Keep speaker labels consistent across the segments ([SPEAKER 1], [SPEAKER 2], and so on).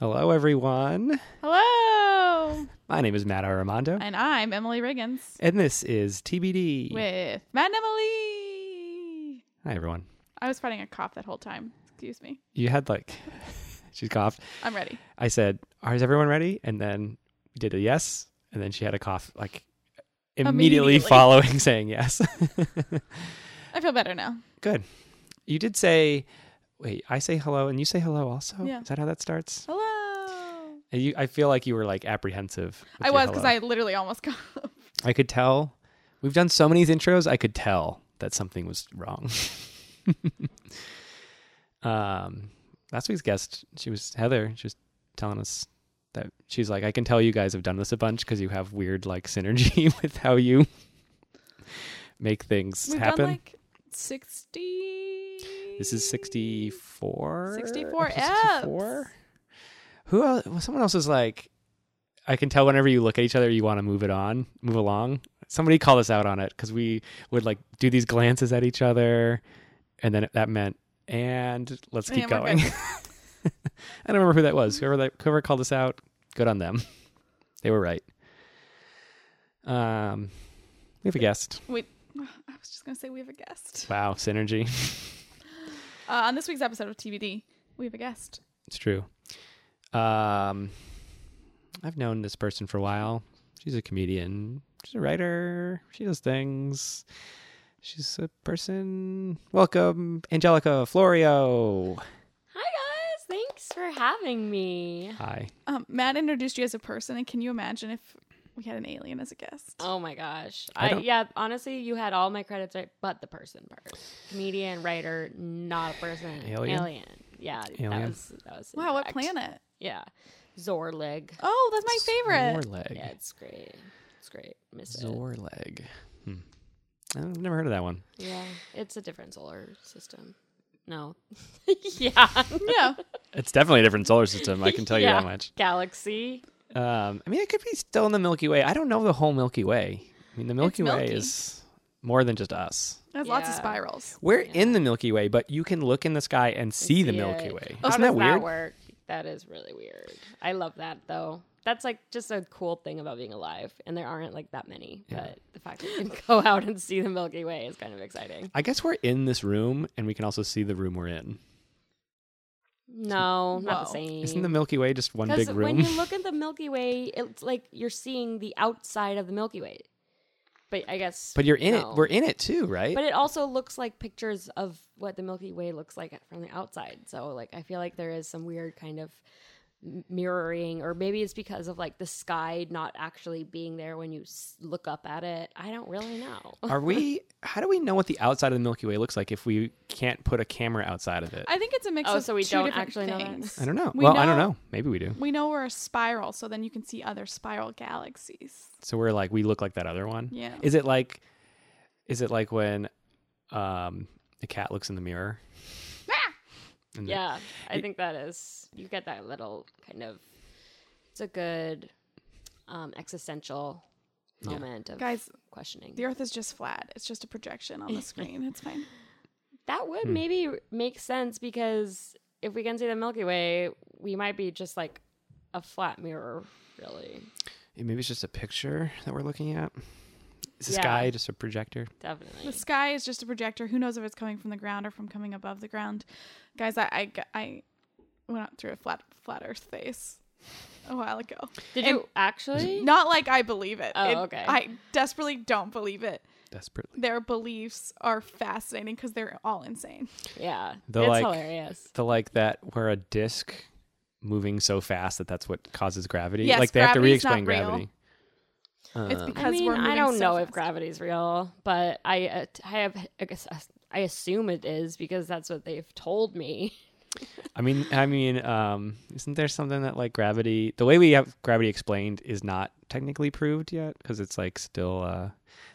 [SPEAKER 1] Hello, everyone.
[SPEAKER 2] Hello.
[SPEAKER 1] My name is Matt Armando,
[SPEAKER 2] And I'm Emily Riggins
[SPEAKER 1] and this is TBD.
[SPEAKER 2] with Matt and Emily.
[SPEAKER 1] Hi, everyone.
[SPEAKER 2] I was fighting a cough that whole time. Excuse me.
[SPEAKER 1] You had like, she coughed.
[SPEAKER 2] I'm ready.
[SPEAKER 1] I said, "Are is everyone ready?" And then we did a yes, and then she had a cough like immediately,
[SPEAKER 2] Immediately.
[SPEAKER 1] following saying yes.
[SPEAKER 2] I feel better now.
[SPEAKER 1] Good. You did say, "Wait, I say hello, and you say hello also."
[SPEAKER 2] Yeah.
[SPEAKER 1] Is that how that starts?
[SPEAKER 2] Hello.
[SPEAKER 1] And you, I feel like you were like apprehensive. with
[SPEAKER 2] I
[SPEAKER 1] your
[SPEAKER 2] was because
[SPEAKER 1] hello.
[SPEAKER 2] I literally almost coughed.
[SPEAKER 1] I could tell. We've done so many intros, I could tell that something was wrong. um, last week's guest, she was Heather. She was telling us that she's like, I can tell you guys have done this a bunch because you have weird like synergy with how you make things
[SPEAKER 2] We've
[SPEAKER 1] happen.
[SPEAKER 2] done like 60.
[SPEAKER 1] this is 64.
[SPEAKER 2] 64
[SPEAKER 1] episode 64? Who else? Well, someone else is like, I can tell whenever you look at each other, you want to move it on, move along. Somebody call us out on it because we would like do these glances at each other. And then that meant, and let's keep
[SPEAKER 2] And we're
[SPEAKER 1] going.
[SPEAKER 2] good.
[SPEAKER 1] I don't remember who that was. Whoever that whoever called us out, good on them. They were right. Um, we have a guest.
[SPEAKER 2] I was just going to say we have a guest.
[SPEAKER 1] Wow, synergy.
[SPEAKER 2] Uh, on this week's episode of TBD, we have a guest.
[SPEAKER 1] It's true. Um, I've known this person for a while. She's a comedian. She's a writer. She does things. She's a person. Welcome, Angelica Florio.
[SPEAKER 3] Hi guys, thanks for having me.
[SPEAKER 1] Hi.
[SPEAKER 2] Um, Matt introduced you as a person, and can you imagine if we had an alien as a guest?
[SPEAKER 3] Oh my gosh.
[SPEAKER 1] I
[SPEAKER 3] I,
[SPEAKER 1] don't-
[SPEAKER 3] yeah, honestly, you had all my credits right, but the person part. Comedian, writer, not a person.
[SPEAKER 1] Alien?
[SPEAKER 3] Yeah, that
[SPEAKER 1] Alien.
[SPEAKER 3] was that was
[SPEAKER 2] wow, what
[SPEAKER 3] incorrect.
[SPEAKER 2] planet?
[SPEAKER 3] Yeah. Zorlig.
[SPEAKER 2] Oh, that's my favorite.
[SPEAKER 1] Zorleg.
[SPEAKER 3] Yeah, it's great. It's great. Miss it.
[SPEAKER 1] Zorleg. Hmm. I've never heard of that one.
[SPEAKER 3] Yeah. It's a different solar system. No. yeah.
[SPEAKER 2] Yeah.
[SPEAKER 1] It's definitely a different solar system. I can tell you
[SPEAKER 3] Yeah.
[SPEAKER 1] that much.
[SPEAKER 3] Galaxy.
[SPEAKER 1] Um, I mean, it could be still in the Milky Way. I don't know the whole Milky Way. I mean, the Milky Way
[SPEAKER 2] milky.
[SPEAKER 1] is more than just us.
[SPEAKER 2] There's lots of
[SPEAKER 3] Yeah.
[SPEAKER 2] spirals.
[SPEAKER 1] We're in the Milky Way, but you can look in the sky and see the
[SPEAKER 3] see
[SPEAKER 1] Milky
[SPEAKER 3] it. Oh,
[SPEAKER 1] Way.
[SPEAKER 3] How
[SPEAKER 1] Isn't
[SPEAKER 3] does
[SPEAKER 1] that weird?
[SPEAKER 3] work? That is really weird. I love that though. That's like just a cool thing about being alive, and there aren't like that many. But the fact that you can go out and see the Milky Way is kind of exciting.
[SPEAKER 1] I guess we're in this room and we can also see the room we're in.
[SPEAKER 3] No, not the
[SPEAKER 2] Whoa.
[SPEAKER 3] same.
[SPEAKER 1] Isn't the Milky Way just one big
[SPEAKER 3] because when
[SPEAKER 1] room?
[SPEAKER 3] you look at the Milky Way, it's like you're seeing the outside of the Milky Way. But I guess,
[SPEAKER 1] But you're in
[SPEAKER 3] no.
[SPEAKER 1] it. We're in it too, right?
[SPEAKER 3] But it also looks like pictures of what the Milky Way looks like from the outside. So like I feel like there is some weird kind of m- mirroring or maybe it's because of like the sky not actually being there when you s- look up at it. I don't really know.
[SPEAKER 1] Are we? How do we know what the outside of the Milky Way looks like if we can't put a camera outside of it? I,
[SPEAKER 2] I think it's a mix
[SPEAKER 3] Oh,
[SPEAKER 2] of
[SPEAKER 3] so we
[SPEAKER 2] two
[SPEAKER 3] don't
[SPEAKER 2] different
[SPEAKER 3] actually know that?
[SPEAKER 2] things.
[SPEAKER 1] don't know.
[SPEAKER 2] We
[SPEAKER 1] well, I don't
[SPEAKER 2] know-
[SPEAKER 1] know. Maybe we do.
[SPEAKER 2] We know we're a spiral, so then you can see other spiral galaxies.
[SPEAKER 1] So we're like, we look like that other one.
[SPEAKER 2] Yeah.
[SPEAKER 1] Is it like? Is it like when, um, a cat looks in the mirror? And the-
[SPEAKER 3] yeah, I think that is you get that little kind of it's a good um existential moment of
[SPEAKER 2] Guys,
[SPEAKER 3] questioning.
[SPEAKER 2] the Earth is just flat. It's just a projection on the screen. It's fine.
[SPEAKER 3] That
[SPEAKER 1] Hmm.
[SPEAKER 3] would maybe make sense because if we can see the Milky Way, we might be just like a flat mirror, really.
[SPEAKER 1] Maybe it's just a picture that we're looking at. Is the
[SPEAKER 3] Yeah.
[SPEAKER 1] sky just a projector?
[SPEAKER 2] The
[SPEAKER 3] Definitely.
[SPEAKER 2] sky is just a projector. Who knows if it's coming from the ground or from coming above the ground? Guys, I I, I went out through a flat flat Earth phase a while ago.
[SPEAKER 3] Did
[SPEAKER 2] And-
[SPEAKER 3] you actually?
[SPEAKER 2] Not like I believe it.
[SPEAKER 3] Oh,
[SPEAKER 2] It-
[SPEAKER 3] okay.
[SPEAKER 2] I desperately don't believe it.
[SPEAKER 1] Desperately.
[SPEAKER 2] Their beliefs are fascinating because they're all insane.
[SPEAKER 3] Yeah.
[SPEAKER 1] The,
[SPEAKER 3] it's
[SPEAKER 1] like-
[SPEAKER 3] hilarious.
[SPEAKER 1] to like that where a disc moving so fast that that's what causes gravity.
[SPEAKER 2] Yes,
[SPEAKER 1] like they have to
[SPEAKER 2] gravity's not
[SPEAKER 1] re-explain
[SPEAKER 2] real.
[SPEAKER 1] gravity.
[SPEAKER 2] it's
[SPEAKER 1] Um,
[SPEAKER 2] because
[SPEAKER 3] I mean,
[SPEAKER 2] we're moving
[SPEAKER 3] I don't
[SPEAKER 2] so
[SPEAKER 3] know if
[SPEAKER 2] fast.
[SPEAKER 3] gravity's real, but I, uh, t- I have, I guess, uh, I assume it is because that's what they've told me.
[SPEAKER 1] I mean, I mean, um, isn't there something that like gravity? The way we have gravity explained is not technically proved yet because it's like still. Uh,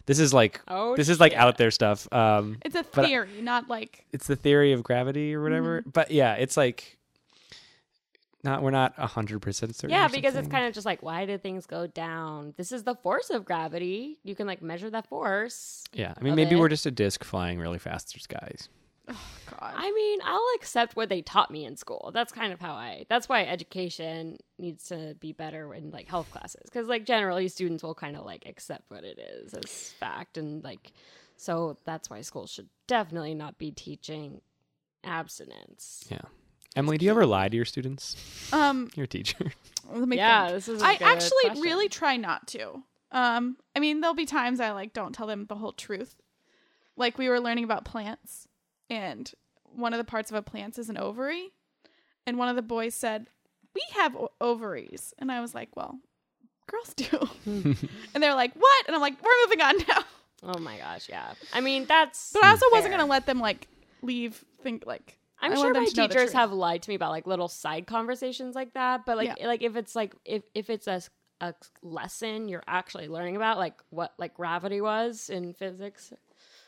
[SPEAKER 1] this is like
[SPEAKER 3] Oh,
[SPEAKER 1] this is like out there stuff. Um,
[SPEAKER 2] It's a
[SPEAKER 1] But I-
[SPEAKER 2] theory, not like
[SPEAKER 1] it's the theory of gravity or
[SPEAKER 2] Mm-hmm.
[SPEAKER 1] whatever. But yeah, it's like not we're not hundred percent certain.
[SPEAKER 3] Yeah, because it's kind of just like, why do things go down? This is the force of gravity. You can like measure that force.
[SPEAKER 1] yeah. I mean,
[SPEAKER 3] of
[SPEAKER 1] maybe
[SPEAKER 3] it.
[SPEAKER 1] we're just a disc flying really fast through skies.
[SPEAKER 2] God. God.
[SPEAKER 3] I mean, I'll accept what they taught me in school. That's kind of how I. That's why education needs to be better in like health classes because like generally students will kind of like accept what it is as fact and like so that's why schools should definitely not be teaching abstinence.
[SPEAKER 1] Yeah. Emily, do you ever lie to your students?
[SPEAKER 2] um,
[SPEAKER 1] Your teacher?
[SPEAKER 2] let me
[SPEAKER 3] yeah,
[SPEAKER 2] think.
[SPEAKER 3] this is. a
[SPEAKER 2] I
[SPEAKER 3] good
[SPEAKER 2] actually
[SPEAKER 3] question.
[SPEAKER 2] really try not to. Um, I mean, there'll be times I like don't tell them the whole truth. Like we were learning about plants, and one of the parts of a plant is an ovary, and one of the boys said, "We have o- ovaries," and I was like, "Well, girls do," and they're like, "What?" and I'm like, "We're moving on now."
[SPEAKER 3] Oh my gosh, yeah. I mean, that's.
[SPEAKER 2] But I also wasn't
[SPEAKER 3] Fair.
[SPEAKER 2] gonna let them like leave. Think like
[SPEAKER 3] I'm
[SPEAKER 2] I
[SPEAKER 3] sure
[SPEAKER 2] want them
[SPEAKER 3] my
[SPEAKER 2] to know the
[SPEAKER 3] teachers
[SPEAKER 2] truth.
[SPEAKER 3] have lied to me about like little side conversations like that, but like
[SPEAKER 2] Yeah.
[SPEAKER 3] like if it's like if if it's a s- a lesson you're actually learning about like what like gravity was in physics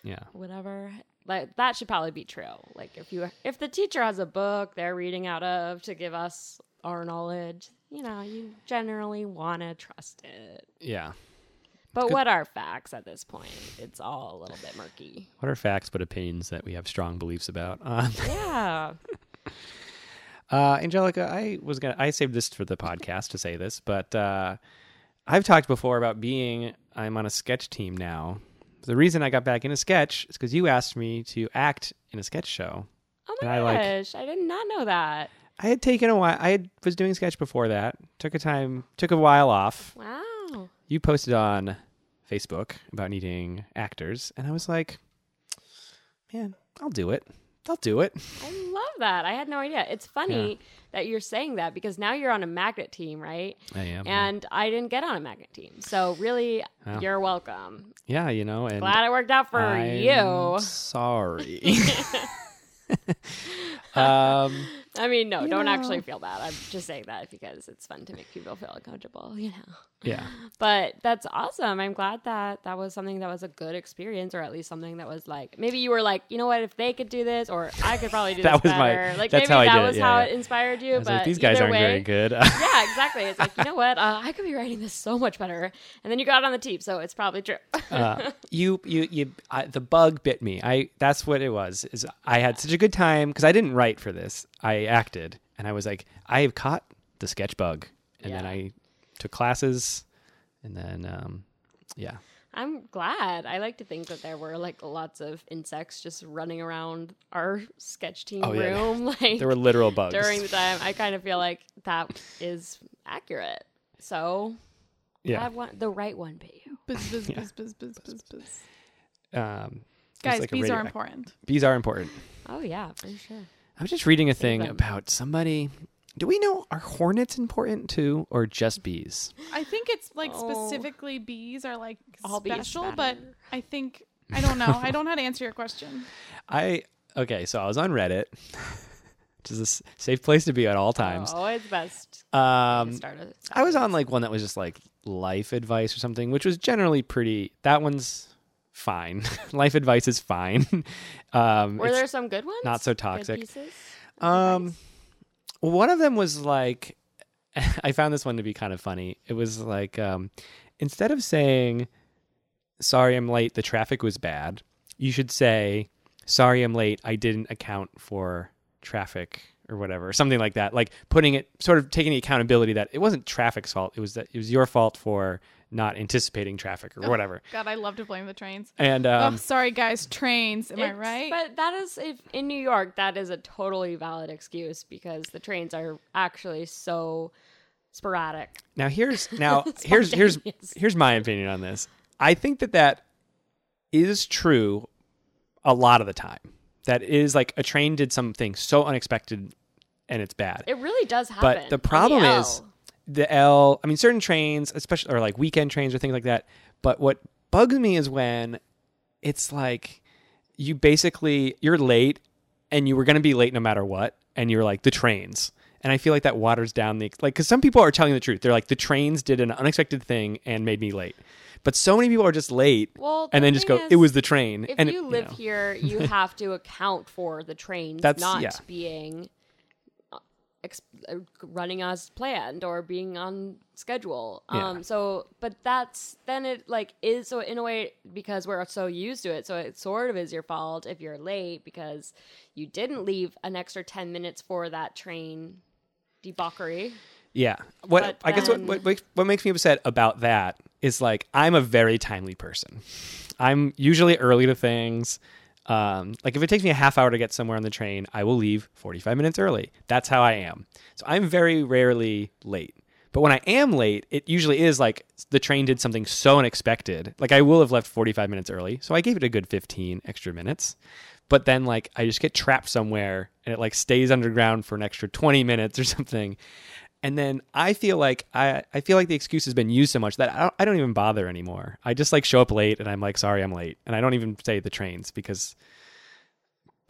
[SPEAKER 1] Yeah.
[SPEAKER 3] whatever like that should probably be true like if you if the teacher has a book they're reading out of to give us our knowledge you know you generally want to trust it
[SPEAKER 1] Yeah.
[SPEAKER 3] but what are facts at this point it's all a little bit murky
[SPEAKER 1] What are facts but opinions that we have strong beliefs about? Um,
[SPEAKER 3] yeah
[SPEAKER 1] Uh, Angelica, I was gonna I saved this for the podcast to say this, but uh, I've talked before about being I'm on a sketch team now. The reason I got back into sketch is because you asked me to act in a sketch show.
[SPEAKER 3] oh
[SPEAKER 1] And
[SPEAKER 3] my
[SPEAKER 1] I, like-
[SPEAKER 3] gosh I did not know that
[SPEAKER 1] I had taken a while. I had, was doing sketch before that. Took a time. Took a while off.
[SPEAKER 3] wow
[SPEAKER 1] You posted on Facebook about needing actors, and I was like, "Man, I'll do it. I'll do it."
[SPEAKER 3] I love that. I had no idea. It's funny that you're saying that because now you're on a magnet team, right?
[SPEAKER 1] I am.
[SPEAKER 3] And I didn't get on a magnet team. So really,
[SPEAKER 1] Wow.
[SPEAKER 3] you're welcome.
[SPEAKER 1] yeah, you know, and
[SPEAKER 3] Glad it worked out for
[SPEAKER 1] I'm
[SPEAKER 3] you.
[SPEAKER 1] Sorry. um,
[SPEAKER 3] I mean, no,
[SPEAKER 1] You
[SPEAKER 3] don't
[SPEAKER 1] know.
[SPEAKER 3] actually feel bad. I'm just saying that because it's fun to make people feel uncomfortable, you know.
[SPEAKER 1] yeah,
[SPEAKER 3] But that's awesome. I'm glad that that was something that was a good experience or at least something that was like maybe you were like, you know what, if they could do this or I could probably do
[SPEAKER 1] That
[SPEAKER 3] this
[SPEAKER 1] was my-
[SPEAKER 3] better. like
[SPEAKER 1] that's
[SPEAKER 3] maybe
[SPEAKER 1] how I
[SPEAKER 3] that
[SPEAKER 1] did it.
[SPEAKER 3] was
[SPEAKER 1] Yeah,
[SPEAKER 3] how
[SPEAKER 1] yeah.
[SPEAKER 3] it inspired you,
[SPEAKER 1] I was
[SPEAKER 3] but
[SPEAKER 1] like, these guys
[SPEAKER 3] either
[SPEAKER 1] aren't
[SPEAKER 3] way,
[SPEAKER 1] very good.
[SPEAKER 3] yeah, exactly. It's like, you know what? Uh, I could be writing this so much better. And then you got on the team, so it's probably true.
[SPEAKER 1] uh, you, you, you. I, the bug bit me. I. That's what it was. Is I had such a good time because I didn't write for this. I acted, and I was like, I have caught the sketch bug, and then
[SPEAKER 3] Yeah.
[SPEAKER 1] I took classes, and then um, yeah,
[SPEAKER 3] I'm glad. I like to think that there were like lots of insects just running around our sketch team
[SPEAKER 1] Oh, yeah.
[SPEAKER 3] room like
[SPEAKER 1] there were literal bugs.
[SPEAKER 3] during the time. I kind of feel like that is accurate. So
[SPEAKER 1] yeah,
[SPEAKER 3] I want the right one, you.
[SPEAKER 2] buzz buzz buzz buzz buzz buzz buzz.
[SPEAKER 1] um, it's
[SPEAKER 2] Guys,
[SPEAKER 1] like a
[SPEAKER 2] bees
[SPEAKER 1] radio-
[SPEAKER 2] are important.
[SPEAKER 1] Bees are important.
[SPEAKER 3] Oh yeah, for sure.
[SPEAKER 1] I was just reading a thing
[SPEAKER 3] them.
[SPEAKER 1] about somebody. Do we know are hornets important too, or just bees?
[SPEAKER 2] I think it's like
[SPEAKER 3] Oh.
[SPEAKER 2] specifically bees are like
[SPEAKER 3] All bees
[SPEAKER 2] special,
[SPEAKER 3] matter.
[SPEAKER 2] but I think I don't know. I don't know how to answer your question.
[SPEAKER 1] I okay, so I was on Reddit, which is a s- safe place to be at all times.
[SPEAKER 3] Always best to
[SPEAKER 1] Um,
[SPEAKER 3] start it.
[SPEAKER 1] I was on like one that was just like life advice or something, which was generally pretty. That one's fine. life advice is fine. um,
[SPEAKER 3] Were
[SPEAKER 1] it's-
[SPEAKER 3] there some good ones?
[SPEAKER 1] not so
[SPEAKER 3] Good
[SPEAKER 1] toxic.
[SPEAKER 3] pieces?
[SPEAKER 1] um, one of them was like, I found this one to be kind of funny. It was like, um, instead of saying, sorry, I'm late, the traffic was bad, you should say, sorry, I'm late, I didn't account for traffic or whatever, or something like that. Like putting it, sort of taking the accountability that it wasn't traffic's fault, it was that it was your fault for not anticipating traffic or whatever.
[SPEAKER 2] God, I love to blame the trains.
[SPEAKER 1] And um,
[SPEAKER 2] oh, sorry, guys, trains. Am I
[SPEAKER 3] It's-
[SPEAKER 2] right?
[SPEAKER 3] But that is if in New York, that is a totally valid excuse because the trains are actually so sporadic.
[SPEAKER 1] Now here's now here's here's
[SPEAKER 3] Spontaneous.
[SPEAKER 1] here's my opinion on this. I think that that is true a lot of the time. That is like a train did something so unexpected and it's bad.
[SPEAKER 3] It really does happen.
[SPEAKER 1] but the
[SPEAKER 3] on
[SPEAKER 1] problem is
[SPEAKER 3] L.
[SPEAKER 1] the L, I mean certain trains, especially or like weekend trains or things like that, but what bugs me is when it's like you basically you're late and you were going to be late no matter what and you're like the trains and i feel like that waters down the like because some people are telling the truth they're like the trains did an unexpected thing and made me late but so many people are just late
[SPEAKER 3] Well,
[SPEAKER 1] and
[SPEAKER 3] the
[SPEAKER 1] then just go
[SPEAKER 3] thing
[SPEAKER 1] it
[SPEAKER 3] is,
[SPEAKER 1] was the train
[SPEAKER 3] If
[SPEAKER 1] and it-
[SPEAKER 3] you live
[SPEAKER 1] know.
[SPEAKER 3] here, you have to account for the trains
[SPEAKER 1] That's-
[SPEAKER 3] not
[SPEAKER 1] yeah.
[SPEAKER 3] being ex- uh, running as planned or being on schedule.
[SPEAKER 1] Yeah.
[SPEAKER 3] Um, so, but that's then it like is so in a way because we're so used to it. So it sort of is your fault if you're late because you didn't leave an extra ten minutes for that train debauchery.
[SPEAKER 1] Yeah. What
[SPEAKER 3] But
[SPEAKER 1] I guess what,
[SPEAKER 3] then-
[SPEAKER 1] what makes- what makes me upset about that is like I'm a very timely person. I'm usually early to things. Um, like if it takes me a half hour to get somewhere on the train, I will leave 45 minutes early. That's how I am. So I'm very rarely late. But when I am late, it usually is like the train did something so unexpected. Like I will have left 45 minutes early, so I gave it a good 15 extra minutes. But then like I just get trapped somewhere and it like stays underground for an extra 20 minutes or something. And then I feel like I, I feel like the excuse has been used so much that I don't, I don't even bother anymore. I just like show up late and I'm like sorry I'm late and I don't even say the trains because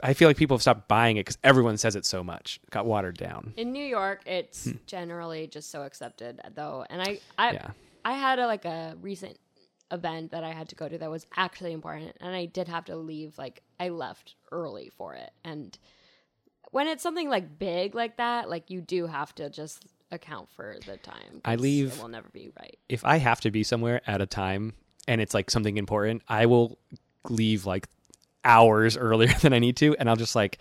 [SPEAKER 1] I feel like people have stopped buying it because everyone says it so much. It got watered down.
[SPEAKER 3] In New York, it's generally just so accepted though. And I I
[SPEAKER 1] Hmm. Yeah.
[SPEAKER 3] I had a, like a recent event that I had to go to that was actually important and I did have to leave like I left early for it. And when it's something like big like that, like you do have to just account for the time. 'cause
[SPEAKER 1] I leave-
[SPEAKER 3] it will never be right.
[SPEAKER 1] if I have to be somewhere at a time and it's like something important, I will leave like hours earlier than I need to, and I'll just like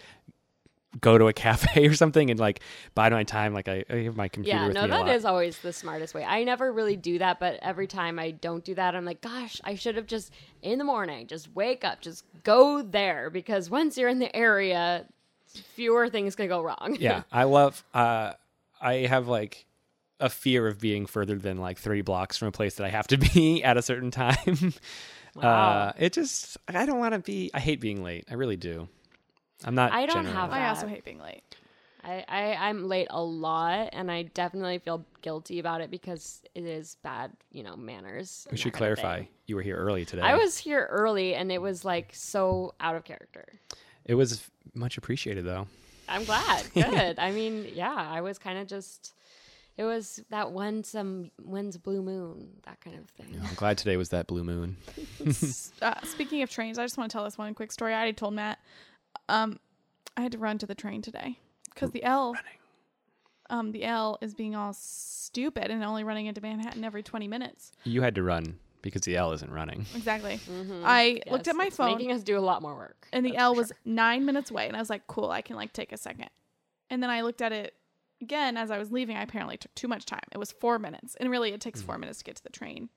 [SPEAKER 1] go to a cafe or something and like buy my time. Like I, I have my computer
[SPEAKER 3] Yeah,
[SPEAKER 1] with
[SPEAKER 3] no,
[SPEAKER 1] me a
[SPEAKER 3] that
[SPEAKER 1] lot.
[SPEAKER 3] is always the smartest way. I never really do that, but every time I don't do that, I'm like, gosh, I should have just in the morning, just wake up, just go there because once you're in the area, fewer things can go wrong.
[SPEAKER 1] yeah, I love. Uh, I have like a fear of being further than like three blocks from a place that I have to be at a certain time. Uh,
[SPEAKER 3] Wow.
[SPEAKER 1] it just I don't want to be. I hate being late. I really do. I'm not.
[SPEAKER 3] I don't
[SPEAKER 1] generally-
[SPEAKER 3] have
[SPEAKER 2] I also
[SPEAKER 3] that.
[SPEAKER 2] hate being late.
[SPEAKER 3] I, I I'm late a lot, and I definitely feel guilty about it because it is bad, you know, manners.
[SPEAKER 1] We
[SPEAKER 3] and
[SPEAKER 1] should
[SPEAKER 3] that kind of
[SPEAKER 1] clarify.
[SPEAKER 3] thing.
[SPEAKER 1] You were here early today.
[SPEAKER 3] I was here early, and it was like so out of character.
[SPEAKER 1] It was much appreciated though.
[SPEAKER 3] I'm glad. Good. I mean, yeah, I was kind of just. It was that one some when's blue moon that kind of thing.
[SPEAKER 1] I'm glad today was that blue moon.
[SPEAKER 2] S- uh, speaking of trains, I just want to tell this one quick story. I already told Matt. Um, I had to run to the train today because the L, um, the L is being all stupid and only running into Manhattan every twenty minutes.
[SPEAKER 1] You had to run because the L isn't running.
[SPEAKER 2] Exactly. I looked
[SPEAKER 3] Mm-hmm. Yes,
[SPEAKER 2] at my
[SPEAKER 3] it's
[SPEAKER 2] phone
[SPEAKER 3] making us do a lot more work.
[SPEAKER 2] and the
[SPEAKER 3] that's for
[SPEAKER 2] L was
[SPEAKER 3] sure.
[SPEAKER 2] nine minutes away, and I was like, "Cool, I can like take a second. And then I looked at it again as I was leaving. I apparently took too much time. It was four minutes, and really, it takes
[SPEAKER 3] Mm-hmm.
[SPEAKER 2] four minutes to get to the train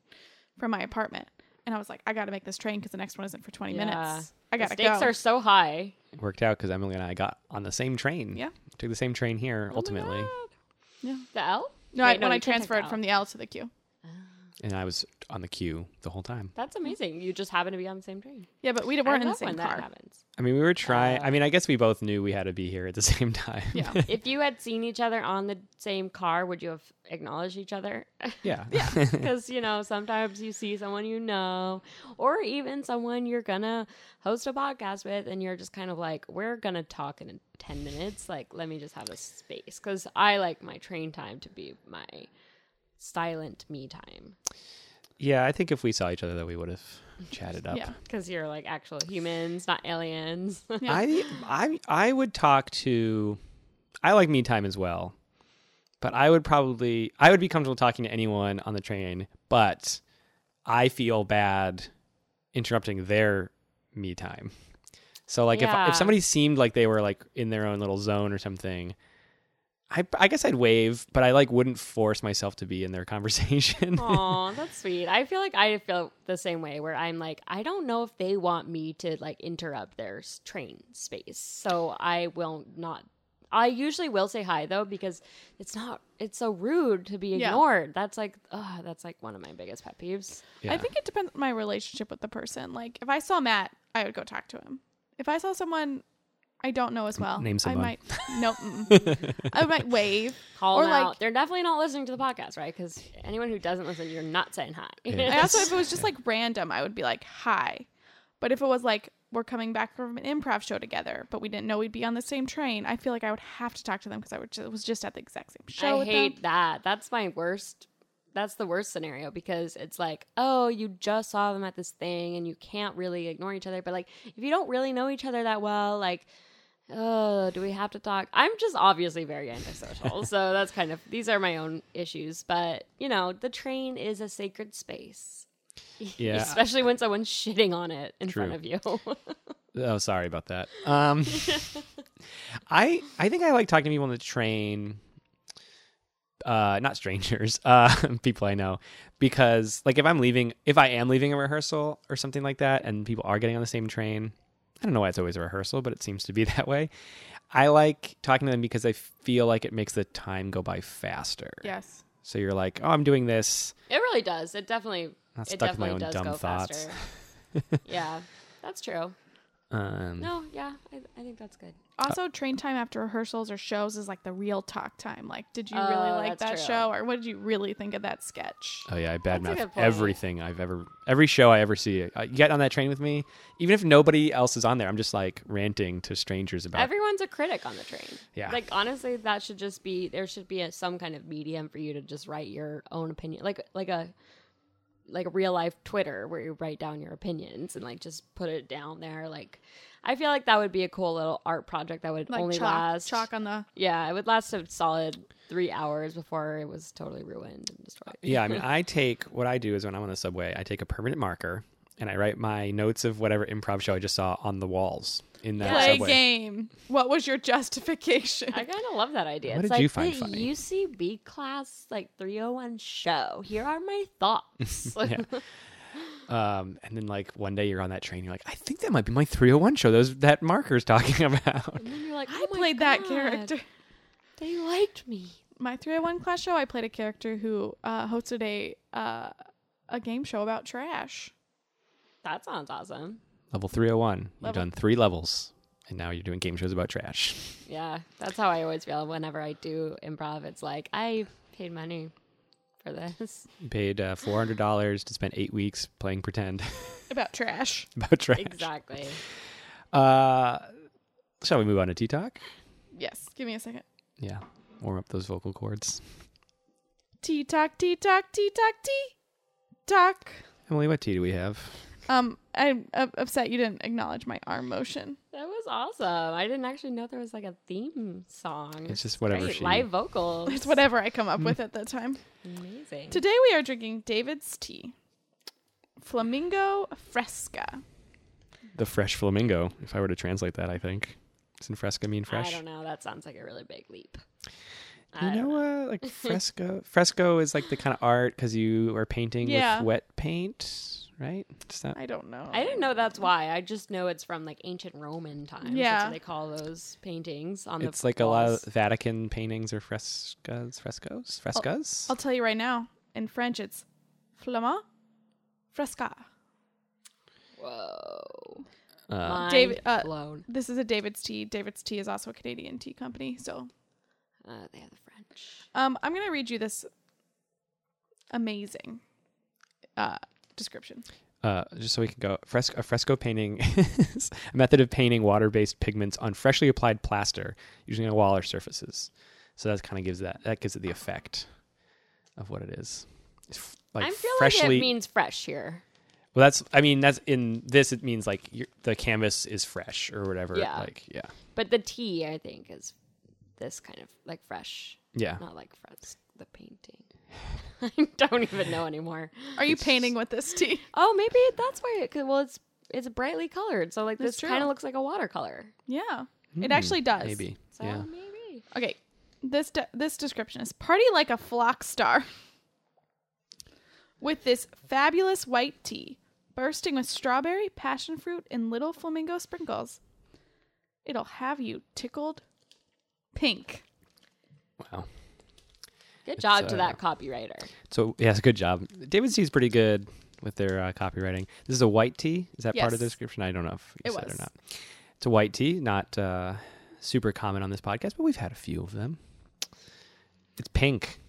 [SPEAKER 2] from my apartment. And I was like, "I got to make this train because the next one isn't for twenty
[SPEAKER 3] Yeah.
[SPEAKER 2] minutes. I
[SPEAKER 3] the
[SPEAKER 2] gotta
[SPEAKER 3] stakes
[SPEAKER 2] go."
[SPEAKER 3] are so high.
[SPEAKER 1] It worked out because Emily and I got on the same train.
[SPEAKER 2] Yeah.
[SPEAKER 1] Took the same train here
[SPEAKER 3] Oh my
[SPEAKER 1] ultimately.
[SPEAKER 3] God.
[SPEAKER 2] Yeah.
[SPEAKER 3] The L?
[SPEAKER 2] No, I,
[SPEAKER 3] Wait,
[SPEAKER 2] when I
[SPEAKER 3] you can't take the
[SPEAKER 2] transferred
[SPEAKER 3] L.
[SPEAKER 2] from the L to the Q.
[SPEAKER 1] And I was on the queue the whole time.
[SPEAKER 3] That's amazing. You just happen to be on the same train.
[SPEAKER 2] Yeah, but we d-
[SPEAKER 3] I
[SPEAKER 2] weren't in the
[SPEAKER 3] love
[SPEAKER 2] same
[SPEAKER 3] when that
[SPEAKER 2] car.
[SPEAKER 3] happens.
[SPEAKER 1] I mean, we were trying.
[SPEAKER 3] Uh.
[SPEAKER 1] I mean, I guess we both knew we had to be here at the same time.
[SPEAKER 2] Yeah.
[SPEAKER 3] if you had seen each other on the same car, would you have acknowledged each other?
[SPEAKER 1] yeah.
[SPEAKER 3] Because, you know, sometimes you see someone you know, or even someone you're going to host a podcast with, and you're just kind of like, we're going to talk in 10 minutes. Like, let me just have a space. Because I like my train time to be my silent me time.
[SPEAKER 1] yeah. I think if we saw each other, though, we would have chatted up.
[SPEAKER 2] Yeah.
[SPEAKER 3] Because you're like actual humans, not aliens.
[SPEAKER 2] Yeah.
[SPEAKER 1] I I I would talk to I like me time as well. But I would probably I would be comfortable talking to anyone on the train, but I feel bad interrupting their me time. So like if
[SPEAKER 3] Yeah.
[SPEAKER 1] if somebody seemed like they were like in their own little zone or something, I I guess I'd wave, but I like wouldn't force myself to be in their conversation.
[SPEAKER 3] Aw, that's sweet. I feel like I feel the same way where I'm like, I don't know if they want me to like interrupt their s- train space. So I will not. I usually will say hi though because it's not, it's so rude to be
[SPEAKER 2] Yeah.
[SPEAKER 3] ignored. That's like, ugh, that's like one of my biggest pet peeves.
[SPEAKER 1] Yeah.
[SPEAKER 2] I think it depends on my relationship with the person. Like if I saw Matt, I would go talk to him. If I saw someone I don't know as well,
[SPEAKER 1] name someone.
[SPEAKER 2] I might no, mm-mm. I might wave.
[SPEAKER 3] Call
[SPEAKER 2] Or,
[SPEAKER 3] them out.
[SPEAKER 2] like-
[SPEAKER 3] They're definitely not listening to the podcast, right? Because anyone who doesn't listen, you're not saying hi.
[SPEAKER 2] I
[SPEAKER 1] Yeah.
[SPEAKER 2] also if it was just like random, I would be like hi. But if it was like we're coming back from an improv show together, but we didn't know we'd be on the same train, I feel like I would have to talk to them because I would ju- was just at the exact same show.
[SPEAKER 3] I
[SPEAKER 2] with them.
[SPEAKER 3] hate that. That's my worst. That's the worst scenario because it's like, oh, you just saw them at this thing and you can't really ignore each other. But like, if you don't really know each other that well, like, Oh, do we have to talk? I'm just obviously very antisocial. so that's kind of these are my own issues, but you know, the train is a sacred space.
[SPEAKER 1] Yeah.
[SPEAKER 3] Especially when someone's shitting on it in front
[SPEAKER 1] True.
[SPEAKER 3] of you.
[SPEAKER 1] Oh, sorry about that. Um, I I think I like talking to people on the train. Uh, not strangers, uh, people I know, because like if I'm leaving, if I am leaving a rehearsal or something like that, and people are getting on the same train, I don't know why it's always a rehearsal, but it seems to be that way. I like talking to them because I feel like it makes the time go by faster.
[SPEAKER 2] Yes.
[SPEAKER 1] So you're like, oh, I'm doing this.
[SPEAKER 3] it really does. It definitely
[SPEAKER 1] Not
[SPEAKER 3] it
[SPEAKER 1] stuck with my
[SPEAKER 3] definitely
[SPEAKER 1] own
[SPEAKER 3] does
[SPEAKER 1] dumb
[SPEAKER 3] go
[SPEAKER 1] thoughts.
[SPEAKER 3] faster. yeah. That's true.
[SPEAKER 1] Um,
[SPEAKER 3] No, yeah. I, I think that's good.
[SPEAKER 1] Uh,
[SPEAKER 2] Also, train time after rehearsals or shows is like the real talk time. Like, did you really
[SPEAKER 3] Oh,
[SPEAKER 2] like that
[SPEAKER 3] that's true.
[SPEAKER 2] show, or what did you really think of that sketch?
[SPEAKER 1] Oh yeah, I
[SPEAKER 3] a
[SPEAKER 1] badmouth
[SPEAKER 3] good point.
[SPEAKER 1] everything I've ever, every show I ever see. Uh, Get on that train with me, even if nobody else is on there. I'm just like ranting to strangers about.
[SPEAKER 3] Everyone's a critic on the train.
[SPEAKER 1] Yeah.
[SPEAKER 3] Like honestly, that should just be there should be a, some kind of medium for you to just write your own opinion, like like a like a real life Twitter where you write down your opinions and like just put it down there. Like I feel like that would be a cool little art project that would
[SPEAKER 2] Like
[SPEAKER 3] only
[SPEAKER 2] chalk,
[SPEAKER 3] last
[SPEAKER 2] chalk on the.
[SPEAKER 3] Yeah, it would last a solid three hours before it was totally ruined and destroyed.
[SPEAKER 1] yeah, I mean, I take what I do is when I'm on the subway, I take a permanent marker and I write my notes of whatever improv show I just saw on the walls in that
[SPEAKER 2] Play
[SPEAKER 1] subway.
[SPEAKER 2] game. What was your justification?
[SPEAKER 3] I kind of love that idea.
[SPEAKER 1] What
[SPEAKER 3] it's
[SPEAKER 1] did
[SPEAKER 3] like
[SPEAKER 1] you find
[SPEAKER 3] the
[SPEAKER 1] funny?
[SPEAKER 3] UCB class like 301 show. Here are my thoughts.
[SPEAKER 1] Um, and then like one day you're on that train, you're like, I think that might be my 301 show. Those that marker's talking about.
[SPEAKER 3] And then you're like,
[SPEAKER 2] I
[SPEAKER 3] "Oh my
[SPEAKER 2] played that
[SPEAKER 3] God,
[SPEAKER 2] character.
[SPEAKER 3] They liked me.
[SPEAKER 2] My 301 class show, I played a character who uh, hosted a uh, a game show about trash.
[SPEAKER 3] That sounds awesome.
[SPEAKER 1] Level 301. You've
[SPEAKER 2] Level-
[SPEAKER 1] done three levels, and now you're doing game shows about trash.
[SPEAKER 3] Yeah, that's how I always feel whenever I do improv. It's like I paid money for this.
[SPEAKER 1] You paid uh, $400 to spend eight weeks playing pretend
[SPEAKER 2] About trash.
[SPEAKER 1] about trash.
[SPEAKER 3] exactly.
[SPEAKER 1] Uh, shall we move on to tea talk?
[SPEAKER 2] Yes. Give me a second.
[SPEAKER 1] Yeah, warm up those vocal cords.
[SPEAKER 2] Tea talk, tea talk, tea talk, tea talk.
[SPEAKER 1] Emily, what tea do we have?
[SPEAKER 2] Um, I'm u- upset you didn't acknowledge my arm motion.
[SPEAKER 3] That was awesome. I didn't actually know there was like a theme song.
[SPEAKER 1] It's just whatever
[SPEAKER 3] Great.
[SPEAKER 1] she-
[SPEAKER 3] live vocals.
[SPEAKER 2] It's whatever I come up with at that time.
[SPEAKER 3] Amazing.
[SPEAKER 2] Today we are drinking David's tea. Flamingo Fresca.
[SPEAKER 1] The fresh flamingo. If I were to translate that, I think doesn't fresca mean fresh?
[SPEAKER 3] I don't know. That sounds like a really big leap.
[SPEAKER 1] You
[SPEAKER 3] I
[SPEAKER 1] know,
[SPEAKER 3] don't
[SPEAKER 1] Uh, like fresco. fresco is like the kind of art because you are painting
[SPEAKER 2] Yeah.
[SPEAKER 1] with wet paint, right? Is that
[SPEAKER 2] I don't know.
[SPEAKER 3] I didn't know that's why. I just know it's from like ancient Roman times. That's
[SPEAKER 2] Yeah.
[SPEAKER 3] what they call those paintings on the
[SPEAKER 1] it's like a lot of
[SPEAKER 3] walls.
[SPEAKER 1] Vatican paintings or frescas, frescoes, frescas.
[SPEAKER 2] I'll tell you right now. In French, it's Flamand Fresca.
[SPEAKER 3] Whoa.
[SPEAKER 1] Uh,
[SPEAKER 3] Mind
[SPEAKER 2] David- uh,
[SPEAKER 3] blown.
[SPEAKER 2] This is a David's tea. David's tea is also a Canadian tea company. So
[SPEAKER 3] Uh, they have the French.
[SPEAKER 2] um, I'm going to read you this amazing uh, description.
[SPEAKER 1] uh, just so we can go fresco a fresco painting is a method of painting water-based pigments on freshly applied plaster usually on wall or surfaces so that kind of gives that that gives it the effect of what it is it's f- like
[SPEAKER 3] I feel
[SPEAKER 1] freshly
[SPEAKER 3] like it means fresh here.
[SPEAKER 1] well that's i mean that's in this it means like you the canvas is fresh or whatever
[SPEAKER 3] Yeah.
[SPEAKER 1] like yeah
[SPEAKER 3] But the tea, I think, is this kind of like fresh,
[SPEAKER 1] yeah
[SPEAKER 3] not like fresh, the painting. I don't even know anymore.
[SPEAKER 2] Are you painting with this tea?
[SPEAKER 3] Oh, maybe that's why it could. Well, it's it's brightly colored. So, like,
[SPEAKER 2] That's
[SPEAKER 3] this kind
[SPEAKER 2] true.
[SPEAKER 3] of looks like a watercolor.
[SPEAKER 2] Yeah. It actually does.
[SPEAKER 1] maybe
[SPEAKER 3] So,
[SPEAKER 1] yeah
[SPEAKER 3] maybe.
[SPEAKER 2] Okay. This de- this description is party like a flock star with this fabulous white tea bursting with strawberry, passion fruit, and little flamingo sprinkles. It'll have you tickled pink.
[SPEAKER 1] wow
[SPEAKER 3] Good job to
[SPEAKER 1] uh,
[SPEAKER 3] that copywriter.
[SPEAKER 1] so yes good job david c is pretty good with their uh, copywriting this is a white tea is that part of the
[SPEAKER 2] Yes.
[SPEAKER 1] description i don't know if you
[SPEAKER 2] It
[SPEAKER 1] said or
[SPEAKER 2] was.
[SPEAKER 1] not It's a white tea, not uh, super common on this podcast, but we've had a few of them. It's pink.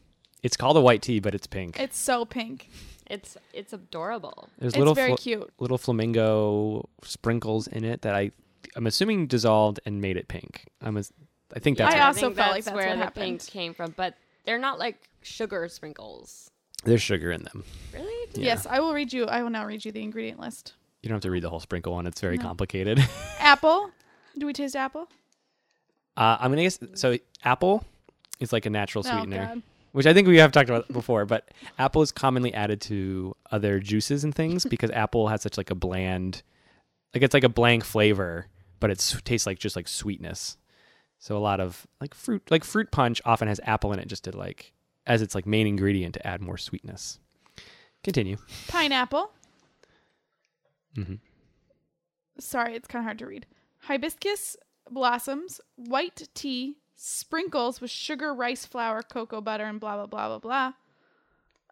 [SPEAKER 1] It's called a white tea, but it's pink.
[SPEAKER 2] It's so pink.
[SPEAKER 3] It's it's adorable.
[SPEAKER 1] There's
[SPEAKER 2] it's
[SPEAKER 1] little
[SPEAKER 2] very
[SPEAKER 1] fl-
[SPEAKER 2] cute.
[SPEAKER 1] little flamingo sprinkles in it that I I'm assuming dissolved and made it pink. I'm as- I think that's
[SPEAKER 2] I
[SPEAKER 1] what-
[SPEAKER 2] also felt like that's
[SPEAKER 3] where
[SPEAKER 2] what
[SPEAKER 3] the
[SPEAKER 2] happened.
[SPEAKER 3] pink came from, but they're not like sugar sprinkles.
[SPEAKER 1] there's sugar in them.
[SPEAKER 3] Really?
[SPEAKER 1] Yeah.
[SPEAKER 2] Yes, I will read you. I will now read you the ingredient list.
[SPEAKER 1] You don't have to read the whole sprinkle one. It's very complicated.
[SPEAKER 2] Apple. Do we taste apple?
[SPEAKER 1] Uh, I'm gonna guess so. Apple is like a natural
[SPEAKER 2] Oh,
[SPEAKER 1] sweetener,
[SPEAKER 2] God.
[SPEAKER 1] which I think we have talked about before. But apple is commonly added to other juices and things because apple has such like a bland, like it's like a blank flavor, but it tastes like just like sweetness. So a lot of like fruit, like fruit punch, often has apple in it just to like as its like main ingredient to add more sweetness. Continue.
[SPEAKER 2] Pineapple.
[SPEAKER 3] Mm-hmm.
[SPEAKER 1] Mhm.
[SPEAKER 2] Sorry, it's kind of hard to read. Hibiscus blossoms, white tea, sprinkles with sugar, rice flour, cocoa butter, and blah blah blah blah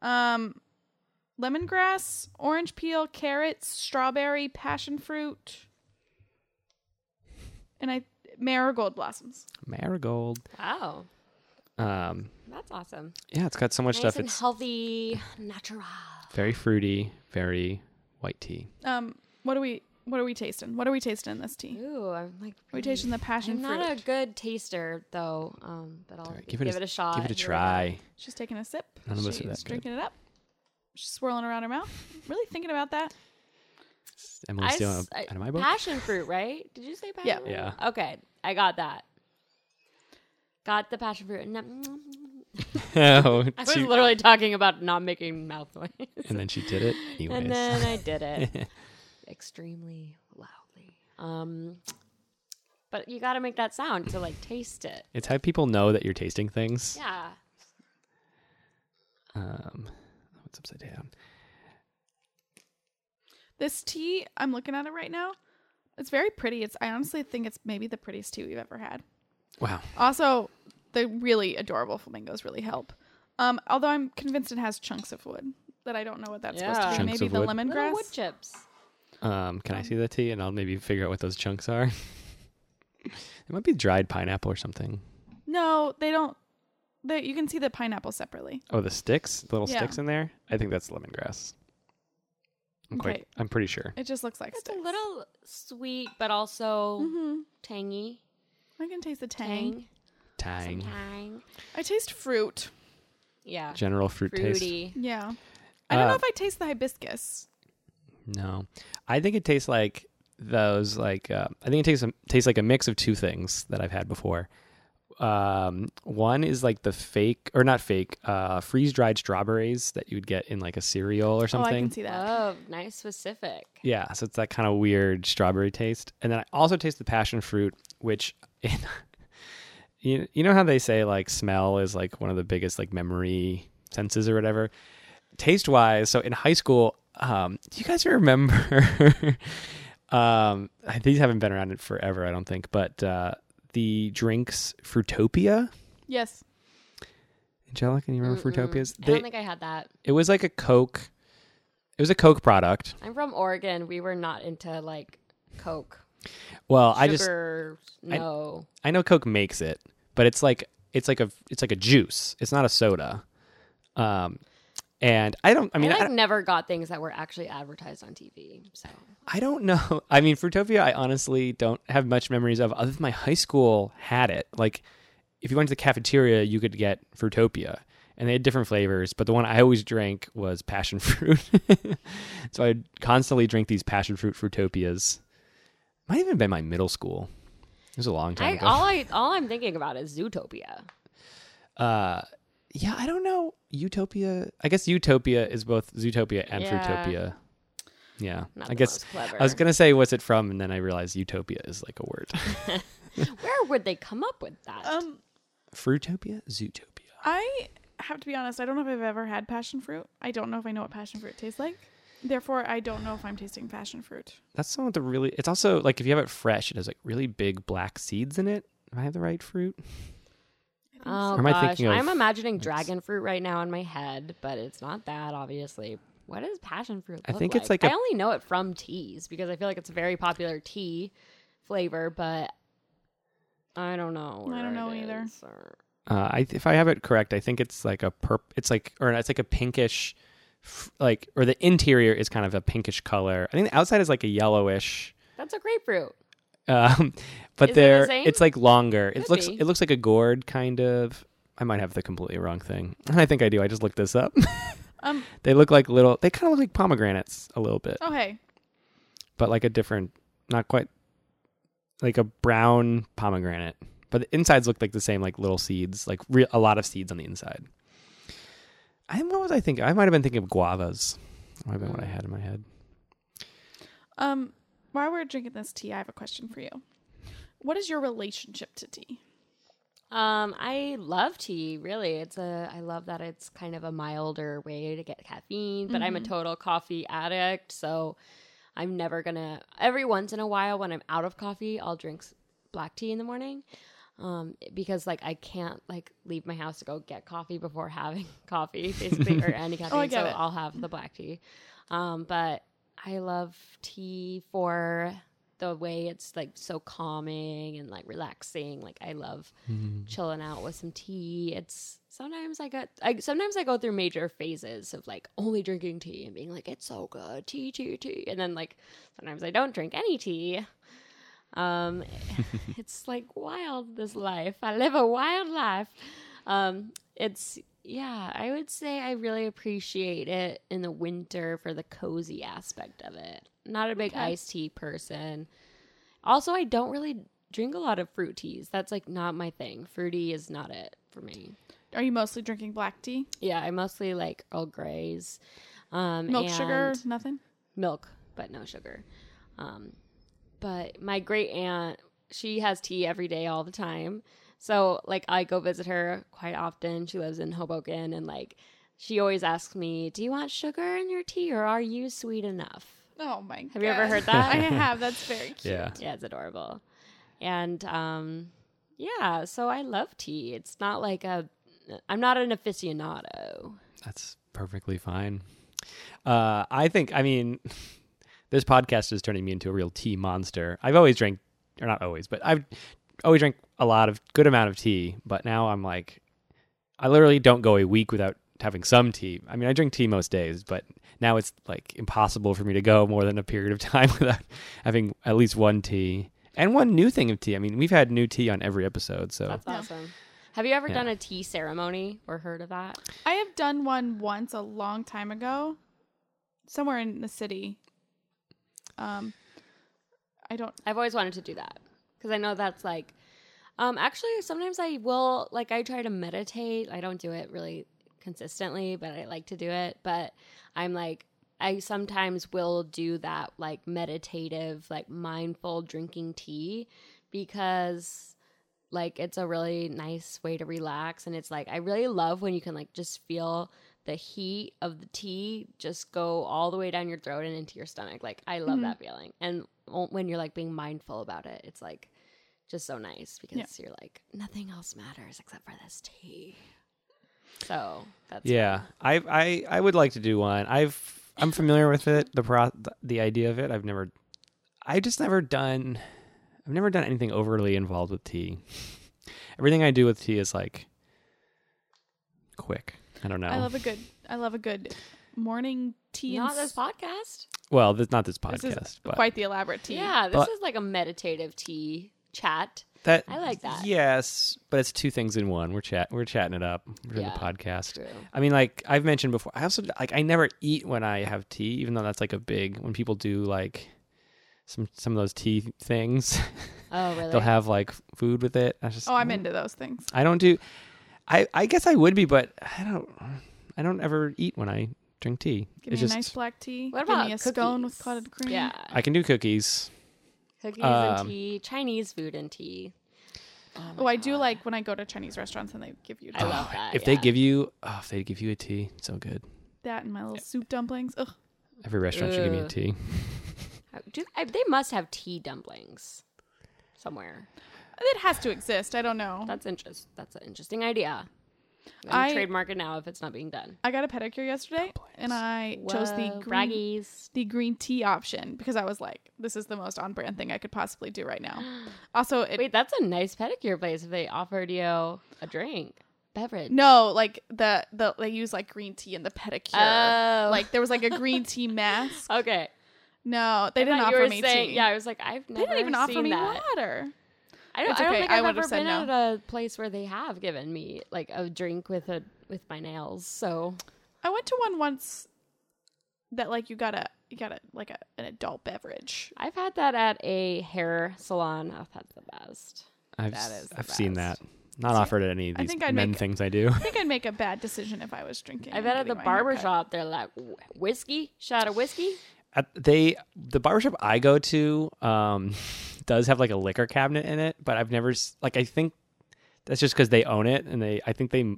[SPEAKER 2] blah. Um, lemongrass, orange peel, carrots, strawberry, passion fruit, and I marigold blossoms.
[SPEAKER 1] Marigold.
[SPEAKER 3] Wow,
[SPEAKER 1] Um,
[SPEAKER 3] that's awesome.
[SPEAKER 1] yeah, it's got so much
[SPEAKER 3] Nice
[SPEAKER 1] stuff.
[SPEAKER 3] and
[SPEAKER 1] It's
[SPEAKER 3] healthy, natural.
[SPEAKER 1] very fruity, very white tea.
[SPEAKER 2] Um, what are we? What are we tasting? What are we tasting in this tea?
[SPEAKER 3] Ooh, I'm like
[SPEAKER 2] Are we tasting the passion
[SPEAKER 3] I'm not
[SPEAKER 2] fruit?
[SPEAKER 3] a good taster though, um, but I'll
[SPEAKER 1] right,
[SPEAKER 3] give, it, a, shot.
[SPEAKER 1] Give it a
[SPEAKER 3] Here we go.
[SPEAKER 1] try.
[SPEAKER 2] She's taking a sip.
[SPEAKER 1] None of us are
[SPEAKER 2] She's
[SPEAKER 1] that good.
[SPEAKER 2] drinking it up. She's swirling around her mouth. Really thinking about that.
[SPEAKER 1] Emily's
[SPEAKER 3] I
[SPEAKER 1] stealing
[SPEAKER 3] s- I-
[SPEAKER 1] out of my book.
[SPEAKER 3] Passion fruit, right? Did you say passion?
[SPEAKER 2] Yeah.
[SPEAKER 3] fruit?
[SPEAKER 1] Yeah.
[SPEAKER 3] Okay, I got that. Got the passion fruit, and then-
[SPEAKER 1] oh,
[SPEAKER 3] I was
[SPEAKER 1] she-
[SPEAKER 3] literally talking about not making mouth noise,
[SPEAKER 1] and then she did it. Anyways.
[SPEAKER 3] and then I did it extremely loudly. Um, but you got to make that sound to like taste it.
[SPEAKER 1] it's how people know that you're tasting things.
[SPEAKER 3] Yeah.
[SPEAKER 1] Um, it's upside down.
[SPEAKER 2] This tea, I'm looking at it right now. It's very pretty. It's I honestly think it's maybe the prettiest tea we've ever had.
[SPEAKER 1] Wow.
[SPEAKER 2] Also, the really adorable flamingos really help. Um, although I'm convinced it has chunks of wood that I don't know what that's
[SPEAKER 3] Yeah.
[SPEAKER 2] supposed to be.
[SPEAKER 1] Chunks
[SPEAKER 2] Maybe
[SPEAKER 1] of
[SPEAKER 2] the
[SPEAKER 1] wood?
[SPEAKER 2] lemongrass.
[SPEAKER 3] Little wood chips.
[SPEAKER 1] Um, can I see the tea and I'll maybe figure out what those chunks are? it might be dried pineapple or something.
[SPEAKER 2] No, they don't. They, you can see the pineapple separately.
[SPEAKER 1] Oh, the sticks, the little
[SPEAKER 2] Yeah.
[SPEAKER 1] sticks in there. I think that's lemongrass. I'm quite.
[SPEAKER 2] Okay.
[SPEAKER 1] I'm pretty sure.
[SPEAKER 2] It just looks like
[SPEAKER 3] It's
[SPEAKER 2] sticks.
[SPEAKER 3] a little sweet, but also
[SPEAKER 2] Mhm.
[SPEAKER 3] tangy.
[SPEAKER 2] I can taste the tang.
[SPEAKER 3] Tang. Some
[SPEAKER 1] Tang.
[SPEAKER 3] tang.
[SPEAKER 2] I taste fruit.
[SPEAKER 3] Yeah.
[SPEAKER 1] General fruit taste.
[SPEAKER 3] Fruity.
[SPEAKER 2] Yeah. I don't
[SPEAKER 1] Uh,
[SPEAKER 2] know if I taste the hibiscus.
[SPEAKER 1] No, I think it tastes like those. Like uh, I think it tastes tastes like a mix of two things that I've had before. Um, one is like the fake or not fake uh, freeze dried strawberries that you would get in like a cereal or
[SPEAKER 2] Oh, I
[SPEAKER 1] something.
[SPEAKER 2] can see that.
[SPEAKER 3] Oh, nice specific.
[SPEAKER 1] yeah, so it's that kind of weird strawberry taste, and then I also taste the passion fruit, which. you, you know how they say like smell is like one of the biggest like memory senses or whatever taste wise so in high school um do you guys remember um these haven't been around forever i don't think but uh the drinks fruitopia
[SPEAKER 2] yes.
[SPEAKER 1] angela can you remember
[SPEAKER 3] Mm-mm.
[SPEAKER 1] fruitopias
[SPEAKER 3] I
[SPEAKER 1] they,
[SPEAKER 3] don't think I had that.
[SPEAKER 1] it was like a coke it was a coke product
[SPEAKER 3] I'm from Oregon. We were not into like Coke.
[SPEAKER 1] well i just
[SPEAKER 3] Sugar,
[SPEAKER 1] I-
[SPEAKER 3] no.
[SPEAKER 1] I know Coke makes it, but it's like it's like a it's like a juice. It's not a soda. Um, and I don't. I
[SPEAKER 3] I
[SPEAKER 1] mean, I,
[SPEAKER 3] like
[SPEAKER 1] don't-
[SPEAKER 3] never got things that were actually advertised on TV. So
[SPEAKER 1] I don't know. I mean, Fruitopia, I honestly don't have much memories of other than my high school had it. Like, if you went to the cafeteria, you could get Fruitopia, and they had different flavors. But the one I always drank was passion fruit. so I'd constantly drink these passion fruit Fruitopias. Might even have been my middle school. It was a long time
[SPEAKER 3] I,
[SPEAKER 1] ago.
[SPEAKER 3] all I all I'm thinking about is Zootopia.
[SPEAKER 1] uh yeah i don't know utopia i guess utopia is both zootopia and
[SPEAKER 3] Yeah.
[SPEAKER 1] fruitopia yeah
[SPEAKER 3] Not
[SPEAKER 1] i
[SPEAKER 3] the
[SPEAKER 1] guess
[SPEAKER 3] most clever.
[SPEAKER 1] i was gonna say what's it from and then i realized utopia is like a word
[SPEAKER 3] Where would they come up with that?
[SPEAKER 2] Um,
[SPEAKER 1] fruitopia zootopia
[SPEAKER 2] I have to be honest. I don't know if I've ever had passion fruit. I don't know if I know what passion fruit tastes like. Therefore, I don't know if I'm tasting passion fruit.
[SPEAKER 1] that's someone with the really it's also like if you have it fresh it has like really big black seeds in it am i have the right fruit
[SPEAKER 3] oh
[SPEAKER 1] Or am I
[SPEAKER 3] gosh,
[SPEAKER 1] thinking of-
[SPEAKER 3] I'm imagining dragon fruit right now in my head, but it's not that obviously. What is passion fruit?
[SPEAKER 1] I
[SPEAKER 3] look
[SPEAKER 1] think it's
[SPEAKER 3] I
[SPEAKER 1] like a-
[SPEAKER 3] only know it from teas because I feel like it's a very popular tea flavor, but I don't know.
[SPEAKER 2] I don't
[SPEAKER 3] where
[SPEAKER 2] know
[SPEAKER 3] it
[SPEAKER 2] either.
[SPEAKER 3] is or-
[SPEAKER 1] uh i if i have it correct i think it's like a perp it's like or it's like a pinkish f- like or the interior is kind of a pinkish color i think the outside is like a yellowish
[SPEAKER 3] That's a grapefruit.
[SPEAKER 1] Um, but
[SPEAKER 3] Is it the
[SPEAKER 1] there,
[SPEAKER 3] same?
[SPEAKER 1] it's like longer. It
[SPEAKER 3] Could
[SPEAKER 1] looks
[SPEAKER 3] be.
[SPEAKER 1] it looks like a gourd kind of. I might have the completely wrong thing. I think I do. I just looked this up.
[SPEAKER 2] Um.
[SPEAKER 1] they look like little. They kind of look like pomegranates a little bit,
[SPEAKER 2] Oh hey.
[SPEAKER 1] but like a different, not quite, like a brown pomegranate, But the insides look like the same, like little seeds, like re- a lot of seeds on the inside. I what was I thinking? I might have been thinking of guavas. Might have been
[SPEAKER 3] Mm.
[SPEAKER 1] what I had in my head.
[SPEAKER 2] Um, while we're drinking this tea, I have a question for you. What is your relationship to tea?
[SPEAKER 3] Um, I love tea. Really, it's a. I love that it's kind of a milder way to get caffeine. But
[SPEAKER 2] Mm-hmm.
[SPEAKER 3] I'm a total coffee addict, so I'm never gonna. Every once in a while, when I'm out of coffee, I'll drink s- black tea in the morning, um, because like I can't like leave my house to go get coffee before having coffee, basically, or any caffeine.
[SPEAKER 2] Oh, get
[SPEAKER 3] so
[SPEAKER 2] it.
[SPEAKER 3] I'll have the black tea. Um, but I love tea for the way it's like so calming and like relaxing. Like I love chilling out with some tea. It's sometimes I got I sometimes I go through major phases of like only drinking tea and being like it's so good tea tea tea and then like sometimes I don't drink any tea. Um it's like wild this life. I live a wild life. Um it's yeah, I would say I really appreciate it in the winter for the cozy aspect of it. Not a big
[SPEAKER 2] Okay.
[SPEAKER 3] iced tea person. Also, I don't really drink a lot of fruit teas. That's like not my thing. Fruity is not it for me.
[SPEAKER 2] Are you mostly drinking black tea,
[SPEAKER 3] Yeah, I mostly like Earl Grey's, um,
[SPEAKER 2] milk, sugar,
[SPEAKER 3] and
[SPEAKER 2] nothing?
[SPEAKER 3] milk, but no sugar. Um, but my great aunt, she has tea every day, all the time. So like I go visit her quite often. She lives in Hoboken, and like she always asks me, "Do you want sugar in your tea, or are you sweet enough?"
[SPEAKER 2] Oh my god!
[SPEAKER 3] Have you ever heard that?
[SPEAKER 2] I have. That's very cute.
[SPEAKER 1] Yeah.
[SPEAKER 3] Yeah, it's adorable. And um yeah, so I love tea. It's not like a I'm not an aficionado.
[SPEAKER 1] That's perfectly fine. Uh, I think, I mean, this podcast is turning me into a real tea monster. I've always drank, or not always, but I've always drank a lot of good amount of tea. But now I'm like, I literally don't go a week without having some tea. I mean, I drink tea most days, but now it's like impossible for me to go more than a period of time without having at least one tea and one new thing of tea. I mean, we've had new tea on every episode, so
[SPEAKER 3] That's awesome. Have you ever
[SPEAKER 1] Yeah.
[SPEAKER 3] done a tea ceremony or heard of that?
[SPEAKER 2] I have done one once a long time ago, somewhere in the city. Um, I don't.
[SPEAKER 3] I've always wanted to do that because I know that's like, um, actually, sometimes I will like I try to meditate. I don't do it really consistently, but I like to do it. But I'm like, I sometimes will do that like meditative, like mindful drinking tea because like it's a really nice way to relax and it's like i really love when you can like just feel the heat of the tea just go all the way down your throat and into your stomach like i love
[SPEAKER 2] Mhm.
[SPEAKER 3] that feeling and o- when you're like being mindful about it it's like just so nice because
[SPEAKER 2] Yeah.
[SPEAKER 3] you're like nothing else matters except for this tea so that's
[SPEAKER 1] yeah, I I I would like to do one. I've I'm familiar with it, the pro the idea of it. I've never, I just never done, I've never done anything overly involved with tea. Everything I do with tea is like quick. I don't know.
[SPEAKER 2] I love a good. I love a good morning tea. and
[SPEAKER 3] not
[SPEAKER 2] s-
[SPEAKER 3] this podcast
[SPEAKER 1] well, this, not this podcast,
[SPEAKER 2] This is
[SPEAKER 1] but
[SPEAKER 2] quite the elaborate tea.
[SPEAKER 3] yeah this
[SPEAKER 1] But-
[SPEAKER 3] is like a meditative tea chat
[SPEAKER 1] that
[SPEAKER 3] I like that.
[SPEAKER 1] Yes, but it's two things in one. We're chat we're chatting it up during
[SPEAKER 3] Yeah,
[SPEAKER 1] the podcast.
[SPEAKER 3] true
[SPEAKER 1] I mean, like I've mentioned before, I also like I never eat when I have tea, even though that's like a big when people do like some some of those tea things.
[SPEAKER 3] oh really
[SPEAKER 1] They'll have like food with it. I just
[SPEAKER 2] Oh, I'm into those things.
[SPEAKER 1] I don't do. I I guess I would be, but I don't. I don't ever eat when I drink tea.
[SPEAKER 2] Give
[SPEAKER 1] it's
[SPEAKER 2] me
[SPEAKER 1] just
[SPEAKER 2] a nice black tea.
[SPEAKER 3] What
[SPEAKER 2] Give
[SPEAKER 3] about
[SPEAKER 2] me a scone with
[SPEAKER 3] cookies?
[SPEAKER 2] clotted cream.
[SPEAKER 3] yeah
[SPEAKER 1] I can do cookies.
[SPEAKER 3] Cookies
[SPEAKER 1] Um,
[SPEAKER 3] and tea, Chinese food and tea. my
[SPEAKER 2] Oh, I do
[SPEAKER 3] God.
[SPEAKER 2] like when I go to Chinese restaurants and they give you
[SPEAKER 3] I
[SPEAKER 2] tea.
[SPEAKER 3] love that.
[SPEAKER 1] if they
[SPEAKER 3] yeah.
[SPEAKER 1] give you, oh, if they give you a tea, so good.
[SPEAKER 2] that and my little soup dumplings. Ugh.
[SPEAKER 1] Every restaurant should give me a
[SPEAKER 3] Ugh.
[SPEAKER 1] tea.
[SPEAKER 3] do, I, they must have tea dumplings somewhere.
[SPEAKER 2] It has to exist. I don't know.
[SPEAKER 3] That's interest. That's an interesting idea. I'm
[SPEAKER 2] I-
[SPEAKER 3] I trademark it now if it's not being done.
[SPEAKER 2] I got a pedicure yesterday and I chose the
[SPEAKER 3] Whoa,
[SPEAKER 2] green,
[SPEAKER 3] braggies.
[SPEAKER 2] the green tea option because I was like, this is the most on brand thing I could possibly do right now. Also, it,
[SPEAKER 3] Wait, that's a nice pedicure place. If they offered you a drink, beverage.
[SPEAKER 2] no, like the the they use like green tea in the pedicure.
[SPEAKER 3] Oh,
[SPEAKER 2] Like there was like a green tea mask.
[SPEAKER 3] okay.
[SPEAKER 2] No, they didn't
[SPEAKER 3] I thought
[SPEAKER 2] offer
[SPEAKER 3] you were
[SPEAKER 2] me
[SPEAKER 3] saying,
[SPEAKER 2] tea.
[SPEAKER 3] Yeah, I was like, I've
[SPEAKER 2] they
[SPEAKER 3] never
[SPEAKER 2] didn't even offer
[SPEAKER 3] seen
[SPEAKER 2] me
[SPEAKER 3] that.
[SPEAKER 2] water.
[SPEAKER 3] I don't,
[SPEAKER 2] It's
[SPEAKER 3] I don't
[SPEAKER 2] okay.
[SPEAKER 3] think
[SPEAKER 2] I
[SPEAKER 3] I've
[SPEAKER 2] would've
[SPEAKER 3] ever
[SPEAKER 2] said
[SPEAKER 3] been
[SPEAKER 2] no.
[SPEAKER 3] at a place where they have given me like a drink with a with my nails. So
[SPEAKER 2] I went to one once that like you got a you got a like a, an adult beverage.
[SPEAKER 3] I've had that at a hair salon. Oh, that's the best.
[SPEAKER 1] I've
[SPEAKER 2] That
[SPEAKER 1] s-
[SPEAKER 2] is the
[SPEAKER 1] I've seen that.
[SPEAKER 2] best.
[SPEAKER 1] Not offered at any of
[SPEAKER 2] I
[SPEAKER 1] these
[SPEAKER 2] think I'd
[SPEAKER 1] men
[SPEAKER 2] make-
[SPEAKER 1] things I do.
[SPEAKER 2] I think I'd make a bad decision if I was drinking.
[SPEAKER 3] I
[SPEAKER 2] and
[SPEAKER 3] bet at
[SPEAKER 2] getting
[SPEAKER 3] the
[SPEAKER 2] my hair cut.
[SPEAKER 3] barbershop they're like "Wh- whiskey, shot of whiskey.
[SPEAKER 1] At they the barbershop I go to um does have like a liquor cabinet in it, but I've never s- like I think that's just cuz they own it and they I think they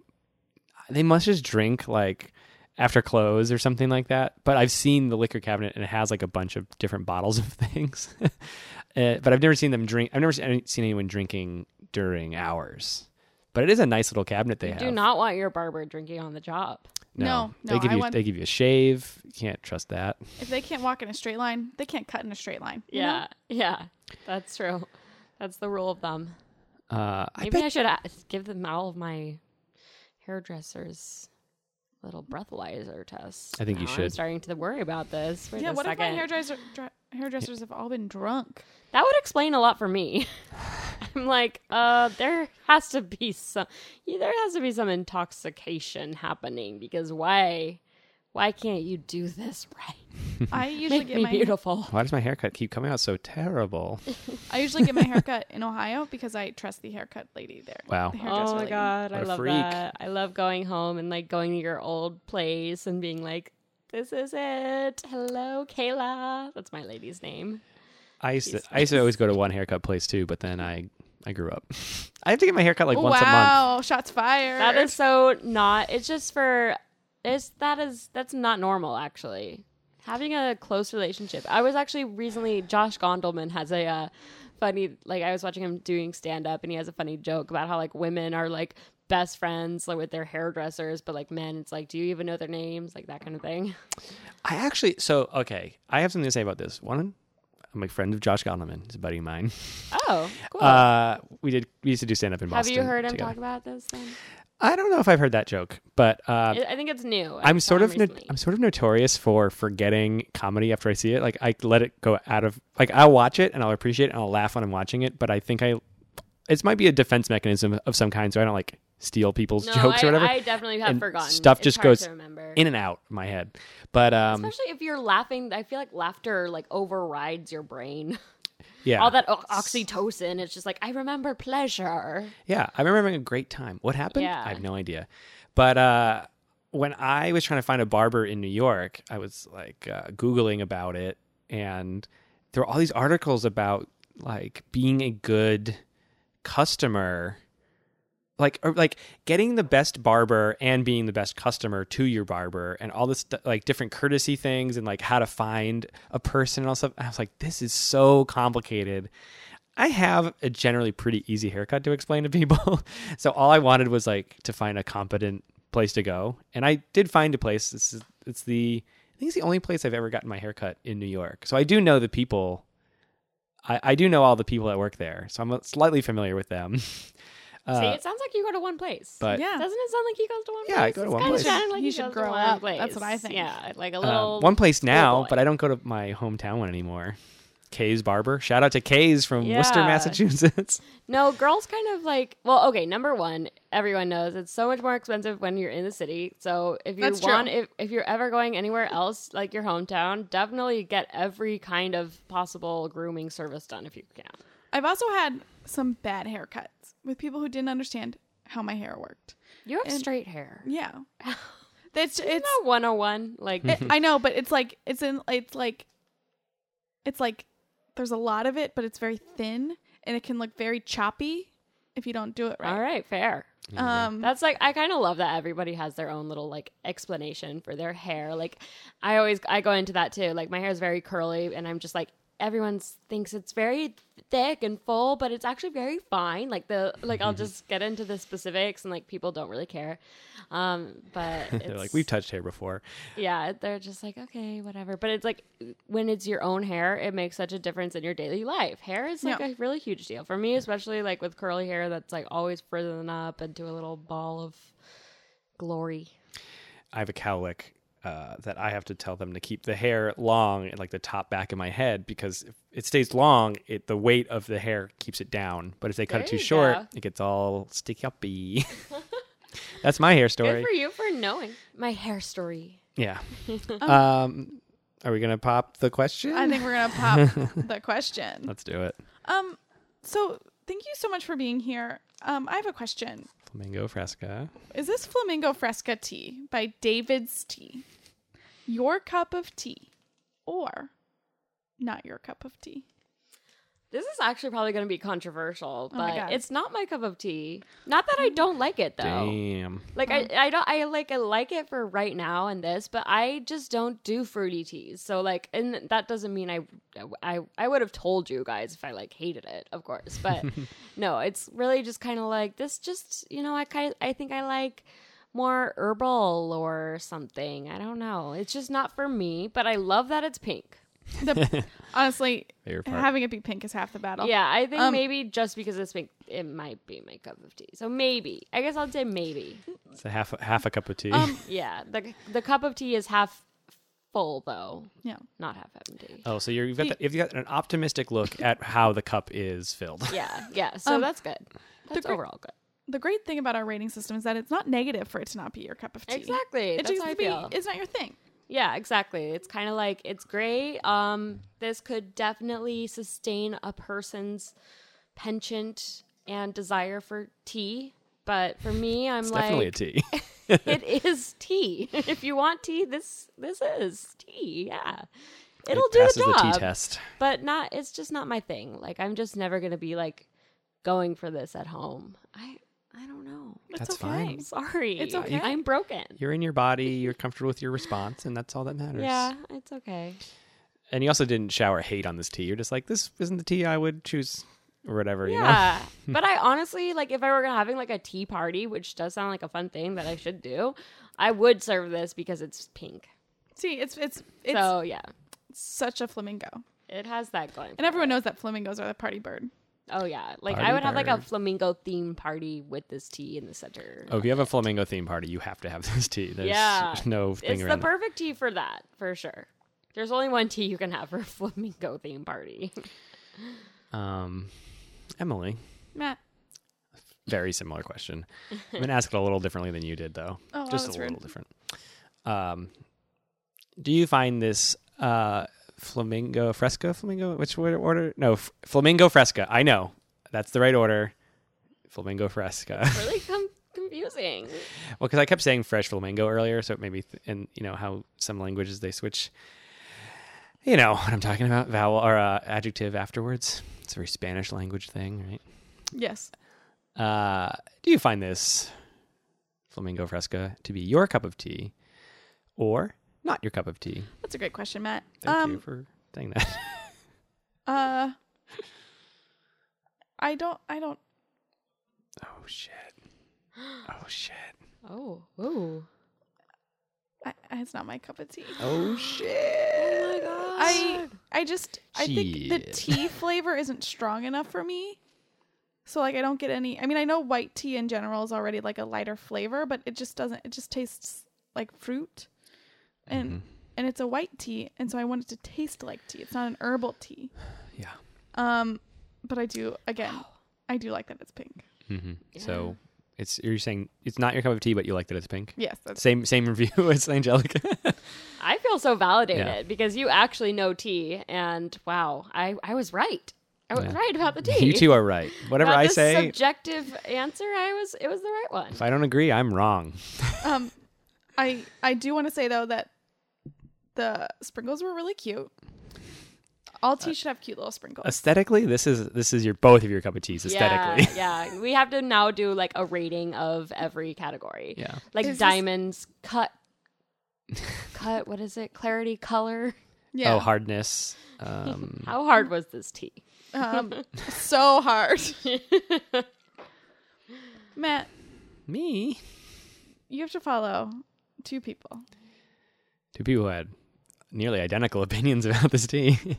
[SPEAKER 1] they must just drink like after close or something like that. But I've seen the liquor cabinet and it has like a bunch of different bottles of things. uh, but I've never seen them drink. I've never seen any- seen anyone drinking during hours. But it is a nice little cabinet they
[SPEAKER 3] You
[SPEAKER 1] have.
[SPEAKER 3] do not want your barber drinking on the job.
[SPEAKER 2] No,
[SPEAKER 1] they
[SPEAKER 2] no,
[SPEAKER 1] give
[SPEAKER 2] I
[SPEAKER 1] you
[SPEAKER 2] want-
[SPEAKER 1] they give you a shave. You can't trust that.
[SPEAKER 2] If they can't walk in a straight line, they can't cut in a straight line. you know?
[SPEAKER 3] Yeah, yeah, that's true. That's the rule of thumb.
[SPEAKER 1] Uh, I
[SPEAKER 3] Maybe I,
[SPEAKER 1] bet
[SPEAKER 3] should ask, give them all of my hairdressers little breathalyzer tests.
[SPEAKER 1] I think you
[SPEAKER 3] now. I'm
[SPEAKER 1] should.
[SPEAKER 3] starting to worry about this. Wait
[SPEAKER 2] Yeah.
[SPEAKER 3] a
[SPEAKER 2] What if my
[SPEAKER 3] second.
[SPEAKER 2] hairdresser dr- hairdressers have all been drunk?
[SPEAKER 3] That would explain a lot for me. I'm like, uh, there has to be some, yeah, there has to be some intoxication happening because why, why can't you do this right?
[SPEAKER 2] I usually
[SPEAKER 3] Make
[SPEAKER 2] get
[SPEAKER 3] me
[SPEAKER 2] my
[SPEAKER 3] beautiful.
[SPEAKER 1] why does my haircut keep coming out so terrible?
[SPEAKER 2] I usually get my haircut in Ohio because I trust the haircut lady there.
[SPEAKER 1] Wow.
[SPEAKER 2] The hairdresser
[SPEAKER 3] Oh my
[SPEAKER 2] lady.
[SPEAKER 3] god,
[SPEAKER 1] What
[SPEAKER 3] I
[SPEAKER 1] a
[SPEAKER 3] love
[SPEAKER 1] freak.
[SPEAKER 3] that. I love going home and like going to your old place and being like, "This is it. Hello, Kayla." That's my lady's name.
[SPEAKER 1] I used to I used to always go to one haircut place too, but then I I grew up. I have to get my haircut like once a month.
[SPEAKER 2] Oh, wow! Shots fired.
[SPEAKER 3] That is so not. It's just for. It's that is that's not normal actually. Having a close relationship. I was actually recently. Josh Gondelman has a. Uh, funny like i was watching him doing stand up and he has a funny joke about how like women are like best friends like with their hairdressers but like men it's like do you even know their names like that kind of thing
[SPEAKER 1] I actually so okay. I have something to say about this. One, I'm a friend of Josh Gondelman. He's a buddy of mine.
[SPEAKER 3] Oh, cool.
[SPEAKER 1] Uh, we did we used to do stand up in
[SPEAKER 3] Have
[SPEAKER 1] Boston.
[SPEAKER 3] you heard him
[SPEAKER 1] together.
[SPEAKER 3] talk about this thing?
[SPEAKER 1] I don't know if I've heard that joke, but uh,
[SPEAKER 3] I I think it's new. I
[SPEAKER 1] I'm
[SPEAKER 3] saw
[SPEAKER 1] sort
[SPEAKER 3] him
[SPEAKER 1] of no-
[SPEAKER 3] recently.
[SPEAKER 1] I'm sort of notorious for forgetting comedy after I see it. Like I let it go out of like I'll watch it and I'll appreciate it and I'll laugh when I'm watching it, but I think I it might be a defense mechanism of some kind, so I don't like steal people's
[SPEAKER 3] no,
[SPEAKER 1] jokes
[SPEAKER 3] I,
[SPEAKER 1] or whatever.
[SPEAKER 3] I definitely have
[SPEAKER 1] And
[SPEAKER 3] forgotten.
[SPEAKER 1] stuff
[SPEAKER 3] It's
[SPEAKER 1] just
[SPEAKER 3] hard
[SPEAKER 1] goes
[SPEAKER 3] to remember.
[SPEAKER 1] in and out of my head. But um
[SPEAKER 3] Especially if you're laughing, I feel like laughter like overrides your brain.
[SPEAKER 1] yeah.
[SPEAKER 3] All that o- oxytocin, it's just like I remember pleasure.
[SPEAKER 1] Yeah, I remember having a great time. What happened?
[SPEAKER 3] Yeah.
[SPEAKER 1] I have no idea. But uh, when I was trying to find a barber in New York, I was like uh, Googling about it, and there were all these articles about like being a good customer, like or like getting the best barber and being the best customer to your barber, and all this stu- like different courtesy things and like how to find a person and all stuff. I was like, this is so complicated. I have a generally pretty easy haircut to explain to people. so all I wanted was like to find a competent place to go. And I did find a place. This is it's the I think it's the only place I've ever gotten my haircut in New York. So I do know the people I, I do know all the people that work there. So I'm slightly familiar with them.
[SPEAKER 3] See,
[SPEAKER 1] Uh,
[SPEAKER 3] it sounds like you go to one place.
[SPEAKER 1] but
[SPEAKER 2] yeah.
[SPEAKER 3] Doesn't it sound like he goes to one
[SPEAKER 1] Yeah,
[SPEAKER 3] place?
[SPEAKER 1] I go to
[SPEAKER 3] It's
[SPEAKER 1] one
[SPEAKER 3] kinda
[SPEAKER 1] place. You should-
[SPEAKER 3] sounding like
[SPEAKER 2] you
[SPEAKER 3] he
[SPEAKER 2] should
[SPEAKER 3] goes to
[SPEAKER 2] grow
[SPEAKER 3] one
[SPEAKER 2] up.
[SPEAKER 3] place.
[SPEAKER 2] That's what I think.
[SPEAKER 3] Yeah, like a
[SPEAKER 1] um,
[SPEAKER 3] little
[SPEAKER 1] one place now,
[SPEAKER 3] boy.
[SPEAKER 1] but I don't go to my hometown one anymore. Kay's Barber. Shout out to Kay's from Worcester,
[SPEAKER 3] Yeah.
[SPEAKER 1] Massachusetts.
[SPEAKER 3] No, girls kind of like well, okay, number one, everyone knows it's so much more expensive when you're in the city. So if you
[SPEAKER 2] That's true.
[SPEAKER 3] want if, if you're ever going anywhere else, like your hometown, definitely get every kind of possible grooming service done if you can.
[SPEAKER 2] I've also had some bad haircuts with people who didn't understand how my hair worked.
[SPEAKER 3] You have
[SPEAKER 2] And-
[SPEAKER 3] straight hair.
[SPEAKER 2] Yeah, that's
[SPEAKER 3] It's
[SPEAKER 2] it's.
[SPEAKER 3] not one oh one. Like
[SPEAKER 2] it-
[SPEAKER 1] Mm-hmm.
[SPEAKER 2] I know, but it's like it's in it's like it's like there's a lot of it, but it's very thin and it can look very choppy if you don't do it
[SPEAKER 3] all
[SPEAKER 2] right.
[SPEAKER 3] right, fair.
[SPEAKER 2] Um,
[SPEAKER 1] Mm-hmm.
[SPEAKER 3] That's like I kind of love that everybody has their own little like explanation for their hair. Like I always I go into that too. Like my hair is very curly and I'm just like everyone thinks it's very thick and full, but it's actually very fine. Like the like
[SPEAKER 1] Mm-hmm.
[SPEAKER 3] I'll just get into the specifics and like people don't really care. Um but
[SPEAKER 1] They're
[SPEAKER 3] it's-
[SPEAKER 1] like, we've touched hair before.
[SPEAKER 3] yeah, they're just like okay, whatever. But it's like when it's your own hair, it makes such a difference in your daily life. Hair is like
[SPEAKER 2] Yeah.
[SPEAKER 3] a really huge deal for me, especially like with curly hair that's like always frizzen up into a little ball of glory.
[SPEAKER 1] I have a cowlick uh, that I have to tell them to keep the hair long and like the top back of my head because if it stays long, it the weight of the hair keeps it down. But if they cut
[SPEAKER 3] There
[SPEAKER 1] it too
[SPEAKER 3] you
[SPEAKER 1] short,
[SPEAKER 3] go.
[SPEAKER 1] it gets all sticky uppy. That's my hair
[SPEAKER 3] Good
[SPEAKER 1] story.
[SPEAKER 3] for you for knowing my hair story.
[SPEAKER 1] Yeah. um, are we gonna pop the question?
[SPEAKER 2] I think we're gonna pop the question.
[SPEAKER 1] Let's do it.
[SPEAKER 2] Um, so Thank you so much for being here. Um, I have a question.
[SPEAKER 1] Flamingo Fresca.
[SPEAKER 2] Is this Flamingo Fresca tea by David's Tea your cup of tea or not your cup of tea?
[SPEAKER 3] This is actually probably going to be controversial,
[SPEAKER 2] my
[SPEAKER 3] but
[SPEAKER 2] God.
[SPEAKER 3] it's not Oh my cup of tea. Not that I don't like it though.
[SPEAKER 1] Damn.
[SPEAKER 3] Like I, I don't I like I like it for right now and this, but I just don't do fruity teas. So like, and that doesn't mean I, I, I would have told you guys if I like hated it, of course. But no, it's really just kind of like this. Just you know, I kind of I think I like more herbal or something. I don't know. It's just not for me. But I love that it's pink.
[SPEAKER 2] The, honestly,
[SPEAKER 1] Favorite part.
[SPEAKER 2] having it be pink is half the battle.
[SPEAKER 3] Yeah, I think
[SPEAKER 2] Um,
[SPEAKER 3] maybe just because it's pink, it might be my cup of tea. So maybe I guess I'll say maybe.
[SPEAKER 1] It's a half half a cup of tea.
[SPEAKER 2] Um,
[SPEAKER 3] Yeah, the the cup of tea is half full though,
[SPEAKER 2] Yeah.
[SPEAKER 3] not half empty.
[SPEAKER 1] oh, so you're, you've got the, you've got an optimistic look at how the cup is filled.
[SPEAKER 3] Yeah, yeah. So
[SPEAKER 2] Um,
[SPEAKER 3] that's good. That's
[SPEAKER 2] gr-
[SPEAKER 3] overall good.
[SPEAKER 2] The great thing about our rating system is that it's not negative for it to not be your cup of tea.
[SPEAKER 3] Exactly.
[SPEAKER 2] It
[SPEAKER 3] that's
[SPEAKER 2] just
[SPEAKER 3] how I
[SPEAKER 2] be,
[SPEAKER 3] feel.
[SPEAKER 2] it's not your thing.
[SPEAKER 3] yeah, exactly. It's kind of like it's great. Um, this could definitely sustain a person's penchant and desire for tea. But for me, I'm
[SPEAKER 1] It's
[SPEAKER 3] like
[SPEAKER 1] definitely a tea.
[SPEAKER 3] it is tea. if you want tea, this this is tea. Yeah. It'll
[SPEAKER 1] it
[SPEAKER 3] do
[SPEAKER 1] passes
[SPEAKER 3] the job.
[SPEAKER 1] tea test.
[SPEAKER 3] But not it's just not my thing. Like I'm just never going to be like going for this at home. I I don't know.
[SPEAKER 2] It's
[SPEAKER 1] That's
[SPEAKER 2] okay.
[SPEAKER 1] fine.
[SPEAKER 3] I'm sorry.
[SPEAKER 2] It's okay.
[SPEAKER 3] I'm broken.
[SPEAKER 1] You're in your body. You're comfortable with your response, and that's all that matters.
[SPEAKER 3] Yeah, it's okay.
[SPEAKER 1] And you also didn't shower hate on this tea. You're just like, this isn't the tea I would choose, or whatever. You know?
[SPEAKER 3] Yeah. but I honestly like if I were having like a tea party, which does sound like a fun thing that I should do, I would serve this because it's pink.
[SPEAKER 2] See, it's it's it's
[SPEAKER 3] so, yeah.
[SPEAKER 2] such a flamingo.
[SPEAKER 3] It has that going.
[SPEAKER 2] And everyone knows that flamingos are the party bird.
[SPEAKER 3] Oh yeah, like
[SPEAKER 1] Party
[SPEAKER 3] I would have like a
[SPEAKER 1] bird.
[SPEAKER 3] flamingo theme party with this tea in the center.
[SPEAKER 1] Oh, if you have a flamingo theme party, you have to have this tea. There's
[SPEAKER 3] yeah,
[SPEAKER 1] no thing
[SPEAKER 3] it's the
[SPEAKER 1] around that.
[SPEAKER 3] perfect tea for that for sure. There's only one tea you can have for a flamingo theme party.
[SPEAKER 1] Um, Emily,
[SPEAKER 2] Matt.
[SPEAKER 1] very similar question. I'm gonna ask it a little differently than you did, though.
[SPEAKER 2] Oh, wow,
[SPEAKER 1] just
[SPEAKER 2] that's
[SPEAKER 1] a
[SPEAKER 2] rude.
[SPEAKER 1] little different. Um, do you find this uh, flamingo fresca flamingo? Which order? order? No, f- flamingo fresca. I know that's the right order. Flamingo fresca.
[SPEAKER 3] really com- confusing.
[SPEAKER 1] well, because I kept saying fresh flamingo earlier, so it made me. Th- and you know how some languages they switch. You know what I'm talking about? Vowel or uh, adjective afterwards. It's a very Spanish language thing, right?
[SPEAKER 2] Yes.
[SPEAKER 1] Uh, do you find this flamingo fresca to be your cup of tea or not your cup of tea?
[SPEAKER 2] That's a great question, Matt.
[SPEAKER 1] Thank
[SPEAKER 2] um
[SPEAKER 1] you for saying that.
[SPEAKER 2] uh I don't I don't
[SPEAKER 1] oh shit. Oh shit.
[SPEAKER 3] Oh, ooh.
[SPEAKER 2] I, it's not my cup of tea.
[SPEAKER 1] Oh shit.
[SPEAKER 3] Oh my god.
[SPEAKER 2] I I just I think the
[SPEAKER 1] Shit.
[SPEAKER 2] tea flavor isn't strong enough for me. So like I don't get any I mean I know white tea in general is already like a lighter flavor, but it just doesn't it just tastes like fruit. And and it's a white tea, and so I want it to taste like tea. It's not an herbal tea.
[SPEAKER 1] Yeah.
[SPEAKER 2] Um but I do again I do like that it's pink.
[SPEAKER 1] hmm So it's you're saying it's not your cup of tea, but you like that it's pink.
[SPEAKER 2] Yes, that's
[SPEAKER 1] Same same review as Angelica.
[SPEAKER 3] I feel so validated
[SPEAKER 1] Yeah.
[SPEAKER 3] because you actually know tea, and wow, I I was right. I was
[SPEAKER 1] Yeah.
[SPEAKER 3] right about the tea.
[SPEAKER 1] you two are right. Whatever
[SPEAKER 3] About
[SPEAKER 1] I
[SPEAKER 3] this
[SPEAKER 1] say,
[SPEAKER 3] subjective answer, I was it was the right one.
[SPEAKER 1] if I don't agree, I'm wrong.
[SPEAKER 2] um I I do want to say though that the sprinkles were really cute. All tea should have cute little sprinkles.
[SPEAKER 1] Aesthetically, this is this is your both of your cup of teas aesthetically.
[SPEAKER 3] Yeah, yeah. We have to now do like a rating of every category.
[SPEAKER 1] Yeah.
[SPEAKER 3] Like
[SPEAKER 2] Is this-
[SPEAKER 3] diamonds, cut, cut, what is it? Clarity, color.
[SPEAKER 2] yeah.
[SPEAKER 1] Oh, hardness. Um,
[SPEAKER 3] How hard was this tea?
[SPEAKER 2] Um, so hard. Matt,
[SPEAKER 1] me.
[SPEAKER 2] you have to follow two people.
[SPEAKER 1] two people who had nearly identical opinions about this tea.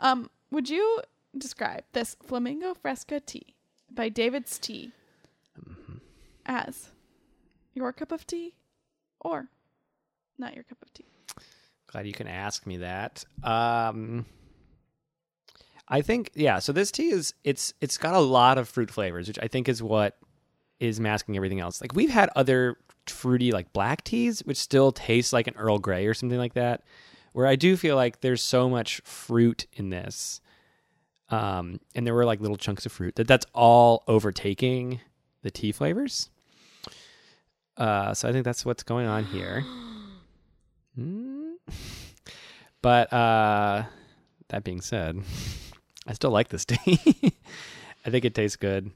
[SPEAKER 2] Um, would you describe this Flamingo Fresca tea by David's Tea
[SPEAKER 1] Mm-hmm.
[SPEAKER 2] as your cup of tea or not your cup of tea?
[SPEAKER 1] Glad you can ask me that. Um, I think yeah. So this tea is it's it's got a lot of fruit flavors, which I think is what is masking everything else. Like we've had other fruity like black teas, which still taste like an Earl Grey or something like that. Where I do feel like there's so much fruit in this. um, and there were like little chunks of fruit that that's all overtaking the tea flavors. Uh, so I think that's what's going on here. Mm. But uh, that being said, I still like this tea. I think it tastes good.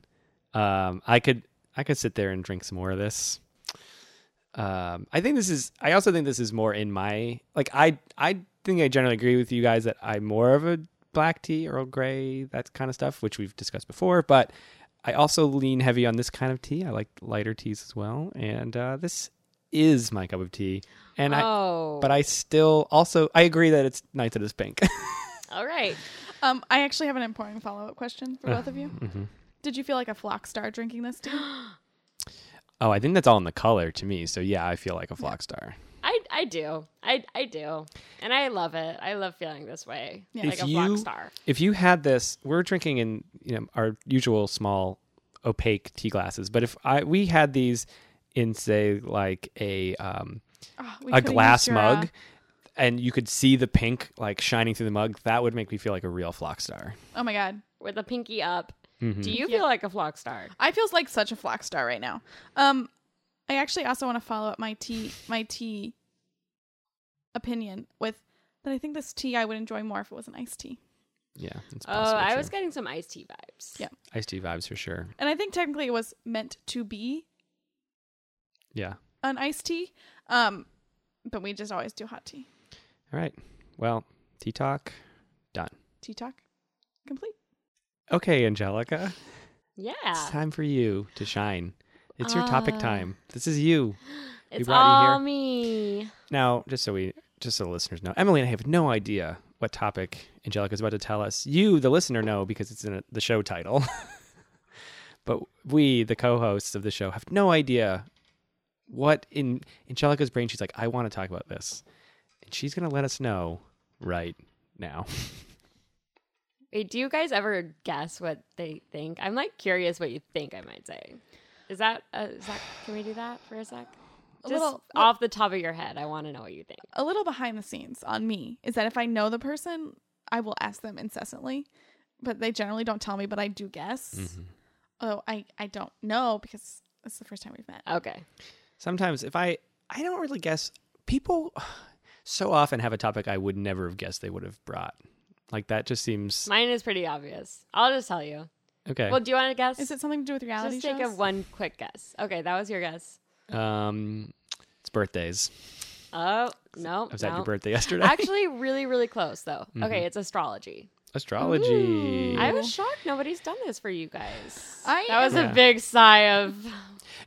[SPEAKER 1] Um, I could I could sit there and drink some more of this. Um, I think this is. I also think this is more in my like. I I think I generally agree with you guys that I'm more of a black tea, Earl Grey, that kind of stuff, which we've discussed before. But I also lean heavy on this kind of tea. I like lighter teas as well, and uh, this is my cup of tea. And I
[SPEAKER 3] oh,
[SPEAKER 1] but I still also I agree that it's nice that it's pink.
[SPEAKER 3] all right.
[SPEAKER 2] Um, I actually have an important follow up question for both of you.
[SPEAKER 1] Mhm.
[SPEAKER 2] Did you feel like a flock star drinking this tea?
[SPEAKER 1] oh, I think that's all in the color to me. So yeah, I feel like a flock star.
[SPEAKER 3] I, I do. I, I do. And I love it. I love feeling this way.
[SPEAKER 2] Yeah.
[SPEAKER 3] Like
[SPEAKER 1] If
[SPEAKER 3] a
[SPEAKER 1] you-
[SPEAKER 3] rock star.
[SPEAKER 1] If you had this, we're drinking in you know our usual small opaque tea glasses, but if I we had these in say like a um
[SPEAKER 2] Oh, we
[SPEAKER 1] a
[SPEAKER 2] could've
[SPEAKER 1] glass
[SPEAKER 2] used your, uh,
[SPEAKER 1] mug and you could see the pink like shining through the mug, that would make me feel like a real flock star.
[SPEAKER 2] oh my god,
[SPEAKER 3] With a pinky up.
[SPEAKER 1] Mhm.
[SPEAKER 3] Do you feel like a flock star?
[SPEAKER 2] I feels like such a flock star right now. Um, I actually also want to follow up my tea my tea opinion with that I think this tea I would enjoy more if it was an iced tea.
[SPEAKER 1] Yeah, it's
[SPEAKER 3] Oh,
[SPEAKER 1] possibly
[SPEAKER 3] I
[SPEAKER 1] true.
[SPEAKER 3] was getting some iced tea vibes.
[SPEAKER 2] Yeah.
[SPEAKER 1] iced tea vibes for sure.
[SPEAKER 2] And I think technically it was meant to be
[SPEAKER 1] Yeah.
[SPEAKER 2] an iced tea. Um, but we just always do hot tea.
[SPEAKER 1] All right. Well, tea talk done.
[SPEAKER 2] Tea talk complete.
[SPEAKER 1] Okay, Angelica, it's
[SPEAKER 3] Yeah.
[SPEAKER 1] time for you to shine. It's your topic
[SPEAKER 3] Uh.
[SPEAKER 1] time. This is you. We
[SPEAKER 3] It's
[SPEAKER 1] brought you
[SPEAKER 3] all
[SPEAKER 1] here.
[SPEAKER 3] me.
[SPEAKER 1] Now, just so we, just so the listeners know, Emily and I have no idea what topic Angelica is about to tell us. You, the listener, know because it's in the show title. but we, the co-hosts of the show, have no idea what in Angelica's brain. She's like, I want to talk about this, and she's gonna let us know right now.
[SPEAKER 3] Wait, do you guys ever guess what they think? I'm like curious what you think I might say. Is that, uh, is that can we do that for a sec?
[SPEAKER 2] A
[SPEAKER 3] Just
[SPEAKER 2] little-
[SPEAKER 3] off the top of your head, I want to know what you think.
[SPEAKER 2] a little behind the scenes on me is that if I know the person, I will ask them incessantly, but they generally don't tell me, but I do guess. Although I, I don't know because it's the first time we've met.
[SPEAKER 3] Okay.
[SPEAKER 1] Sometimes if I, I don't really guess. People so often have a topic I would never have guessed they would have brought. Like that just seems
[SPEAKER 3] Mine is pretty obvious. I'll just tell you.
[SPEAKER 1] okay.
[SPEAKER 3] Well, do you want to guess?
[SPEAKER 2] Is it something to do with reality
[SPEAKER 3] Just take
[SPEAKER 2] shows?
[SPEAKER 3] a one quick guess. Okay, that was your guess.
[SPEAKER 1] Um, it's birthdays.
[SPEAKER 3] Oh no,
[SPEAKER 1] I was at Mm-hmm.
[SPEAKER 3] no.
[SPEAKER 1] your birthday yesterday.
[SPEAKER 3] Actually, really, really close though. Okay, it's astrology.
[SPEAKER 1] Astrology.
[SPEAKER 3] I was shocked nobody's done this for you guys.
[SPEAKER 2] I
[SPEAKER 3] that was
[SPEAKER 1] am- Yeah.
[SPEAKER 3] a big sigh of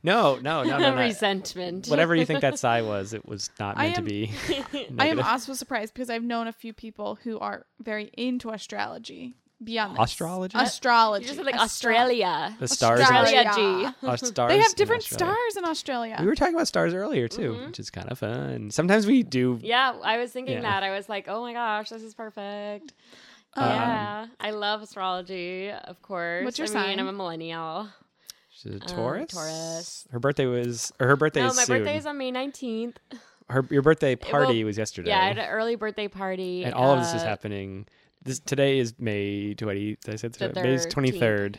[SPEAKER 1] No, no, no, no, no.
[SPEAKER 3] resentment.
[SPEAKER 1] Whatever you think that sigh was, it was not
[SPEAKER 2] I
[SPEAKER 1] meant
[SPEAKER 2] am-
[SPEAKER 1] to be.
[SPEAKER 2] I am
[SPEAKER 1] Negative.
[SPEAKER 2] also surprised because I've known a few people who are very into astrology beyond this.
[SPEAKER 1] Astrology?
[SPEAKER 2] Astrology.
[SPEAKER 3] You just said like
[SPEAKER 2] Astro-
[SPEAKER 3] Australia.
[SPEAKER 1] The stars. in
[SPEAKER 2] Australia.
[SPEAKER 3] Australia G.
[SPEAKER 1] Aus- uh, stars
[SPEAKER 2] They have
[SPEAKER 1] in
[SPEAKER 2] different
[SPEAKER 1] Australia.
[SPEAKER 2] stars in Australia.
[SPEAKER 1] We were talking about stars earlier too, which is kind of fun. Sometimes we do.
[SPEAKER 3] Mm-hmm. Yeah, I was thinking
[SPEAKER 1] Yeah.
[SPEAKER 3] that. I was like, oh my gosh, this is perfect.
[SPEAKER 1] Um,
[SPEAKER 3] yeah, I love astrology, of course.
[SPEAKER 2] What's your
[SPEAKER 3] I mean,
[SPEAKER 2] sign?
[SPEAKER 3] I'm a millennial.
[SPEAKER 1] She's a
[SPEAKER 3] Um,
[SPEAKER 1] Taurus.
[SPEAKER 3] Taurus.
[SPEAKER 1] Her birthday was. Or her birthday
[SPEAKER 3] no,
[SPEAKER 1] is
[SPEAKER 3] Oh, my
[SPEAKER 1] soon.
[SPEAKER 3] birthday is on May 19th.
[SPEAKER 1] her your birthday party
[SPEAKER 3] will-
[SPEAKER 1] was yesterday.
[SPEAKER 3] Yeah, I had an early birthday party.
[SPEAKER 1] and all of this is
[SPEAKER 3] uh,
[SPEAKER 1] happening. This today is May twenty. Did I said
[SPEAKER 3] The
[SPEAKER 1] today? May
[SPEAKER 3] 13th.
[SPEAKER 1] twenty third.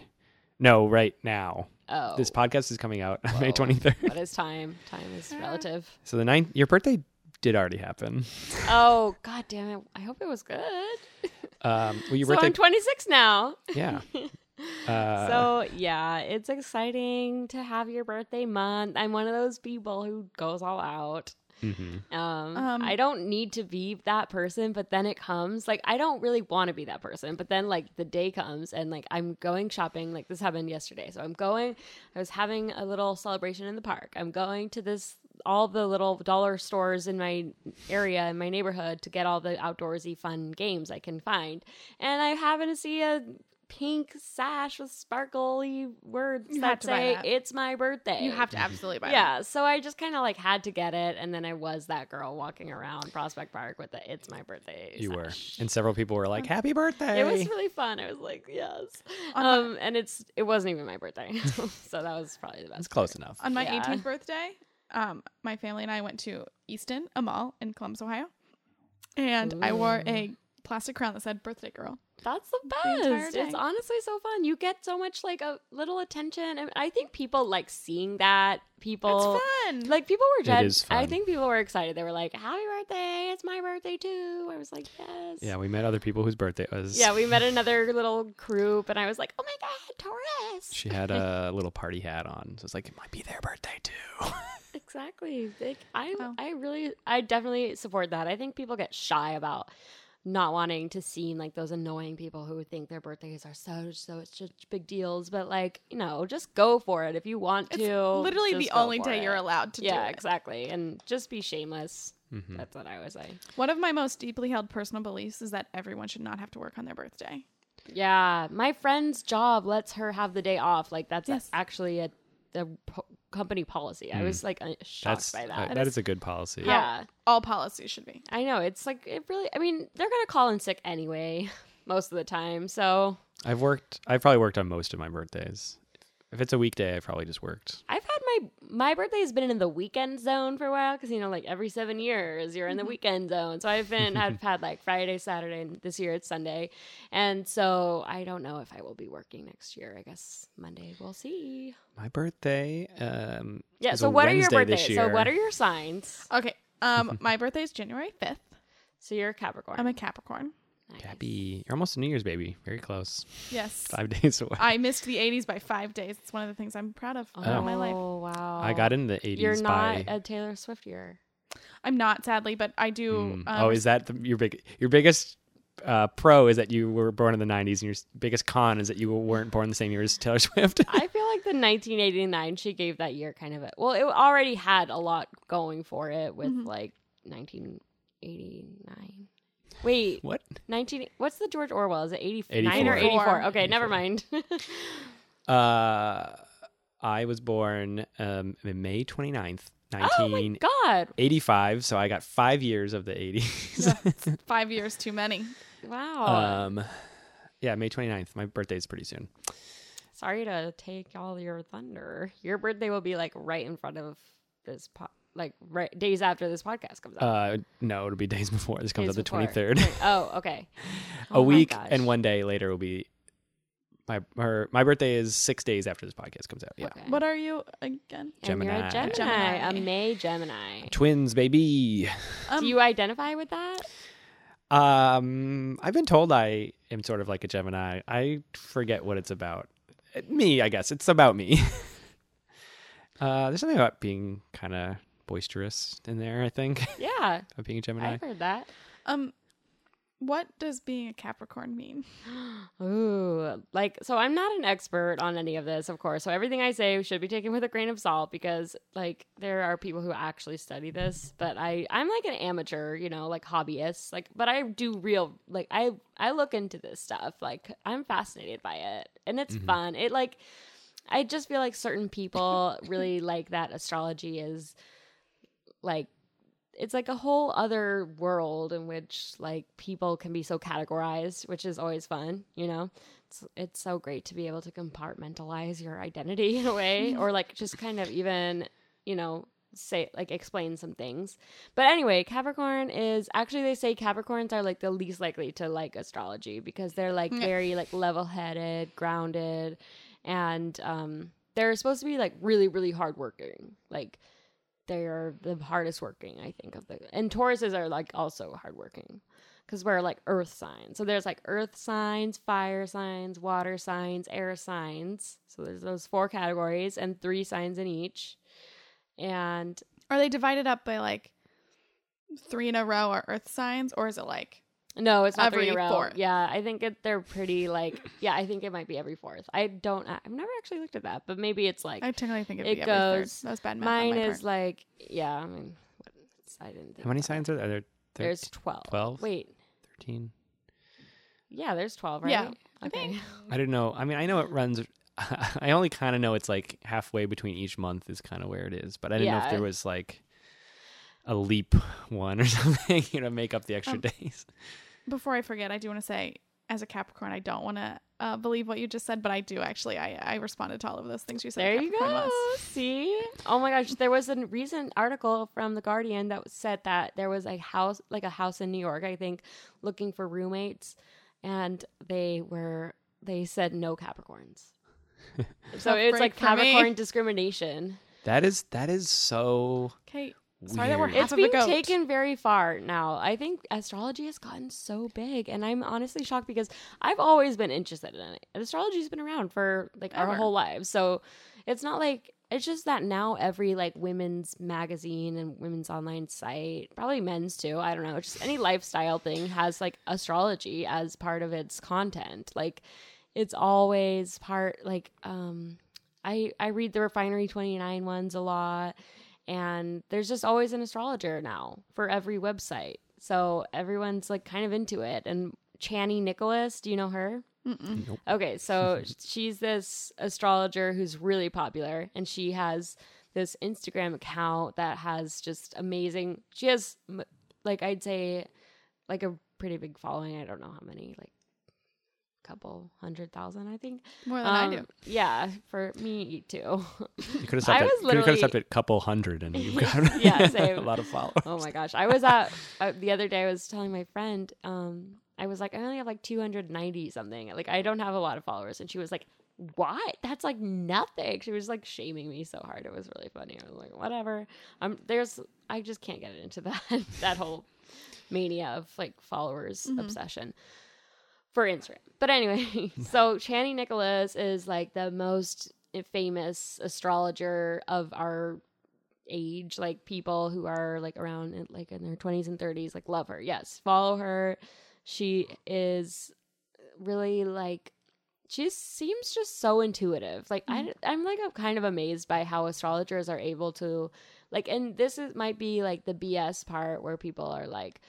[SPEAKER 1] No, right now.
[SPEAKER 3] Oh,
[SPEAKER 1] This podcast is coming out on May
[SPEAKER 3] Whoa.
[SPEAKER 1] twenty third.
[SPEAKER 3] But it's time. Time is relative.
[SPEAKER 1] So the ninth, your birthday did already happen.
[SPEAKER 3] Oh god damn it! I hope it was good.
[SPEAKER 1] Um, well, your
[SPEAKER 3] so
[SPEAKER 1] birthday,
[SPEAKER 3] I'm 26 now.
[SPEAKER 1] yeah. Uh,
[SPEAKER 3] so yeah, it's exciting to have your birthday month. I'm one of those people who goes all out.
[SPEAKER 1] mhm.
[SPEAKER 3] Um,
[SPEAKER 2] Um,
[SPEAKER 3] I don't need to be that person, but then it comes like I don't really want to be that person, but then like the day comes and like I'm going shopping. Like this happened yesterday, so I'm going. I was having a little celebration in the park. I'm going to this all the little dollar stores in my area in my neighborhood to get all the outdoorsy fun games I can find, and I happen to see a pink sash with sparkly words
[SPEAKER 2] You had
[SPEAKER 3] that
[SPEAKER 2] to buy
[SPEAKER 3] say
[SPEAKER 2] that.
[SPEAKER 3] "It's my birthday."
[SPEAKER 2] You have to absolutely buy
[SPEAKER 3] Yeah, so I just kind of like had to get it, and then I was that girl walking around Prospect Park with the "It's my birthday."
[SPEAKER 1] you were,
[SPEAKER 3] sign.
[SPEAKER 1] and several people were like, "Happy birthday!"
[SPEAKER 3] It was really fun. I was like, yes.
[SPEAKER 2] On my-
[SPEAKER 3] Um, and it's it wasn't even my birthday, so that was probably the
[SPEAKER 1] It's
[SPEAKER 3] best.
[SPEAKER 1] close enough.
[SPEAKER 2] On my
[SPEAKER 3] Yeah.
[SPEAKER 2] 18th birthday, um, my family and I went to Easton, a mall in Columbus, Ohio, and I wore a plastic crown that said "Birthday Girl."
[SPEAKER 3] That's the
[SPEAKER 2] entire
[SPEAKER 3] best. It's
[SPEAKER 2] day.
[SPEAKER 3] honestly so fun. You get so much like a little attention, and I think people like seeing that. People
[SPEAKER 2] it's fun.
[SPEAKER 3] like people were
[SPEAKER 1] It
[SPEAKER 3] just.
[SPEAKER 1] is
[SPEAKER 3] I
[SPEAKER 1] fun.
[SPEAKER 3] think people were excited. They were like, "Happy birthday! It's my birthday too." I was like, "Yes."
[SPEAKER 1] Yeah, we met other people whose birthday it was.
[SPEAKER 3] Yeah, we met another little group, and I was like, "Oh my god, Taurus!"
[SPEAKER 1] She had a little party hat on, so it's like it might be their birthday too.
[SPEAKER 3] Exactly. Like, I
[SPEAKER 2] Wow.
[SPEAKER 3] I really I definitely support that. I think people get shy about not wanting to seem like those annoying people who think their birthdays are so so such big deals, but like, you know, just go for it if you want
[SPEAKER 2] it's
[SPEAKER 3] to.
[SPEAKER 2] literally
[SPEAKER 3] oh, just
[SPEAKER 2] the
[SPEAKER 3] go
[SPEAKER 2] only
[SPEAKER 3] for
[SPEAKER 2] day you're
[SPEAKER 3] it.
[SPEAKER 2] allowed to
[SPEAKER 3] yeah,
[SPEAKER 2] do it.
[SPEAKER 3] exactly. And just be shameless.
[SPEAKER 1] Mhm.
[SPEAKER 3] That's what I always say.
[SPEAKER 2] One of my most deeply held personal beliefs is that everyone should not have to work on their birthday.
[SPEAKER 3] Yeah, my friend's job lets her have the day off. Like that's
[SPEAKER 2] Yes.
[SPEAKER 3] actually a the po- company policy. I
[SPEAKER 1] Mm.
[SPEAKER 3] was like uh, shocked
[SPEAKER 1] That's
[SPEAKER 3] by
[SPEAKER 1] uh,
[SPEAKER 3] that.
[SPEAKER 1] that is a good policy.
[SPEAKER 3] yeah.
[SPEAKER 2] All policies should be.
[SPEAKER 3] I know. It's like it really. I mean, they're gonna call in sick anyway, most of the time. So
[SPEAKER 1] I've worked. I've probably worked on most of my birthdays. If it's a weekday, I've probably just worked.
[SPEAKER 3] I've had my my birthday has been in the weekend zone for a while because you know, like every seven years you're in
[SPEAKER 1] Mm-hmm.
[SPEAKER 3] the weekend zone. So I've been I've had like Friday, Saturday, and this year it's Sunday, and so I don't know if I will be working next year. I guess Monday we'll see.
[SPEAKER 1] My birthday. Um,
[SPEAKER 3] Yeah.
[SPEAKER 1] is
[SPEAKER 3] So
[SPEAKER 1] a
[SPEAKER 3] what
[SPEAKER 1] Wednesday
[SPEAKER 3] are your
[SPEAKER 1] this
[SPEAKER 3] birthdays? So
[SPEAKER 1] year.
[SPEAKER 3] what are your signs?
[SPEAKER 2] Okay. Um, my birthday is January 5th.
[SPEAKER 3] So you're a Capricorn.
[SPEAKER 2] I'm a Capricorn.
[SPEAKER 3] Nice.
[SPEAKER 1] Happy. You're almost a New Year's baby. Very close.
[SPEAKER 2] Yes.
[SPEAKER 1] Five days away.
[SPEAKER 2] I missed the 80s by five days. It's one of the things I'm proud of
[SPEAKER 3] Oh,
[SPEAKER 2] about my life.
[SPEAKER 3] wow.
[SPEAKER 1] I got in the 80s
[SPEAKER 3] You're
[SPEAKER 1] by.
[SPEAKER 3] not a Taylor Swiftier.
[SPEAKER 2] I'm not, sadly, but I do.
[SPEAKER 1] Mm.
[SPEAKER 2] Um,
[SPEAKER 1] oh, is that the, your big your biggest uh, pro is that you were born in the 90s, and your s- biggest con is that you weren't born the same year as Taylor Swift.
[SPEAKER 3] I feel like the 1989 she gave that year kind of a well, it already had a lot going for it with
[SPEAKER 2] Mhm.
[SPEAKER 3] like 1989. Wait,
[SPEAKER 1] what?
[SPEAKER 3] 19 What's the George Orwell? Is it 89 or
[SPEAKER 1] 84.
[SPEAKER 3] 84? Okay, never mind.
[SPEAKER 1] Uh, I was born um, May 29th,
[SPEAKER 3] oh my
[SPEAKER 1] 1985.
[SPEAKER 3] god.
[SPEAKER 1] so I got five years of the 80s.
[SPEAKER 2] five years too many.
[SPEAKER 3] Wow.
[SPEAKER 1] um, yeah, May 29th. My birthday's pretty soon.
[SPEAKER 3] Sorry to take all your thunder. Your birthday will be like right in front of this po- like right days after this podcast comes out.
[SPEAKER 1] Uh, no, it'll be days before. This comes
[SPEAKER 3] Days
[SPEAKER 1] out the
[SPEAKER 3] before.
[SPEAKER 1] 23rd.
[SPEAKER 3] Wait, oh, okay.
[SPEAKER 1] a
[SPEAKER 3] Oh my
[SPEAKER 1] week
[SPEAKER 3] gosh.
[SPEAKER 1] and one day later will be my her, my birthday is six days after this podcast comes out. Yeah,
[SPEAKER 3] Okay.
[SPEAKER 2] What are you again?
[SPEAKER 3] And you're
[SPEAKER 1] Gemini.
[SPEAKER 3] a Gemini,
[SPEAKER 2] Gemini.
[SPEAKER 3] a May Gemini.
[SPEAKER 1] twins, baby.
[SPEAKER 2] Um,
[SPEAKER 3] Do you identify with that?
[SPEAKER 1] Um, I've been told I am sort of like a Gemini. I forget what it's about. Uh, Me, I guess it's about me. uh, there's something about being kind of boisterous in there. I think
[SPEAKER 3] Yeah,
[SPEAKER 1] of being a Gemini.
[SPEAKER 3] I've heard that.
[SPEAKER 2] um, what does being a Capricorn mean?
[SPEAKER 3] Ooh, like so I'm not an expert on any of this, of course. So everything I say should be taken with a grain of salt because like there are people who actually study this, but I I'm like an amateur, you know, like hobbyist. Like but I do real like I I look into this stuff. Like I'm fascinated by it and it's fun. It like I just feel like certain people really like that astrology is like it's like a whole other world in which like people can be so categorized, which is always fun, you know. It's it's so great to be able to compartmentalize your identity in a way or like just kind of even, you know, say like explain some things. But anyway, Capricorn is actually they say Capricorns are like the least likely to like astrology because they're like
[SPEAKER 2] Yeah.
[SPEAKER 3] very like level-headed, grounded, and um they're supposed to be like really really hardworking. Like they are the hardest working i think of the and tauruses are like also hardworking because we're like earth signs so there's like earth signs fire signs water signs air signs so there's those four categories and three signs in each and
[SPEAKER 2] Are they divided up by like three in a row are Earth signs, or is it like
[SPEAKER 3] no it's not three in
[SPEAKER 2] Every
[SPEAKER 3] a row
[SPEAKER 2] fourth.
[SPEAKER 3] yeah i think it, they're pretty like yeah i think it might be every fourth i don't i've never actually looked at that but maybe it's like
[SPEAKER 2] I technically think it'd
[SPEAKER 3] It
[SPEAKER 2] be every
[SPEAKER 3] goes-
[SPEAKER 2] third. That was bad math. on
[SPEAKER 3] mine
[SPEAKER 2] my
[SPEAKER 3] is
[SPEAKER 2] part.
[SPEAKER 3] like yeah i mean what, i didn't think
[SPEAKER 1] How many
[SPEAKER 3] about
[SPEAKER 1] signs are there? Are there
[SPEAKER 3] that. there's
[SPEAKER 1] 13?
[SPEAKER 3] 12
[SPEAKER 1] 12?
[SPEAKER 3] wait
[SPEAKER 1] 13?
[SPEAKER 3] Yeah, there's 12, right?
[SPEAKER 2] Yeah, I
[SPEAKER 3] Okay.
[SPEAKER 2] think.
[SPEAKER 1] I don't know. I mean, I know it runs. I only kind of know it's like halfway between each month is kind of where it is, but I didn't know if
[SPEAKER 3] Yeah.
[SPEAKER 1] there was like a leap one or something, you know, make up the extra
[SPEAKER 2] Um,
[SPEAKER 1] days.
[SPEAKER 2] Before I forget, I do want to say, as a Capricorn, I don't want to uh, believe what you just said, but I do actually. I, I responded to all of those things you said.
[SPEAKER 3] There you
[SPEAKER 2] Capricorn
[SPEAKER 3] go.
[SPEAKER 2] was.
[SPEAKER 3] See? Oh my gosh, there was a recent article from The Guardian that said that there was a house like a house in New York, I think, looking for roommates and they were they said no Capricorns. so
[SPEAKER 2] Tough
[SPEAKER 3] it's
[SPEAKER 2] break
[SPEAKER 3] like
[SPEAKER 2] for me.
[SPEAKER 3] Capricorn discrimination.
[SPEAKER 1] That is that is so
[SPEAKER 2] Okay.
[SPEAKER 1] weird.
[SPEAKER 2] Sorry that we're half
[SPEAKER 3] it's
[SPEAKER 2] of a
[SPEAKER 3] being
[SPEAKER 2] goat.
[SPEAKER 3] taken very far now. I think astrology has gotten so big, and I'm honestly shocked because I've always been interested in it. And astrology's been around for like
[SPEAKER 2] Ever.
[SPEAKER 3] our whole lives, so it's not like it's just that now every like women's magazine and women's online site, probably men's too. I don't know, just any lifestyle thing has like astrology as part of its content. Like it's always part like um I I read the Refinery 29 ones a lot and there's just always an astrologer now for every website. So everyone's like kind of into it and Channy Nicholas, do you know her?
[SPEAKER 2] Mm-mm.
[SPEAKER 3] Okay, so she's this astrologer who's really popular, and she has this Instagram account that has just amazing. She has, m- like, I'd say, like a pretty big following. I don't know how many, like, couple hundred thousand, I think.
[SPEAKER 2] More than Oh, I do.
[SPEAKER 3] Um, Yeah, for me too.
[SPEAKER 1] You could have
[SPEAKER 3] I
[SPEAKER 1] stopped. At, you could
[SPEAKER 3] was
[SPEAKER 1] have
[SPEAKER 3] literally-
[SPEAKER 1] stopped at couple hundred, and you've got
[SPEAKER 3] Yeah, same.
[SPEAKER 1] a lot of followers.
[SPEAKER 3] Oh my gosh. I was at uh, the other day I was telling my friend um I was like I only have like 290 something. Like I don't have a lot of followers and she was like what? That's like nothing. She was like shaming me so hard. It was really funny. I was like whatever. Um there's I just can't get into that that whole mania of like followers obsession for Instagram. But anyway, so Channing Nicholas is like the most famous astrologer of our age. Like people who are like around in- like in their 20s and 30s like love her. Yes, follow her. She is really like she seems just so intuitive. Like I, I'm like I'm kind of amazed by how astrologers are able to, like, and this is might be like the BS part where people are like,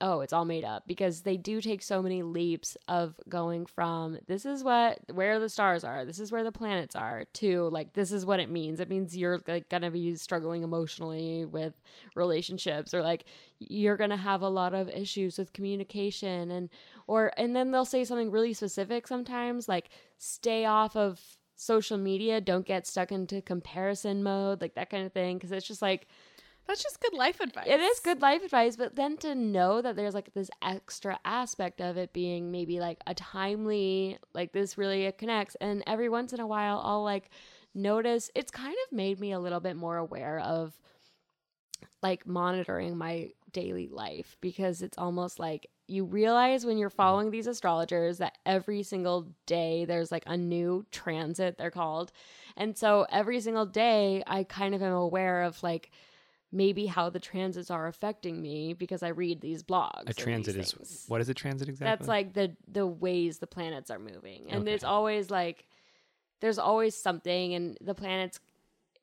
[SPEAKER 3] oh, it's all made up because they do take so many leaps of going from this is what where the stars are, this is where the planets are, to like this is what it means. It means you're like gonna be struggling emotionally with relationships or like you're gonna have a lot of issues with communication and or and then they'll say something really specific sometimes like stay off of social media, don't get stuck into comparison mode, like that kind of thing. Cause it's just like
[SPEAKER 2] That's just good life advice.
[SPEAKER 3] it is good life advice, but then to know that there's like this extra aspect of it being maybe like a timely, like this really it connects. And every once in a while, I'll like notice it's kind of made me a little bit more aware of like monitoring my daily life because it's almost like you realize when you're following these astrologers that every single day there's like a new transit they're called. And so every single day I kind of am aware of like maybe how the transits are affecting me because I read these blogs.
[SPEAKER 1] A
[SPEAKER 3] and
[SPEAKER 1] transit
[SPEAKER 3] these
[SPEAKER 1] is
[SPEAKER 3] things.
[SPEAKER 1] what is a transit exactly?
[SPEAKER 3] That's like the the ways the planets are moving, and it's always like there's always something, and the planets.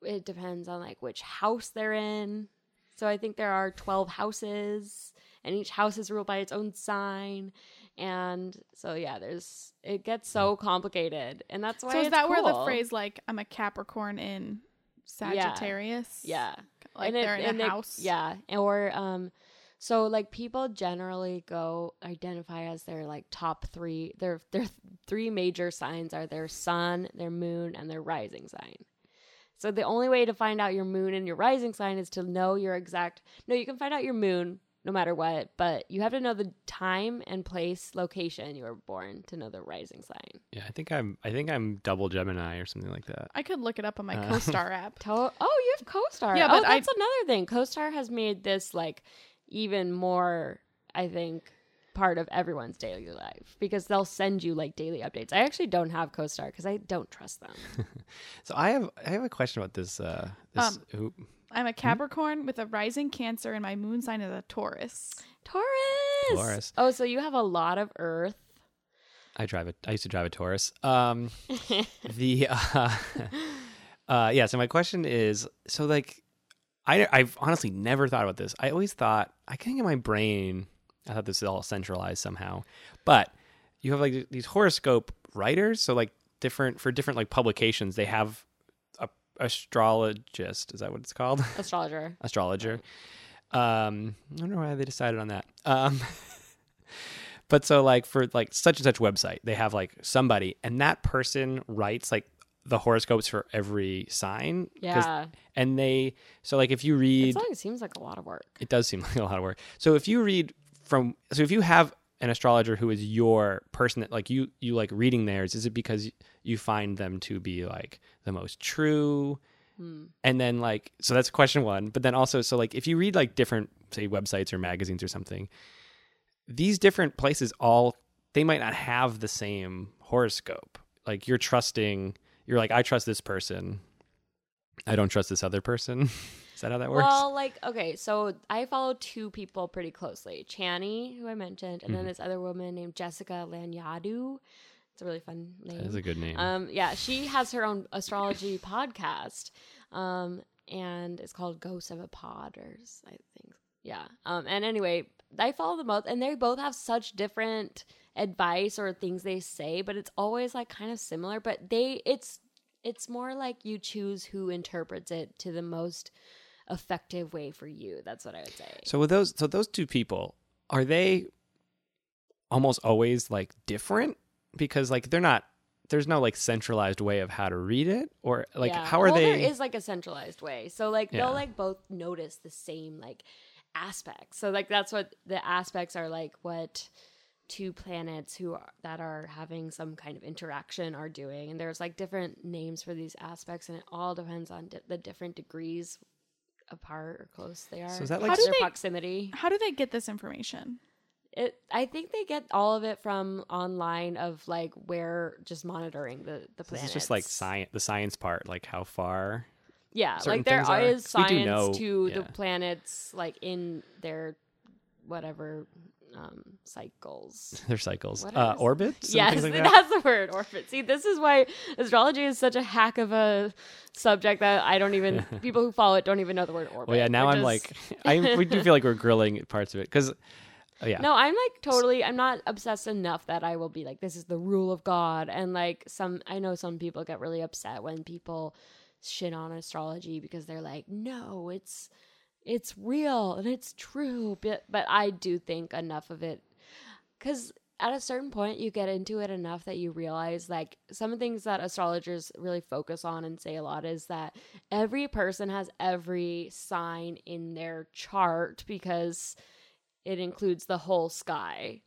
[SPEAKER 3] It depends on like which house they're in. So I think there are twelve houses, and each house is ruled by its own sign, and so yeah, there's it gets so complicated, and that's why.
[SPEAKER 2] Hmm. So is
[SPEAKER 3] it's
[SPEAKER 2] that where the
[SPEAKER 3] cool.
[SPEAKER 2] phrase like I'm a Capricorn in Sagittarius?
[SPEAKER 3] Yeah,
[SPEAKER 2] Like
[SPEAKER 3] it-
[SPEAKER 2] they're in a
[SPEAKER 3] they-
[SPEAKER 2] house.
[SPEAKER 3] yeah, or um, so like people generally go identify as their like top three. Their their three major signs are their sun, their moon, and their rising sign. So the only way to find out your moon and your rising sign is to know your exact. No, you can find out your moon no matter what, but you have to know the time and place, location you were born to know the rising sign.
[SPEAKER 1] yeah, I think I'm. I think I'm double Gemini or something like that.
[SPEAKER 2] I could look it up on my
[SPEAKER 1] Uh.
[SPEAKER 2] CoStar app.
[SPEAKER 3] To- oh, you have CoStar.
[SPEAKER 2] Yeah,
[SPEAKER 3] Yeah, but
[SPEAKER 2] but I-
[SPEAKER 3] that's another thing. CoStar has made this like even more, I think, part of everyone's daily life because they'll send you like daily updates. I actually don't have CoStar because I don't trust them.
[SPEAKER 1] So I have. I have a question about this. Uh, this.
[SPEAKER 3] Um,
[SPEAKER 1] who- Hmm?
[SPEAKER 2] I'm a Capricorn with a rising Cancer, and my moon sign is a Taurus.
[SPEAKER 3] Taurus.
[SPEAKER 1] Taurus.
[SPEAKER 3] Oh, so you have a lot of Earth.
[SPEAKER 1] I drive a. I used to drive a Taurus. Um, the. Uh, uh, yeah. So my question is. So like, I I've honestly never thought about this. I always thought I think in my brain I thought this is all centralized somehow, but you have like these horoscope writers. So like different for different like publications, they have a astrologist. Is that what it's called?
[SPEAKER 3] Astrologer.
[SPEAKER 1] astrologer. Um, I wonder why they decided on that. Um, but so like for like such and such website, they have like somebody, and that person writes like the horoscopes for every sign. 'cause-
[SPEAKER 3] Yeah.
[SPEAKER 1] and they so like if you read
[SPEAKER 3] It's like, it seems like a lot of work.
[SPEAKER 1] it does seem like a lot of work. So if you read from so if you have an astrologer who is your person that like you you like reading theirs is it because you find them to be like the most true
[SPEAKER 3] Hmm.
[SPEAKER 1] and then like so that's question one but then also so like if you read like different say websites or magazines or something these different places all they might not have the same horoscope like you're trusting you're like i trust this person i don't trust this other person is that how that works
[SPEAKER 3] Well, like okay, so I follow two people pretty closely: Chani, who I mentioned, and
[SPEAKER 1] Mm-hmm.
[SPEAKER 3] then this other woman named Jessica Lanyadu. It's a really fun name.
[SPEAKER 1] that is a good name
[SPEAKER 3] Um, yeah, she has her own astrology podcast, um, and it's called Ghosts of a Podders, I think. Yeah. Um, and anyway, I follow them both, and they both have such different advice or things they say, but it's always like kind of similar. But they, it's it's more like you choose who interprets it to the most effective way for you. That's what I would say.
[SPEAKER 1] So with those, so those two people, are they almost always like different? Because like they're not, there's no like centralized way of how to read it, or like
[SPEAKER 3] Yeah.
[SPEAKER 1] how are
[SPEAKER 3] well,
[SPEAKER 1] they?
[SPEAKER 3] There is like a centralized way, so like
[SPEAKER 1] Yeah.
[SPEAKER 3] they'll like both notice the same like aspects. So like that's what the aspects are like. What two planets who are, that are having some kind of interaction are doing, and there's like different names for these aspects, and it all depends on di- the different degrees apart or close they are.
[SPEAKER 1] is that,
[SPEAKER 2] like, How do
[SPEAKER 3] their
[SPEAKER 2] they-
[SPEAKER 3] proximity?
[SPEAKER 2] How do they get this information?
[SPEAKER 3] It, I think they get all of it from online of like where just monitoring the the
[SPEAKER 1] this
[SPEAKER 3] planets.
[SPEAKER 1] is just like science, the science part, like how far.
[SPEAKER 3] Yeah,
[SPEAKER 1] certain
[SPEAKER 3] like there
[SPEAKER 1] things are.
[SPEAKER 3] is
[SPEAKER 1] 'Cause we do
[SPEAKER 3] science
[SPEAKER 1] know-
[SPEAKER 3] to the
[SPEAKER 1] yeah.
[SPEAKER 3] planets, like in their whatever um, cycles.
[SPEAKER 1] Their cycles,
[SPEAKER 3] What
[SPEAKER 1] uh,
[SPEAKER 3] is-
[SPEAKER 1] orbits, and
[SPEAKER 3] yes,
[SPEAKER 1] things like that.
[SPEAKER 3] that's the word orbit. See, this is why astrology is such a hack of a subject that I don't even people who follow it don't even know the word orbit.
[SPEAKER 1] Well, yeah. Now
[SPEAKER 3] We're
[SPEAKER 1] I'm
[SPEAKER 3] just-
[SPEAKER 1] like, I we do feel like we're grilling parts of it because, yeah,
[SPEAKER 3] No, I'm like totally. I'm not obsessed enough that I will be like, this is the rule of God. And like some, I know some people get really upset when people shit on astrology because they're like, no, it's it's real and it's true. But but I do think enough of it because at a certain point you get into it enough that you realize like some of the things that astrologers really focus on and say a lot is that every person has every sign in their chart because it includes the whole sky.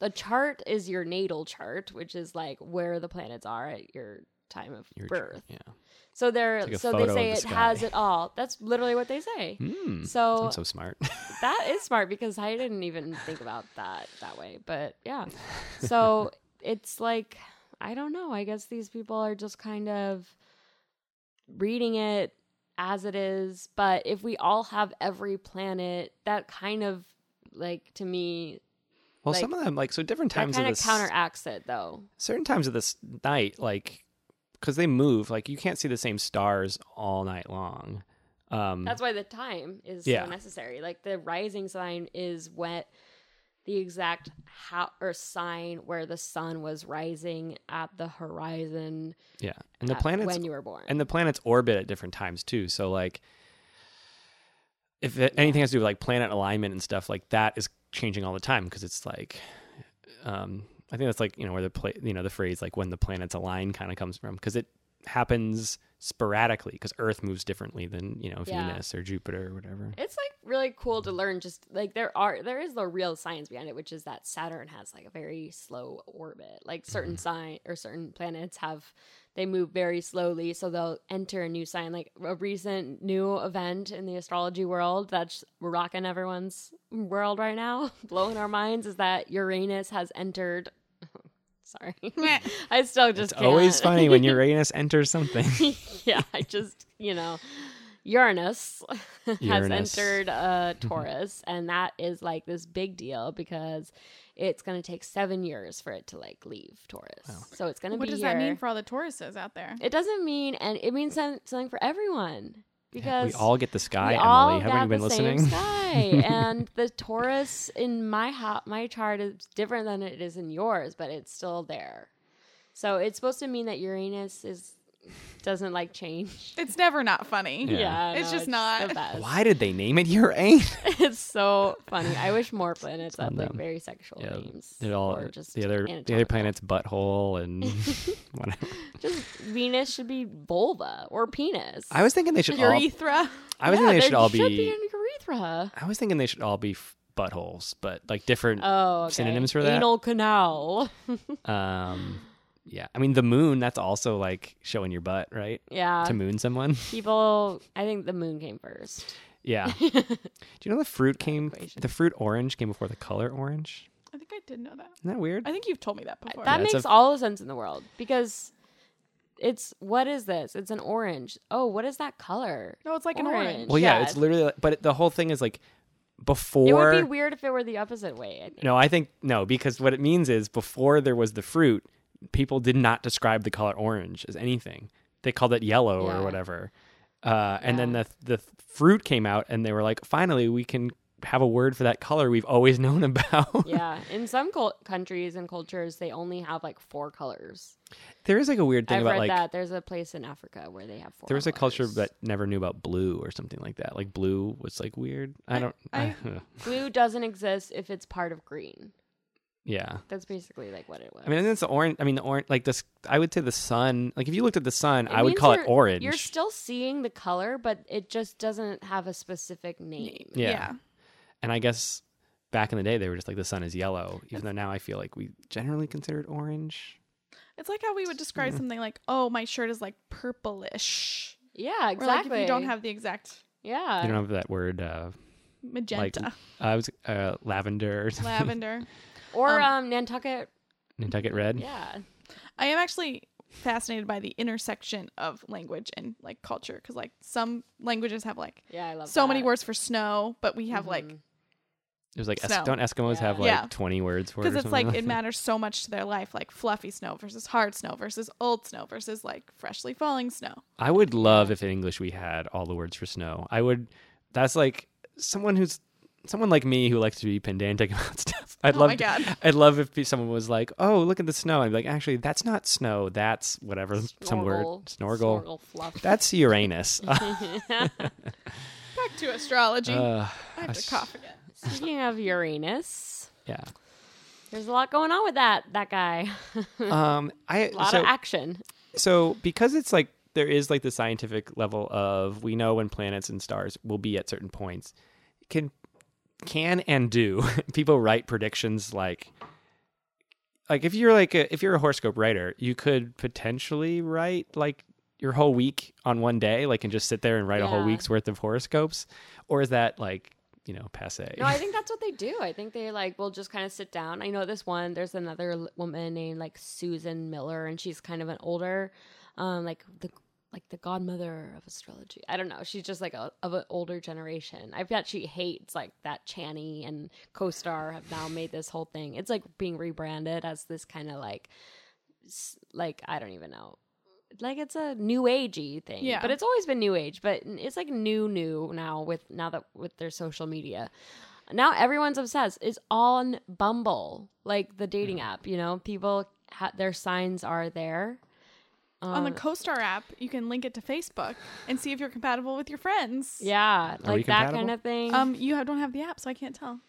[SPEAKER 3] The chart is your natal chart, which is like where the planets are at your time of
[SPEAKER 1] Your-
[SPEAKER 3] birth.
[SPEAKER 1] yeah.
[SPEAKER 3] So they're
[SPEAKER 1] like a
[SPEAKER 3] so
[SPEAKER 1] photo
[SPEAKER 3] they
[SPEAKER 1] of
[SPEAKER 3] say
[SPEAKER 1] the
[SPEAKER 3] it
[SPEAKER 1] sky.
[SPEAKER 3] has it all. That's literally what they say.
[SPEAKER 1] Hmm.
[SPEAKER 3] So
[SPEAKER 1] I'm so smart.
[SPEAKER 3] that is smart because I didn't even think about that that way. But yeah. So it's like I don't know. I guess these people are just kind of reading it as it is, but if we all have every planet, that kind of like to me
[SPEAKER 1] well,
[SPEAKER 3] like,
[SPEAKER 1] some of them like so different
[SPEAKER 3] that
[SPEAKER 1] times
[SPEAKER 3] kind
[SPEAKER 1] of
[SPEAKER 3] of
[SPEAKER 1] this
[SPEAKER 3] counteracts it though.
[SPEAKER 1] certain times of this night, like because they move, like you can't see the same stars all night long. Um,
[SPEAKER 3] That's why the time is
[SPEAKER 1] Yeah.
[SPEAKER 3] so necessary. Like the rising sign is what the exact how or sign where the sun was rising at the horizon
[SPEAKER 1] yeah, and the
[SPEAKER 3] at-
[SPEAKER 1] planets
[SPEAKER 3] uh, when you were born.
[SPEAKER 1] and the planets orbit at different times too. So like, if it, anything has to do with like planet alignment and stuff, like that is changing all the time because it's like, um, I think that's like you know where the pla- you know the phrase like when the planets align kind of comes from because it happens sporadically because Earth moves differently than you know
[SPEAKER 3] Yeah.
[SPEAKER 1] Venus or Jupiter or whatever.
[SPEAKER 3] it's like really cool to learn just like there are there is the real science behind it which is that saturn has like a very slow orbit like certain
[SPEAKER 1] Mm-hmm.
[SPEAKER 3] sign or certain planets have they move very slowly so they'll enter a new sign like a recent new event in the astrology world that's rocking everyone's world right now blowing our minds is that uranus has entered sorry
[SPEAKER 2] Meh.
[SPEAKER 3] i still just
[SPEAKER 1] It's always
[SPEAKER 3] can't.
[SPEAKER 1] funny when Uranus enters something.
[SPEAKER 3] yeah, I just, you know, Uranus,
[SPEAKER 1] Uranus. Mm-hmm.
[SPEAKER 3] has entered uh, Taurus, and that is like this big deal because it's going to take seven years for it to like leave Taurus. So it's going to be
[SPEAKER 2] What does
[SPEAKER 3] here.
[SPEAKER 2] that mean for all the Tauruses out there?
[SPEAKER 3] it doesn't mean, and it means some- something for everyone
[SPEAKER 1] we
[SPEAKER 3] because
[SPEAKER 1] all get the sky,
[SPEAKER 3] we all
[SPEAKER 1] Emily. Haven't
[SPEAKER 3] got
[SPEAKER 1] you been
[SPEAKER 3] the
[SPEAKER 1] listening?
[SPEAKER 3] Same sky. and the Taurus in my ho- my chart is different than it is in yours, but it's still there. So it's supposed to mean that Uranus is doesn't like change.
[SPEAKER 2] It's never not funny.
[SPEAKER 1] Yeah.
[SPEAKER 2] It's
[SPEAKER 3] no,
[SPEAKER 2] just not.
[SPEAKER 3] the best.
[SPEAKER 1] Why did they name it Uranus?
[SPEAKER 3] It's so funny. I wish more planets
[SPEAKER 1] on
[SPEAKER 3] had like
[SPEAKER 1] them.
[SPEAKER 3] very sexual
[SPEAKER 1] Yeah,
[SPEAKER 3] names.
[SPEAKER 1] They're all
[SPEAKER 3] or just
[SPEAKER 1] the other the other
[SPEAKER 3] anatomical.
[SPEAKER 1] planet's butthole and whatever.
[SPEAKER 3] Just Venus should be vulva or penis.
[SPEAKER 1] I was thinking they should all.
[SPEAKER 2] Urethra.
[SPEAKER 1] I was thinking
[SPEAKER 3] Yeah,
[SPEAKER 1] they
[SPEAKER 3] there
[SPEAKER 1] e-, should all
[SPEAKER 3] should be
[SPEAKER 1] be.
[SPEAKER 3] an urethra.
[SPEAKER 1] I was thinking they should all be f- buttholes, but like different.
[SPEAKER 3] Oh, okay.
[SPEAKER 1] Synonyms for that?
[SPEAKER 3] Anal canal.
[SPEAKER 1] um, yeah, I mean the moon. That's also like showing your butt, right?
[SPEAKER 3] yeah.
[SPEAKER 1] to moon someone.
[SPEAKER 3] People, I think the moon came first.
[SPEAKER 1] yeah. Do you know the fruit came?
[SPEAKER 3] equation.
[SPEAKER 1] The fruit orange came before the color orange.
[SPEAKER 2] I think I did know that.
[SPEAKER 1] Isn't that weird?
[SPEAKER 2] I think you've told me that before.
[SPEAKER 3] That
[SPEAKER 1] Yeah, it's
[SPEAKER 3] makes
[SPEAKER 1] a-
[SPEAKER 3] all the sense in the world because it's what is this? It's an orange. Oh, what is that color?
[SPEAKER 2] no, it's like an
[SPEAKER 3] Orange.
[SPEAKER 2] orange.
[SPEAKER 1] Well, yeah,
[SPEAKER 3] Yeah.
[SPEAKER 1] it's literally. Like, but the whole thing is like
[SPEAKER 3] It
[SPEAKER 1] before.
[SPEAKER 3] would be weird if it were the opposite way. I think.
[SPEAKER 1] No, I think no, because what it means is before there was the fruit, people did not describe the color orange as anything. They called it yellow
[SPEAKER 3] Yeah.
[SPEAKER 1] or whatever. Uh, And then
[SPEAKER 3] Yeah.
[SPEAKER 1] the the fruit came out, and they were like, finally, we can have a word for that color we've always known about.
[SPEAKER 3] Yeah, in some cul countries and cultures, they only have like four colors.
[SPEAKER 1] there is like a weird thing
[SPEAKER 3] I've
[SPEAKER 1] about
[SPEAKER 3] read
[SPEAKER 1] like
[SPEAKER 3] that. There's a place in Africa where they have four.
[SPEAKER 1] there was a culture
[SPEAKER 3] colors.
[SPEAKER 1] that never knew about blue or something like that. Like blue was like weird. I
[SPEAKER 2] I-
[SPEAKER 1] don't.
[SPEAKER 2] I-
[SPEAKER 3] blue doesn't exist if it's part of green.
[SPEAKER 1] yeah.
[SPEAKER 3] That's basically like what it was.
[SPEAKER 1] I mean, and it's the orange. I mean, the orange. Like this, I would say the sun. Like if you looked at the sun,
[SPEAKER 3] It
[SPEAKER 1] I would
[SPEAKER 3] means
[SPEAKER 1] call it
[SPEAKER 3] you're-
[SPEAKER 1] orange.
[SPEAKER 3] You're still seeing the color, but it just doesn't have a specific name.
[SPEAKER 1] Yeah.
[SPEAKER 2] yeah.
[SPEAKER 1] and I guess back in the day they were just like the sun is yellow, even though now I feel like we generally consider it orange.
[SPEAKER 2] It's like how we would describe something like, "Oh, my shirt is like purplish,"
[SPEAKER 3] Yeah,
[SPEAKER 2] or
[SPEAKER 3] exactly.
[SPEAKER 2] like if you don't have the exact
[SPEAKER 3] yeah,
[SPEAKER 1] you don't have that word. Uh,
[SPEAKER 2] magenta,
[SPEAKER 1] I was uh, lavender or something.
[SPEAKER 2] lavender.
[SPEAKER 3] or
[SPEAKER 2] um,
[SPEAKER 3] um, Nantucket.
[SPEAKER 1] Nantucket red.
[SPEAKER 3] Yeah,
[SPEAKER 2] I am actually fascinated by the intersection of language and like culture because like some languages have like
[SPEAKER 3] yeah, I love
[SPEAKER 2] so many
[SPEAKER 3] that.
[SPEAKER 2] words for snow, but we have like
[SPEAKER 3] Mhm.
[SPEAKER 1] It was like es-
[SPEAKER 2] Snow.
[SPEAKER 1] don't Eskimos
[SPEAKER 3] Yeah.
[SPEAKER 1] have like
[SPEAKER 2] Yeah.
[SPEAKER 1] twenty words for it?
[SPEAKER 2] because
[SPEAKER 1] or
[SPEAKER 2] it's
[SPEAKER 1] something
[SPEAKER 2] like it matters so much to their life, like fluffy snow versus hard snow versus old snow versus like freshly falling snow.
[SPEAKER 1] I would love if in English we had all the words for snow. I would. That's like someone who's someone like me who likes to be pedantic about stuff. I'd
[SPEAKER 2] Oh
[SPEAKER 1] love.
[SPEAKER 2] my
[SPEAKER 1] to-
[SPEAKER 2] God.
[SPEAKER 1] I'd love if someone was like, "Oh, look at the snow," and I'd be like, "Actually, that's not snow. That's whatever some word snorgle.
[SPEAKER 3] snorgle fluff.
[SPEAKER 1] That's Uranus."
[SPEAKER 2] Back to astrology.
[SPEAKER 1] Ugh.
[SPEAKER 2] I have to cough again.
[SPEAKER 3] Speaking of Uranus,
[SPEAKER 1] Yeah.
[SPEAKER 3] there's a lot going on with that that guy. a
[SPEAKER 1] Um. I
[SPEAKER 3] lot
[SPEAKER 1] so
[SPEAKER 3] of action.
[SPEAKER 1] so because it's like there is like the scientific level of we know when planets and stars will be at certain points. Can can and do people write predictions like like if you're like a, if you're a horoscope writer, you could potentially write like your whole week on one day, like and just sit there and write a whole
[SPEAKER 3] Yeah.
[SPEAKER 1] week's worth of horoscopes, or is that like you know passe?
[SPEAKER 3] No, I think that's what they do. I think they like will just kind of sit down. I know this one. There's another l- woman named like Susan Miller, and she's kind of an older, um, like the like the godmother of astrology. I don't know. She's just like a, of an older generation. I bet she hates like that Channy and CoStar have now made this whole thing. It's like being rebranded as this kind of like, s- like I don't even know. Like it's a new agey thing,
[SPEAKER 2] Yeah.
[SPEAKER 3] But it's always been new age, but it's like new, new now with now that with their social media now everyone's obsessed. It's on Bumble, like the dating app. You know, people ha- their signs are there.
[SPEAKER 2] On the
[SPEAKER 3] Um,
[SPEAKER 2] CoStar app, you can link it to Facebook and see if you're compatible with your friends.
[SPEAKER 3] yeah,
[SPEAKER 1] Are we
[SPEAKER 3] like that kind
[SPEAKER 1] compatible?
[SPEAKER 3] of thing.
[SPEAKER 2] Um, you have, don't have the app, so I can't tell.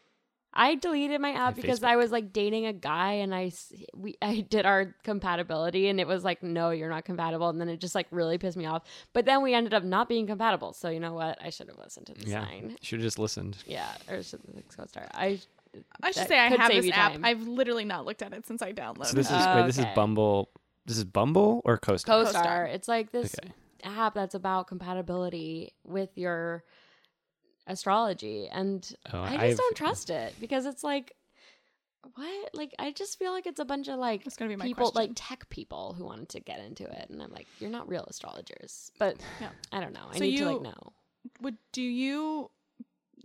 [SPEAKER 3] I deleted my app
[SPEAKER 1] And
[SPEAKER 3] because I was like dating a guy, and I s- we I did our compatibility, and it was like, no, you're not compatible, and then it just like really pissed me off. But then we ended up not being compatible. So you know what? I should have listened to the
[SPEAKER 1] yeah,
[SPEAKER 3] sign.
[SPEAKER 1] should have just listened.
[SPEAKER 3] Yeah, or should the co-star. I
[SPEAKER 2] I should
[SPEAKER 3] That
[SPEAKER 2] say I
[SPEAKER 3] could
[SPEAKER 2] have
[SPEAKER 3] save
[SPEAKER 2] this
[SPEAKER 3] you
[SPEAKER 2] app.
[SPEAKER 3] time.
[SPEAKER 2] I've literally not looked at it since I downloaded.
[SPEAKER 1] So this is
[SPEAKER 2] it.
[SPEAKER 1] wait, this is
[SPEAKER 3] Okay.
[SPEAKER 1] Bumble. This is Bumble or Coaster?
[SPEAKER 3] co-star.
[SPEAKER 2] Co-star.
[SPEAKER 3] It's like this
[SPEAKER 1] Okay.
[SPEAKER 3] app that's about compatibility with your astrology and
[SPEAKER 1] Oh,
[SPEAKER 3] i just
[SPEAKER 1] I've-
[SPEAKER 3] don't trust it because it's like what like i just feel like it's a bunch of like
[SPEAKER 2] That's gonna be my
[SPEAKER 3] people
[SPEAKER 2] question.
[SPEAKER 3] like tech people who wanted to get into it and i'm like you're not real astrologers but
[SPEAKER 2] No.
[SPEAKER 3] i don't know i
[SPEAKER 2] So
[SPEAKER 3] need to
[SPEAKER 2] you-
[SPEAKER 3] like know
[SPEAKER 2] would do you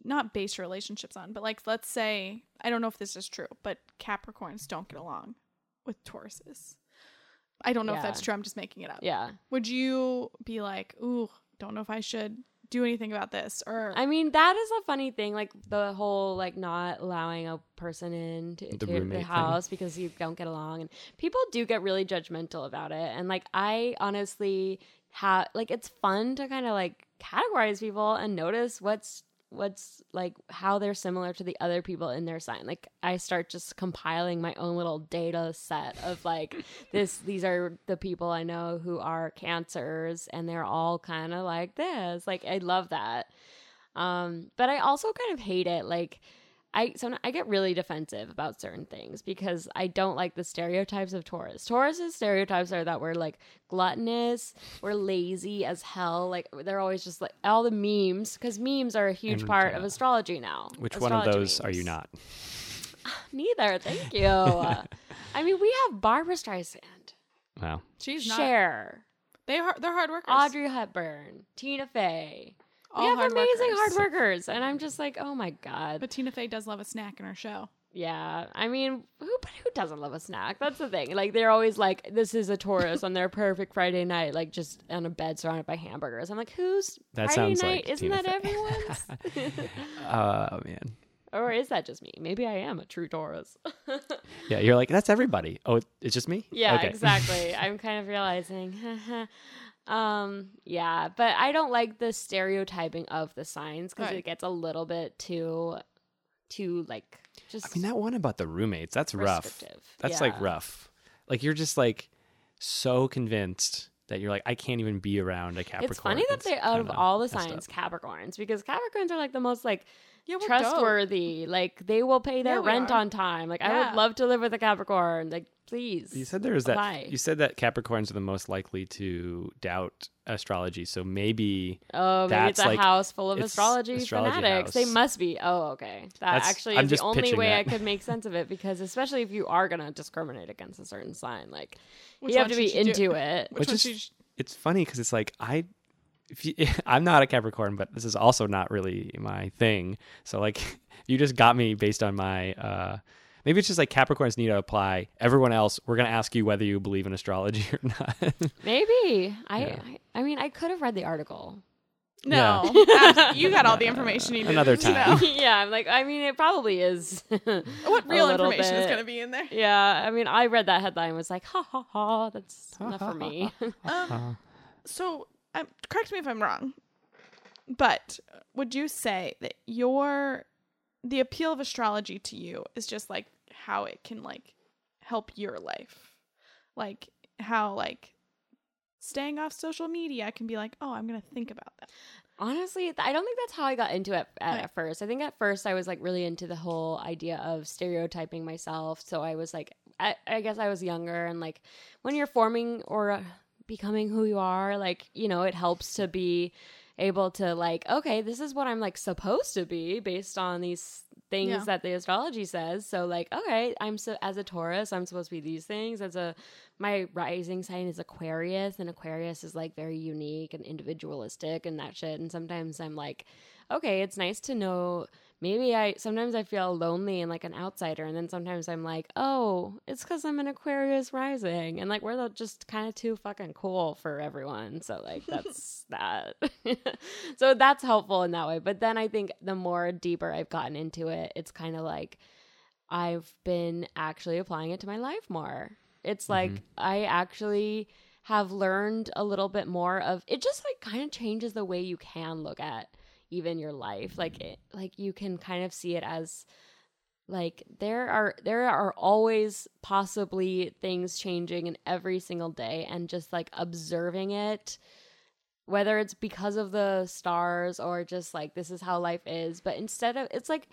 [SPEAKER 2] not base your relationships on, but like let's say I don't know if this is true, but Capricorns don't get along with Tauruses. I don't know if
[SPEAKER 3] Yeah.
[SPEAKER 2] that's true. I'm just making it up.
[SPEAKER 3] yeah
[SPEAKER 2] Would you be like, ooh, don't know if I should do anything about this, or
[SPEAKER 3] i mean that is a funny thing like the whole like not allowing a person in to,
[SPEAKER 1] The
[SPEAKER 3] to
[SPEAKER 1] roommate
[SPEAKER 3] the
[SPEAKER 1] thing.
[SPEAKER 3] house because you don't get along and people do get really judgmental about it and like i honestly have like it's fun to kind of like categorize people and notice what's what's like how they're similar to the other people in their sign like i start just compiling my own little data set of like this these are the people i know who are cancers and they're all kind of like this like i love that um but i also kind of hate it like I so I get really defensive about certain things because I don't like the stereotypes of Taurus. Taurus's stereotypes are that we're like gluttonous, we're lazy as hell. Like they're always just like all the memes because memes are a huge
[SPEAKER 1] And,
[SPEAKER 3] part
[SPEAKER 1] uh,
[SPEAKER 3] of astrology now.
[SPEAKER 1] Which one of
[SPEAKER 3] Astrology
[SPEAKER 1] those are you
[SPEAKER 3] memes.
[SPEAKER 1] not?
[SPEAKER 3] Neither. Thank you. I mean, we have Barbara Streisand,
[SPEAKER 1] Wow.
[SPEAKER 2] She's not.
[SPEAKER 3] Cher,
[SPEAKER 2] They are, they're hard workers.
[SPEAKER 3] Audrey Hepburn, Tina Fey.
[SPEAKER 2] All
[SPEAKER 3] we have
[SPEAKER 2] hard
[SPEAKER 3] amazing
[SPEAKER 2] workers.
[SPEAKER 3] hard workers, and I'm just like, oh my god.
[SPEAKER 2] But Tina Fey does love a snack in her show.
[SPEAKER 3] Yeah, I mean, who but who doesn't love a snack? That's the thing. Like they're always like, this is a Taurus on their perfect Friday night, like just on a bed surrounded by hamburgers. I'm like, who's
[SPEAKER 1] That
[SPEAKER 3] Friday
[SPEAKER 1] sounds
[SPEAKER 3] night?
[SPEAKER 1] like
[SPEAKER 3] Isn't
[SPEAKER 1] Tina
[SPEAKER 3] that
[SPEAKER 1] Fey.
[SPEAKER 3] everyone's?
[SPEAKER 1] Oh man.
[SPEAKER 3] or is that just me? Maybe I am a true Taurus.
[SPEAKER 1] Yeah, you're like that's everybody. Oh, it's just me.
[SPEAKER 3] yeah,
[SPEAKER 1] Okay.
[SPEAKER 3] exactly. I'm kind of realizing. um, yeah, but I don't like the stereotyping of the signs because
[SPEAKER 2] Right.
[SPEAKER 3] it gets a little bit too, too like just.
[SPEAKER 1] I mean that one about the roommates. That's rough.
[SPEAKER 3] restrictive.
[SPEAKER 1] That's like
[SPEAKER 3] Yeah.
[SPEAKER 1] rough. Like you're just like so convinced that you're like I can't even be around a Capricorn.
[SPEAKER 3] It's funny that
[SPEAKER 1] It's
[SPEAKER 3] they out of
[SPEAKER 1] kinda
[SPEAKER 3] all the
[SPEAKER 1] messed
[SPEAKER 3] signs, Capricorns, because Capricorns are like the most like
[SPEAKER 2] Yeah, we're dope.
[SPEAKER 3] trustworthy. Like they will pay their
[SPEAKER 2] Yeah, we
[SPEAKER 3] rent
[SPEAKER 2] are.
[SPEAKER 3] on time. Like I
[SPEAKER 2] Yeah.
[SPEAKER 3] would love to live with a Capricorn. Like please.
[SPEAKER 1] You said there was that.
[SPEAKER 3] Why?
[SPEAKER 1] You said that Capricorns are the most likely to doubt astrology. So maybe
[SPEAKER 3] oh, maybe it's
[SPEAKER 1] that's
[SPEAKER 3] a
[SPEAKER 1] like-
[SPEAKER 3] house full of
[SPEAKER 1] it's
[SPEAKER 3] astrology,
[SPEAKER 1] astrology
[SPEAKER 3] fanatics. They
[SPEAKER 1] house.
[SPEAKER 3] must be. Oh, okay. That
[SPEAKER 1] That's-
[SPEAKER 3] actually
[SPEAKER 1] I'm
[SPEAKER 3] is the
[SPEAKER 1] just
[SPEAKER 3] only
[SPEAKER 1] pitching
[SPEAKER 3] way I
[SPEAKER 1] that.
[SPEAKER 3] could make sense of it because especially if you are gonna discriminate against a certain sign, like
[SPEAKER 2] Which
[SPEAKER 3] you
[SPEAKER 2] one
[SPEAKER 3] have to be
[SPEAKER 2] should you
[SPEAKER 3] into
[SPEAKER 2] do?
[SPEAKER 3] it.
[SPEAKER 2] Which
[SPEAKER 1] Which
[SPEAKER 2] one
[SPEAKER 1] is-
[SPEAKER 2] she sh-
[SPEAKER 1] it's funny because it's like I, if you, I'm not a Capricorn, but this is also not really my thing. So like, you just got me based on my. uh Maybe it's just like Capricorns need to apply. Everyone else, we're gonna ask you whether you believe in astrology or not.
[SPEAKER 3] Maybe. I,
[SPEAKER 1] Yeah.
[SPEAKER 3] I I mean I could have read the article.
[SPEAKER 2] No, Abs- you got all the information you needed.
[SPEAKER 1] Another
[SPEAKER 2] to know.
[SPEAKER 1] time.
[SPEAKER 3] yeah, I'm like, I mean, it probably is.
[SPEAKER 2] What real
[SPEAKER 3] little
[SPEAKER 2] information is
[SPEAKER 3] bit.
[SPEAKER 2] going to be in there?
[SPEAKER 3] Yeah, I mean, I read that headline and was like, ha ha ha, that's enough for me.
[SPEAKER 2] Um, so, um, correct me if I'm wrong, but would you say that your the appeal of astrology to you is just like how it can like help your life, like how like staying off social media can be like, oh, I'm gonna think about that.
[SPEAKER 3] Honestly, th- I don't think that's how I got into it at,
[SPEAKER 2] Right.
[SPEAKER 3] at first. I think at first I was like really into the whole idea of stereotyping myself. So I was like, I, I guess I was younger and like when you're forming or uh, becoming who you are, like, you know, it helps to be able to like, okay, this is what I'm like supposed to be based on these things
[SPEAKER 2] Yeah.
[SPEAKER 3] that the astrology says. So like, okay, I'm so as a Taurus, I'm supposed to be these things. As a my rising sign is Aquarius, and Aquarius is like very unique and individualistic and that shit. And sometimes I'm like, okay, it's nice to know. Maybe I sometimes I feel lonely and like an outsider, and then sometimes I'm like, oh, it's because I'm an Aquarius rising, and like we're the- just kind of too fucking cool for everyone. So like that's that. so that's helpful in that way. But then I think the more deeper I've gotten into it, it's kind of like I've been actually applying it to my life more. It's like I actually have learned a little bit more of it just like kind of changes the way you can look at even your life. Like it, like you can kind of see it as like there are there are always possibly things changing in every single day and just like observing it whether it's because of the stars or just like this is how life is but instead of it's like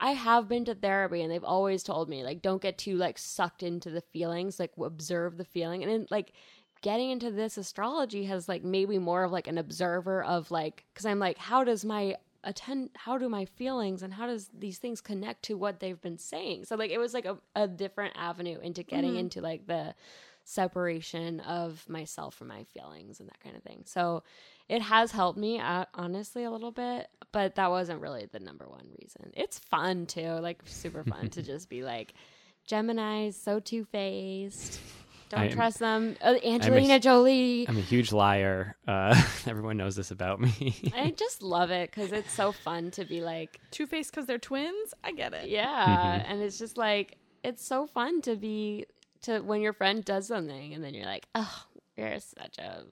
[SPEAKER 3] I have been to therapy and they've always told me like don't get too like sucked into the feelings, like w- observe the feeling. And then like getting into this astrology has like made me more of like an observer of like cuz I'm like how does my attend how do my feelings and how does these things connect to what they've been saying? So like it was like a, a different avenue into getting
[SPEAKER 1] Mm-hmm.
[SPEAKER 2] Mhm.
[SPEAKER 3] into like the separation of myself from my feelings and that kind of thing. So it has helped me uh, honestly a little bit but that wasn't really the number one reason it's fun too like super fun to just be like gemini's so two-faced don't
[SPEAKER 1] I am-
[SPEAKER 3] trust them Uh, angelina jolie
[SPEAKER 1] I'm a huge liar. Uh, everyone knows this about me.
[SPEAKER 3] i just love it because it's so fun to be like
[SPEAKER 2] Two faced because they're twins. I get it.
[SPEAKER 3] yeah
[SPEAKER 1] Mm-hmm.
[SPEAKER 3] and it's just like it's so fun to be to when your friend does something and then you're like oh you're such a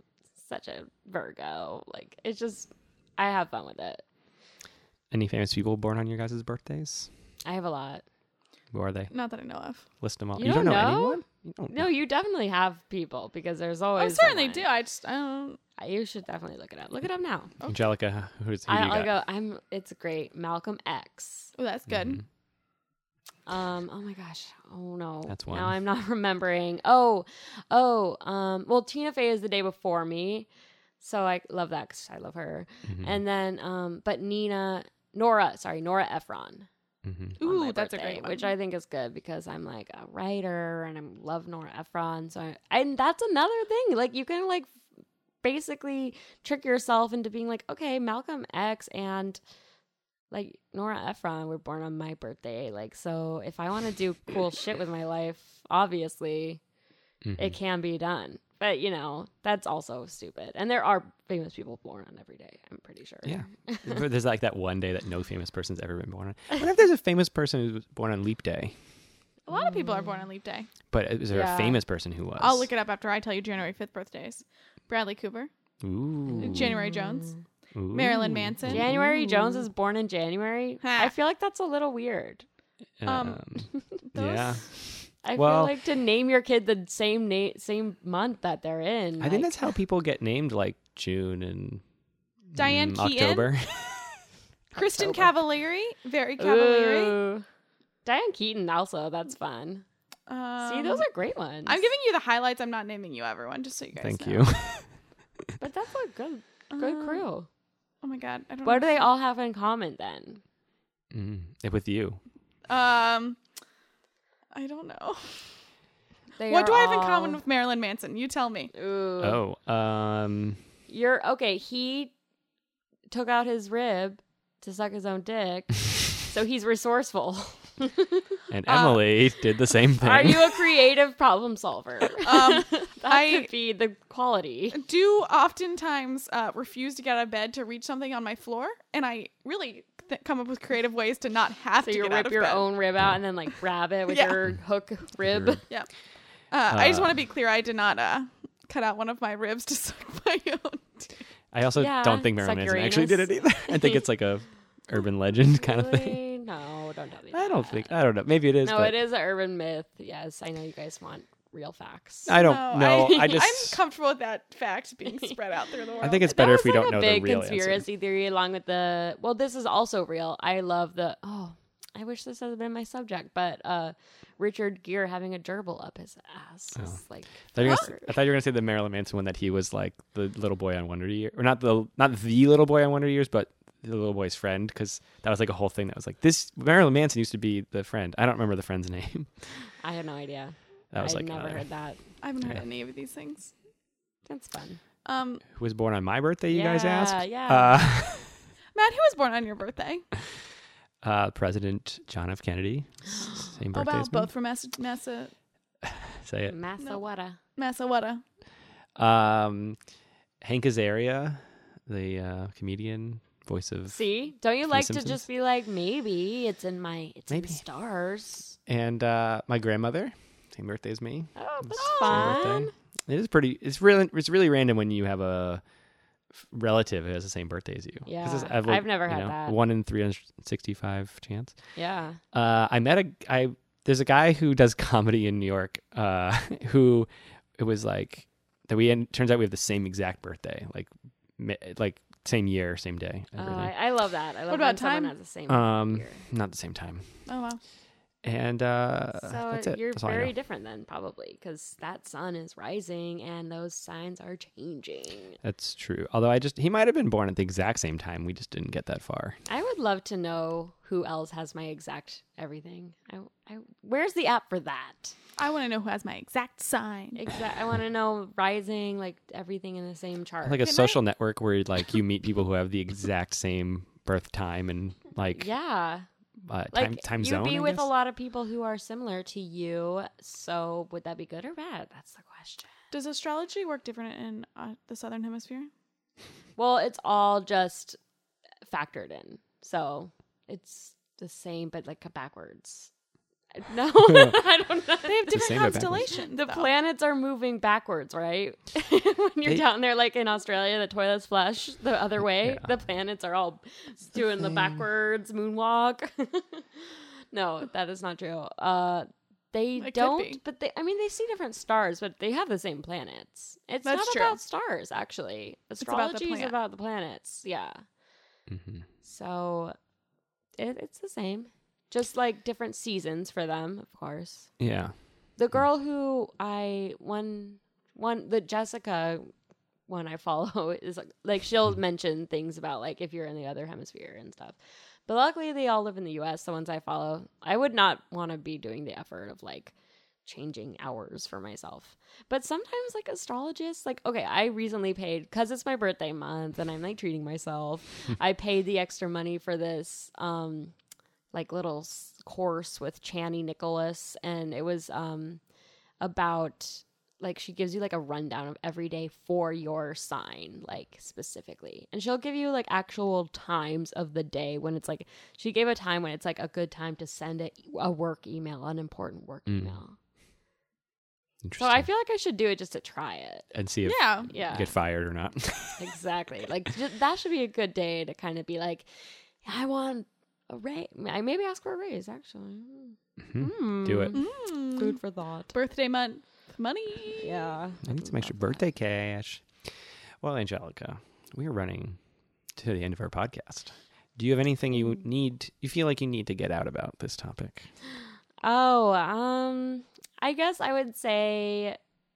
[SPEAKER 3] such a virgo like it's just i have fun with it
[SPEAKER 1] Any famous people born on your guys' birthdays?
[SPEAKER 3] i have a lot
[SPEAKER 1] Who are they?
[SPEAKER 2] Not that I know of.
[SPEAKER 1] List them all.
[SPEAKER 3] You don't know?
[SPEAKER 1] anyone? You don't
[SPEAKER 3] No, you definitely have people because there's
[SPEAKER 2] I
[SPEAKER 3] always.
[SPEAKER 2] Oh, certainly do.
[SPEAKER 3] someone.
[SPEAKER 2] I just I don't.
[SPEAKER 3] You should definitely look it up. Look it up now.
[SPEAKER 1] Angelica, who's who do
[SPEAKER 3] I,
[SPEAKER 1] you got?
[SPEAKER 3] I'll go. I'm. It's great. Malcolm X.
[SPEAKER 1] Mm-hmm.
[SPEAKER 2] Oh, that's good.
[SPEAKER 3] Um, oh my gosh. Oh no.
[SPEAKER 1] That's one.
[SPEAKER 3] Now I'm not remembering. Oh, oh. Um, well, Tina Fey is the day before me, so I love that because I love her.
[SPEAKER 1] Mm-hmm.
[SPEAKER 3] And then, um, but Nina, Nora, sorry, Nora Ephron.
[SPEAKER 1] hmm
[SPEAKER 3] on my
[SPEAKER 2] Ooh, that's a
[SPEAKER 3] birthday,
[SPEAKER 2] great one.
[SPEAKER 3] Which I think is good because I'm like a writer and I love Nora Ephron. So, I, and that's another thing. Like, you can like basically trick yourself into being like, okay, Malcolm X and like Nora Ephron were born on my birthday. Like, so if I want to do cool shit with my life, obviously
[SPEAKER 1] Mm-hmm.
[SPEAKER 3] it can be done. But you know, that's also stupid. And there are famous people born on every day, I'm pretty sure.
[SPEAKER 1] Yeah. But there's like that one day that no famous person's ever been born on. What if there's a famous person who was born on leap day,
[SPEAKER 2] A lot of people are born on leap day.
[SPEAKER 1] but is there
[SPEAKER 3] Yeah.
[SPEAKER 1] a famous person who was?
[SPEAKER 2] I'll look it up after I tell you January 5th birthdays. Bradley Cooper,
[SPEAKER 1] Ooh.
[SPEAKER 2] January Jones,
[SPEAKER 1] Ooh.
[SPEAKER 2] Marilyn Manson.
[SPEAKER 3] January Jones is born in January.
[SPEAKER 2] Ha.
[SPEAKER 3] I feel like that's a little weird.
[SPEAKER 2] Um,
[SPEAKER 1] yeah.
[SPEAKER 3] I
[SPEAKER 1] Well-
[SPEAKER 3] feel like to name your kid the same name, same month that they're
[SPEAKER 1] I
[SPEAKER 3] in.
[SPEAKER 1] think
[SPEAKER 3] like,
[SPEAKER 1] that's how people get named like June and
[SPEAKER 2] Diane
[SPEAKER 1] mm,
[SPEAKER 2] Keaton,
[SPEAKER 1] October.
[SPEAKER 2] Kristen Cavallari, very Cavallari.
[SPEAKER 3] Ooh. Diane Keaton also. That's fun.
[SPEAKER 2] Um,
[SPEAKER 3] See, those are great ones.
[SPEAKER 2] I'm giving you the highlights. I'm not naming you everyone, just so you guys
[SPEAKER 1] Thank
[SPEAKER 2] know.
[SPEAKER 1] you.
[SPEAKER 3] but that's a good, good
[SPEAKER 2] Um,
[SPEAKER 3] crew.
[SPEAKER 2] Oh my god, I don't.
[SPEAKER 3] What do
[SPEAKER 2] know.
[SPEAKER 3] they all have in common then?
[SPEAKER 1] mm. With you.
[SPEAKER 2] Um, I don't know.
[SPEAKER 3] They
[SPEAKER 2] what
[SPEAKER 3] are
[SPEAKER 2] do I have in
[SPEAKER 3] all-
[SPEAKER 2] common with Marilyn Manson? You tell me.
[SPEAKER 3] Ooh.
[SPEAKER 1] Oh, um,
[SPEAKER 3] You're okay. He took out his rib to suck his own dick, so he's resourceful.
[SPEAKER 2] Uh,
[SPEAKER 1] and Emily did the same thing.
[SPEAKER 3] Are you a creative problem solver?
[SPEAKER 2] Um,
[SPEAKER 3] that
[SPEAKER 2] I-
[SPEAKER 3] could be the quality.
[SPEAKER 2] do oftentimes uh, refuse to get out of bed to reach something on my floor, and I really th- come up with creative ways to not have
[SPEAKER 3] So
[SPEAKER 2] to
[SPEAKER 3] you
[SPEAKER 2] get out
[SPEAKER 3] rip
[SPEAKER 2] of
[SPEAKER 3] your
[SPEAKER 2] bed.
[SPEAKER 3] own rib out and then like grab it with
[SPEAKER 2] Yeah.
[SPEAKER 3] your hook rib.
[SPEAKER 2] Yeah. Uh, I just
[SPEAKER 1] Uh,
[SPEAKER 2] want to be clear. I did not uh, cut out one of my ribs to suck my own. dick.
[SPEAKER 1] I also
[SPEAKER 3] Yeah,
[SPEAKER 1] don't think Marilyn
[SPEAKER 3] it's like
[SPEAKER 1] Manson actually did it either. I think it's like a urban legend kind of thing.
[SPEAKER 3] Really? No, don't tell me.
[SPEAKER 1] I
[SPEAKER 3] that.
[SPEAKER 1] don't think. I don't know. Maybe it is.
[SPEAKER 3] No,
[SPEAKER 1] but
[SPEAKER 3] it is an urban myth. Yes, I know you guys want real facts.
[SPEAKER 1] I don't know. I,
[SPEAKER 2] I,
[SPEAKER 1] just.
[SPEAKER 2] I'm comfortable with that fact being spread out through the world.
[SPEAKER 1] I think it's
[SPEAKER 3] That
[SPEAKER 1] better if
[SPEAKER 3] was,
[SPEAKER 1] we
[SPEAKER 3] like,
[SPEAKER 1] don't know
[SPEAKER 3] a big
[SPEAKER 1] the real
[SPEAKER 3] conspiracy theory along with the well this is also real i love the oh i wish this had been my subject but uh richard gere having a gerbil up his ass is
[SPEAKER 1] Oh.
[SPEAKER 3] like
[SPEAKER 1] answer. I thought you were
[SPEAKER 3] Huh?
[SPEAKER 1] gonna- I thought you were going to say the Marilyn Manson one that he was like the little boy on Wonder Year, or not the not the little boy on Wonder Years, but the little boy's friend, because that was like a whole thing that was like this. Marilyn Manson used to be the friend. I don't remember the friend's name.
[SPEAKER 3] i have no idea
[SPEAKER 1] That was
[SPEAKER 3] i've
[SPEAKER 1] like uh,
[SPEAKER 3] never
[SPEAKER 1] another-
[SPEAKER 3] heard that
[SPEAKER 2] I haven't heard
[SPEAKER 1] Yeah.
[SPEAKER 2] any of these things.
[SPEAKER 3] that's fun
[SPEAKER 2] Um,
[SPEAKER 1] who was born on my birthday. You guys
[SPEAKER 3] Yeah,
[SPEAKER 1] asked.
[SPEAKER 3] yeah.
[SPEAKER 2] Matt, who was born on your birthday? Oh,
[SPEAKER 1] Uh, uh, President John F. Kennedy. Same
[SPEAKER 2] Oh
[SPEAKER 1] birthday.
[SPEAKER 2] wow,
[SPEAKER 1] as me.
[SPEAKER 2] both from Massa, Massa,
[SPEAKER 1] Say it.
[SPEAKER 3] massawata
[SPEAKER 2] Massawata.
[SPEAKER 1] Um, Hank Azaria, the uh, comedian, voice of
[SPEAKER 3] see don't you like to
[SPEAKER 1] Simpsons?
[SPEAKER 3] just be like maybe it's in my it's in
[SPEAKER 1] Maybe.
[SPEAKER 3] the stars
[SPEAKER 1] and uh, my grandmother, same birthday as me.
[SPEAKER 3] oh that's
[SPEAKER 1] Same
[SPEAKER 3] fun
[SPEAKER 1] birthday. It is pretty. It's really. It's really random when you have a f- relative who has the same birthday as you. 'Cause
[SPEAKER 3] Yeah,
[SPEAKER 1] it's-
[SPEAKER 3] I've never
[SPEAKER 1] you
[SPEAKER 3] had that.
[SPEAKER 1] One in three hundred sixty-five chance.
[SPEAKER 3] yeah
[SPEAKER 1] Uh, I met a. I there's a guy who does comedy in New York. Uh, who it was like that. We end, turns out we have the same exact birthday. Like, mi- like same year, same day.
[SPEAKER 3] oh,
[SPEAKER 1] everything.
[SPEAKER 3] I, I love that i love
[SPEAKER 2] about
[SPEAKER 3] when someone
[SPEAKER 2] time?
[SPEAKER 3] has the same
[SPEAKER 1] um
[SPEAKER 3] year.
[SPEAKER 1] not the same time
[SPEAKER 2] Oh wow.
[SPEAKER 1] and uh
[SPEAKER 3] So
[SPEAKER 1] that's it
[SPEAKER 3] you're
[SPEAKER 1] That's all I know.
[SPEAKER 3] very different then, probably, because that sun is rising and those signs are changing.
[SPEAKER 1] that's true although i just he might have been born at the exact same time we just didn't get that far
[SPEAKER 3] I would love to know who else has my exact everything. I, I where's the app for that?
[SPEAKER 2] I want to know who has my exact sign.
[SPEAKER 3] Exact. I want to know rising, like everything in the same chart.
[SPEAKER 1] like a
[SPEAKER 2] Can I-
[SPEAKER 1] social network where like you meet people who have the exact same birth time and like
[SPEAKER 3] yeah,
[SPEAKER 1] uh,
[SPEAKER 3] like
[SPEAKER 1] time time
[SPEAKER 3] you'd
[SPEAKER 1] zone
[SPEAKER 3] be
[SPEAKER 1] I
[SPEAKER 3] with a
[SPEAKER 1] guess?
[SPEAKER 3] lot of people who are similar to you. So would that be good or bad? That's the question.
[SPEAKER 2] Does astrology work different in uh, the southern hemisphere?
[SPEAKER 3] Well, it's all just factored in. So it's the same, but like backwards. No, I don't know.
[SPEAKER 2] They have
[SPEAKER 1] the same,
[SPEAKER 2] different
[SPEAKER 1] but backwards.
[SPEAKER 2] constellations.
[SPEAKER 3] The
[SPEAKER 2] though.
[SPEAKER 3] planets are moving backwards, right? when you're
[SPEAKER 1] They-
[SPEAKER 3] down there, like in Australia, the toilets flush the other way.
[SPEAKER 1] Yeah.
[SPEAKER 3] The planets are all doing the backwards moonwalk. no, that is not true. Uh, they
[SPEAKER 2] It could be.
[SPEAKER 3] don't, but they, I mean, they see different stars, but they have the same planets. It's
[SPEAKER 2] That's
[SPEAKER 3] not
[SPEAKER 2] true.
[SPEAKER 3] about stars, actually.
[SPEAKER 2] about the
[SPEAKER 3] Astrology is
[SPEAKER 2] planet.
[SPEAKER 3] about the planets. Yeah.
[SPEAKER 1] Mhm.
[SPEAKER 3] So it, it's the same. Just like different seasons for them, of course.
[SPEAKER 1] Yeah.
[SPEAKER 3] The girl who I one one the Jessica one I follow is like, like she'll mention things about like if you're in the other hemisphere and stuff. But luckily they all live in the US, the ones I follow. I would not want to be doing the effort of like changing hours for myself. But sometimes like astrologists, like okay, I recently paid cuz it's my birthday month and I'm like treating myself. I paid the extra money for this um like little s- course with Channy Nicholas and it was um about like she gives you like a rundown of every day for your sign like specifically and she'll give you like actual times of the day when it's like she gave a time when it's like a good time to send a, a work email an important work
[SPEAKER 1] Mm.
[SPEAKER 3] email so
[SPEAKER 1] Interesting.
[SPEAKER 3] i feel like i should do it just to try it
[SPEAKER 1] and see if
[SPEAKER 2] yeah.
[SPEAKER 3] yeah
[SPEAKER 1] you get fired or not.
[SPEAKER 3] exactly like ju- that should be a good day to kind of be like i want a raise i maybe ask for a raise actually
[SPEAKER 1] Mhm. Do it.
[SPEAKER 3] Mm.
[SPEAKER 2] Mm.
[SPEAKER 3] food for thought
[SPEAKER 2] Birthday month money.
[SPEAKER 3] yeah
[SPEAKER 1] I need some extra
[SPEAKER 3] Love that.
[SPEAKER 1] birthday cash. Well, Angelica, we are running to the end of our podcast. Do you have anything you
[SPEAKER 3] Mm.
[SPEAKER 1] need? You feel like you need to get out about this topic?
[SPEAKER 3] Oh, um, I guess I would say,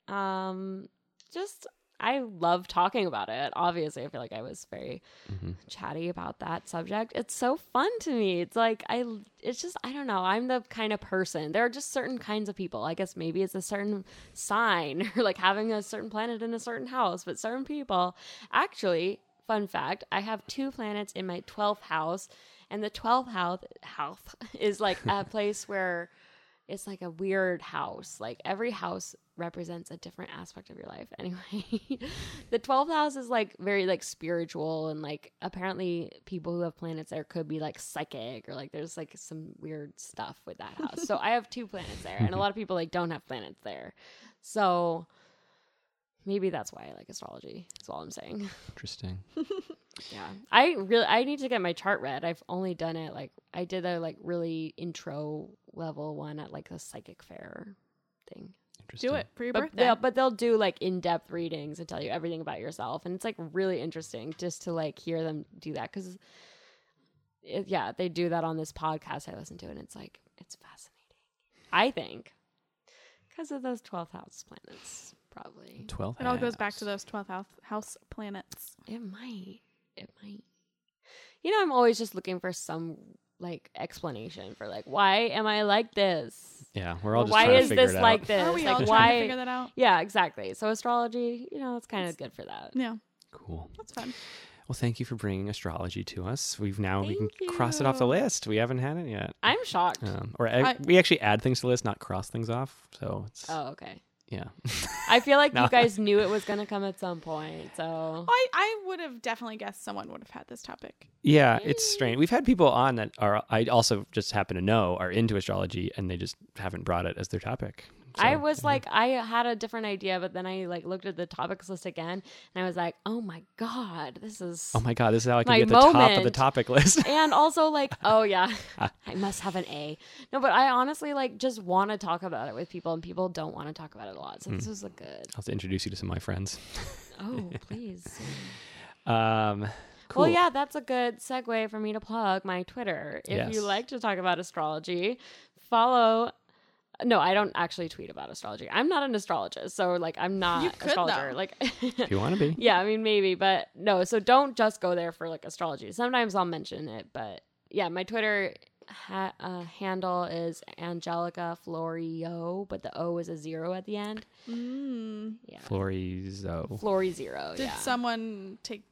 [SPEAKER 3] um, just I love talking about it. Obviously, I feel like I was very
[SPEAKER 1] Mm-hmm.
[SPEAKER 3] chatty about that subject. It's so fun to me. It's like I it's just I don't know. I'm the kind of person. There are just certain kinds of people. I guess maybe it's a certain sign or like having a certain planet in a certain house, but certain people actually fun fact, I have two planets in my 12th house and the 12th house house is like a place where it's like a weird house. Like every house represents a different aspect of your life. Anyway, the 12th house is like very like spiritual and like apparently people who have planets there could be like psychic or like there's like some weird stuff with that house. so I have two planets there and a lot of people like don't have planets there. So maybe that's why I like astrology. That's all I'm saying.
[SPEAKER 1] Interesting.
[SPEAKER 3] Yeah. I really I need to get my chart read. I've only done it like I did a like really intro level one at like a psychic fair thing.
[SPEAKER 1] Interesting.
[SPEAKER 2] Do it for your
[SPEAKER 3] But
[SPEAKER 2] birthday.
[SPEAKER 3] yeah, but they'll do like in-depth readings and tell you everything about yourself and it's like really interesting just to like hear them do that cuz yeah, they do that on this podcast I listen to and it's like it's fascinating. I think cuz of those 12th house planets probably.
[SPEAKER 1] Twelve.
[SPEAKER 2] it all goes back
[SPEAKER 1] house.
[SPEAKER 2] to those 12th house, house planets.
[SPEAKER 3] It might. It might. You know, I'm always just looking for some like explanation for like why am I like this?
[SPEAKER 1] Yeah, we're all just
[SPEAKER 3] why
[SPEAKER 1] trying to
[SPEAKER 3] is
[SPEAKER 1] figure
[SPEAKER 3] this
[SPEAKER 1] it out.
[SPEAKER 3] like this?
[SPEAKER 2] Are we
[SPEAKER 3] like,
[SPEAKER 2] all
[SPEAKER 3] why?
[SPEAKER 2] trying to figure that out?
[SPEAKER 3] yeah, exactly. So astrology, you know, it's kind of good for that.
[SPEAKER 2] Yeah,
[SPEAKER 1] Cool.
[SPEAKER 2] that's fun.
[SPEAKER 1] Well, thank you for bringing astrology to us. We've now we can
[SPEAKER 3] Thank
[SPEAKER 1] cross it off the
[SPEAKER 3] you.
[SPEAKER 1] list. We haven't had it yet.
[SPEAKER 3] I'm shocked.
[SPEAKER 1] Um, or
[SPEAKER 2] I-
[SPEAKER 1] we actually add things to the list, not cross things off. So it's
[SPEAKER 3] oh, okay.
[SPEAKER 1] yeah.
[SPEAKER 3] I feel like
[SPEAKER 1] No.
[SPEAKER 3] you guys knew it was going to come at some point. So
[SPEAKER 2] I, I would have definitely guessed someone would have had this topic.
[SPEAKER 1] Yeah, it's strange. We've had people on that are I also just happen to know are into astrology and they just haven't brought it as their topic. So,
[SPEAKER 3] I was like, I had a different idea, but then I like looked at the topics list again, and I was like, oh my god, this is.
[SPEAKER 1] oh my god, this is how I can
[SPEAKER 3] my
[SPEAKER 1] get the top of the
[SPEAKER 3] moment.
[SPEAKER 1] topic list.
[SPEAKER 3] and also like oh yeah i must have an a no but i honestly like just want to talk about it with people and people don't want to talk about it a lot so
[SPEAKER 1] Hmm.
[SPEAKER 3] this was a good
[SPEAKER 1] I'll have to introduce you to some of my friends.
[SPEAKER 3] oh please
[SPEAKER 1] Um, cool.
[SPEAKER 3] well yeah that's a good segue for me to plug my twitter if
[SPEAKER 1] Yes.
[SPEAKER 3] you like to talk about astrology follow no, I don't actually tweet about astrology. I'm not an astrologist, so like I'm not
[SPEAKER 2] You could,
[SPEAKER 3] astrologer.
[SPEAKER 2] though.
[SPEAKER 3] Like
[SPEAKER 1] If you want to be,
[SPEAKER 3] yeah, I mean maybe, but no. So don't just go there for like astrology. Sometimes I'll mention it, but yeah, my Twitter ha- uh, handle is Angelica Florio, but the O is a zero at the end.
[SPEAKER 2] Mm.
[SPEAKER 3] Yeah,
[SPEAKER 1] Florizo.
[SPEAKER 3] Flori zero.
[SPEAKER 2] Did
[SPEAKER 3] yeah,
[SPEAKER 2] someone take?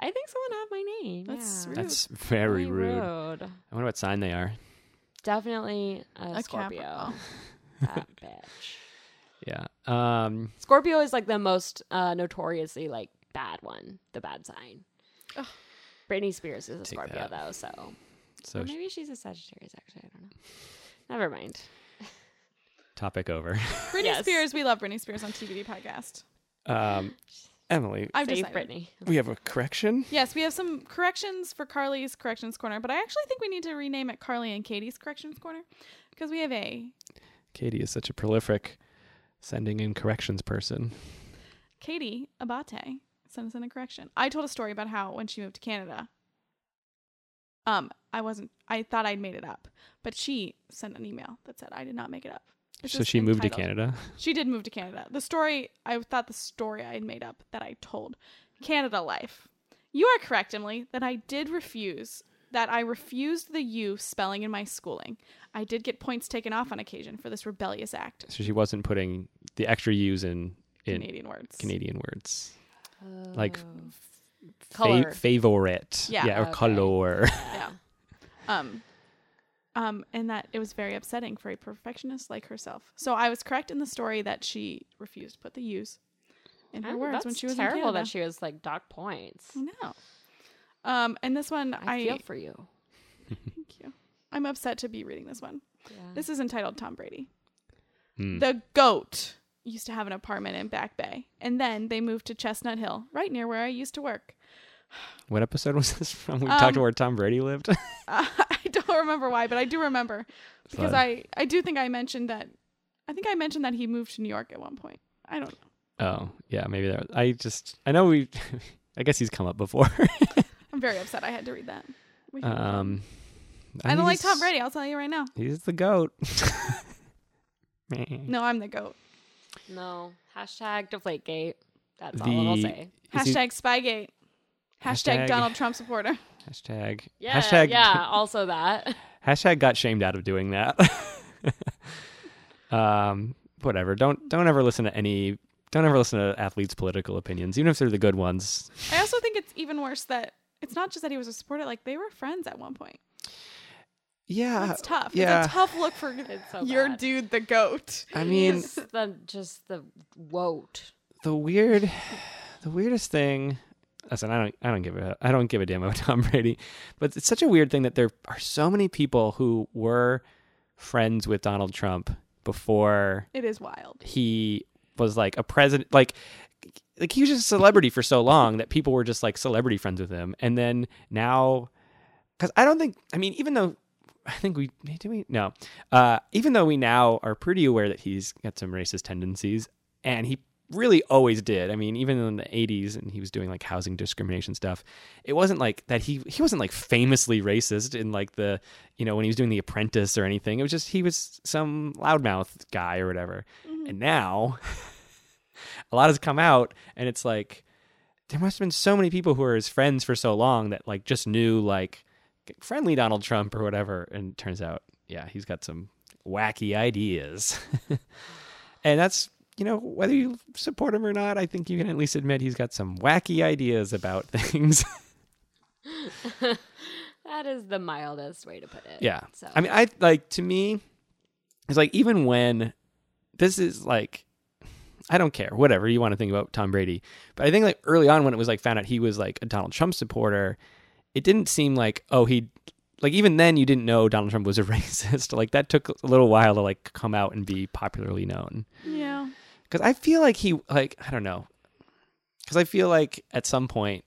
[SPEAKER 3] I think someone had my name.
[SPEAKER 2] That's
[SPEAKER 3] yeah.
[SPEAKER 2] rude.
[SPEAKER 1] That's very
[SPEAKER 3] Very
[SPEAKER 1] rude.
[SPEAKER 3] rude.
[SPEAKER 1] I wonder what sign they are.
[SPEAKER 3] Definitely a,
[SPEAKER 2] A
[SPEAKER 3] Scorpio.
[SPEAKER 2] Capricorn.
[SPEAKER 3] that bitch.
[SPEAKER 1] Yeah. Um,
[SPEAKER 3] Scorpio is like the most uh, notoriously like bad one, the bad sign.
[SPEAKER 2] Ugh.
[SPEAKER 3] Britney Spears is a
[SPEAKER 1] Take
[SPEAKER 3] Scorpio
[SPEAKER 1] that.
[SPEAKER 3] though, so
[SPEAKER 1] so
[SPEAKER 3] Or maybe she's a Sagittarius, actually. I don't know. Never mind.
[SPEAKER 1] topic over.
[SPEAKER 2] Britney
[SPEAKER 3] Yes.
[SPEAKER 2] Spears. We love Britney Spears on TBD podcast.
[SPEAKER 1] Um, Emily,
[SPEAKER 2] I've
[SPEAKER 3] Save
[SPEAKER 2] decided.
[SPEAKER 3] Brittany.
[SPEAKER 1] we have a correction.
[SPEAKER 2] Yes, we have some corrections for Carly's corrections corner, but I actually think we need to rename it Carly and Katie's corrections corner because we have a
[SPEAKER 1] Katie is such a prolific sending in corrections person.
[SPEAKER 2] Katie Abate sent us in a correction. I told a story about how when she moved to Canada, um, I wasn't. I thought I'd made it up, but she sent an email that said I did not make it up. It's
[SPEAKER 1] so
[SPEAKER 2] just
[SPEAKER 1] she moved to
[SPEAKER 2] entitled-
[SPEAKER 1] Canada.
[SPEAKER 2] She did move to Canada. The story I thought the story I had made up that I told Canada Life. You are correct, Emily, that I did refuse that I refused the U spelling in my schooling. I did get points taken off on occasion for this rebellious act.
[SPEAKER 1] So she wasn't putting the extra U's in in Canadian,
[SPEAKER 2] Canadian words.
[SPEAKER 1] words. Like,
[SPEAKER 3] Oh.
[SPEAKER 1] Fa-
[SPEAKER 3] color.
[SPEAKER 1] favorite.
[SPEAKER 2] Yeah,
[SPEAKER 1] or
[SPEAKER 3] okay.
[SPEAKER 1] color.
[SPEAKER 2] yeah. Um, um, and that it was very upsetting for a perfectionist like herself. So I was correct in the story that she refused to put the use in her
[SPEAKER 3] Oh,
[SPEAKER 2] words
[SPEAKER 3] that's
[SPEAKER 2] when she was
[SPEAKER 3] terrible
[SPEAKER 2] in Canada.
[SPEAKER 3] that she was like dock points.
[SPEAKER 2] I know. Um, and this one,
[SPEAKER 3] I,
[SPEAKER 2] I,
[SPEAKER 3] feel for you.
[SPEAKER 2] thank you. I'm upset to be reading this one.
[SPEAKER 3] Yeah.
[SPEAKER 2] This is entitled Tom Brady.
[SPEAKER 1] Hmm.
[SPEAKER 2] The goat used to have an apartment in Back Bay, and then they moved to Chestnut Hill, right near where I used to work.
[SPEAKER 1] What episode was this from? We talked to
[SPEAKER 2] Um,
[SPEAKER 1] where Tom Brady lived.
[SPEAKER 2] Uh, I don't remember why, but I do remember because I, I do think I mentioned that. I think I mentioned that he moved to New York at one point. I don't know.
[SPEAKER 1] oh yeah, maybe that. Was, I just I know we. I guess he's come up before.
[SPEAKER 2] I'm very upset I had to read that. We can move on.
[SPEAKER 1] um,
[SPEAKER 2] I
[SPEAKER 1] think
[SPEAKER 2] don't like Tom
[SPEAKER 1] he's-
[SPEAKER 2] Brady. I'll tell you right now.
[SPEAKER 1] He's the goat.
[SPEAKER 2] No, I'm the goat.
[SPEAKER 3] no hashtag Deflategate. That's all I'll
[SPEAKER 1] The-
[SPEAKER 3] say.
[SPEAKER 1] Is he-
[SPEAKER 2] Hashtag Spygate. Hashtag,
[SPEAKER 1] Hashtag-
[SPEAKER 2] Donald Trump supporter.
[SPEAKER 1] Hashtag.
[SPEAKER 3] Yeah,
[SPEAKER 1] hashtag.
[SPEAKER 3] yeah. Also that.
[SPEAKER 1] Hashtag got shamed out of doing that. um, whatever. Don't don't ever listen to any. Don't ever listen to athletes' political opinions, even if they're the good ones.
[SPEAKER 2] I also think it's even worse that it's not just that he was a supporter; like they were friends at one point.
[SPEAKER 1] Yeah,
[SPEAKER 2] It's tough.
[SPEAKER 1] Uh, yeah.
[SPEAKER 2] It's a tough look for
[SPEAKER 3] It's so
[SPEAKER 2] your
[SPEAKER 3] bad.
[SPEAKER 2] dude, the goat.
[SPEAKER 1] I mean,
[SPEAKER 3] It's the just the woat.
[SPEAKER 1] the weird, the weirdest thing. Listen, I don't, I don't give a, I don't give a damn about Tom Brady, but it's such a weird thing that there are so many people who were friends with Donald Trump before
[SPEAKER 2] It is wild.
[SPEAKER 1] he was like a president like like he was just a celebrity for so long that people were just like celebrity friends with him and then now because i don't think i mean even though i think we do we no uh even though we now are pretty aware that he's got some racist tendencies and he really always did i mean even in the 80s and he was doing like housing discrimination stuff it wasn't like that he he wasn't like famously racist in like the you know when he was doing the apprentice or anything it was just he was some loudmouth guy or whatever and now a lot has come out and it's like there must have been so many people who are his friends for so long that like just knew like friendly Donald Trump or whatever and it turns out yeah he's got some wacky ideas and that's you know whether you support him or not I think you can at least admit he's got some wacky ideas about things
[SPEAKER 3] That is the mildest way to put it.
[SPEAKER 1] Yeah.
[SPEAKER 3] So
[SPEAKER 1] I mean, I like to me, it's like even when this is like, I don't care, whatever you want to think about Tom Brady, but I think like early on when it was like found out he was like a Donald Trump supporter, it didn't seem like oh he like even then you didn't know Donald Trump was a racist. like that took a little while to like come out and be popularly known
[SPEAKER 2] Yeah.
[SPEAKER 1] because I feel like he like I don't know because I feel like at some point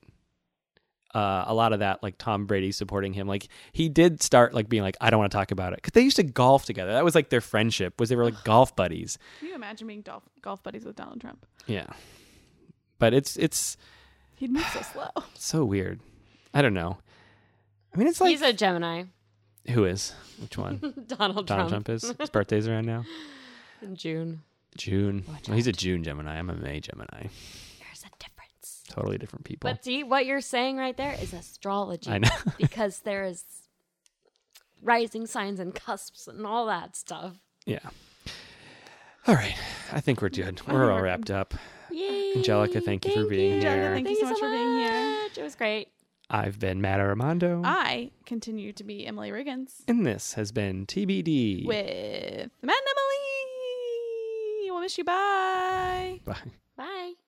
[SPEAKER 1] uh a lot of that like Tom Brady supporting him like he did start like being like I don't want to talk about it because they used to golf together that was like their friendship was they were like golf buddies
[SPEAKER 2] Can you imagine being golf, golf buddies with Donald Trump?
[SPEAKER 1] yeah but it's it's
[SPEAKER 2] He'd move so slow.
[SPEAKER 1] so weird I don't know I mean it's like
[SPEAKER 3] he's a Gemini.
[SPEAKER 1] who is which one Donald
[SPEAKER 3] Donald, Trump
[SPEAKER 1] Trump is his birthday's around now
[SPEAKER 3] in June.
[SPEAKER 1] June well, he's a June Gemini I'm a May Gemini
[SPEAKER 3] There's a difference.
[SPEAKER 1] totally different people
[SPEAKER 3] But see what you're saying right there is astrology.
[SPEAKER 1] I know
[SPEAKER 3] because there is rising signs and cusps and all that stuff.
[SPEAKER 1] Yeah. All right. I think we're good. We're all wrapped up.
[SPEAKER 3] Yay.
[SPEAKER 1] Angelica, thank you for being
[SPEAKER 2] Angelica,
[SPEAKER 1] here.
[SPEAKER 2] thank you so much for being here.
[SPEAKER 3] It was great.
[SPEAKER 1] I've been Matt Armando.
[SPEAKER 2] I continue to be Emily Riggins
[SPEAKER 1] and this has been TBD.
[SPEAKER 2] with Matt and Emily. We'll miss you. Bye.
[SPEAKER 1] Bye.
[SPEAKER 3] Bye.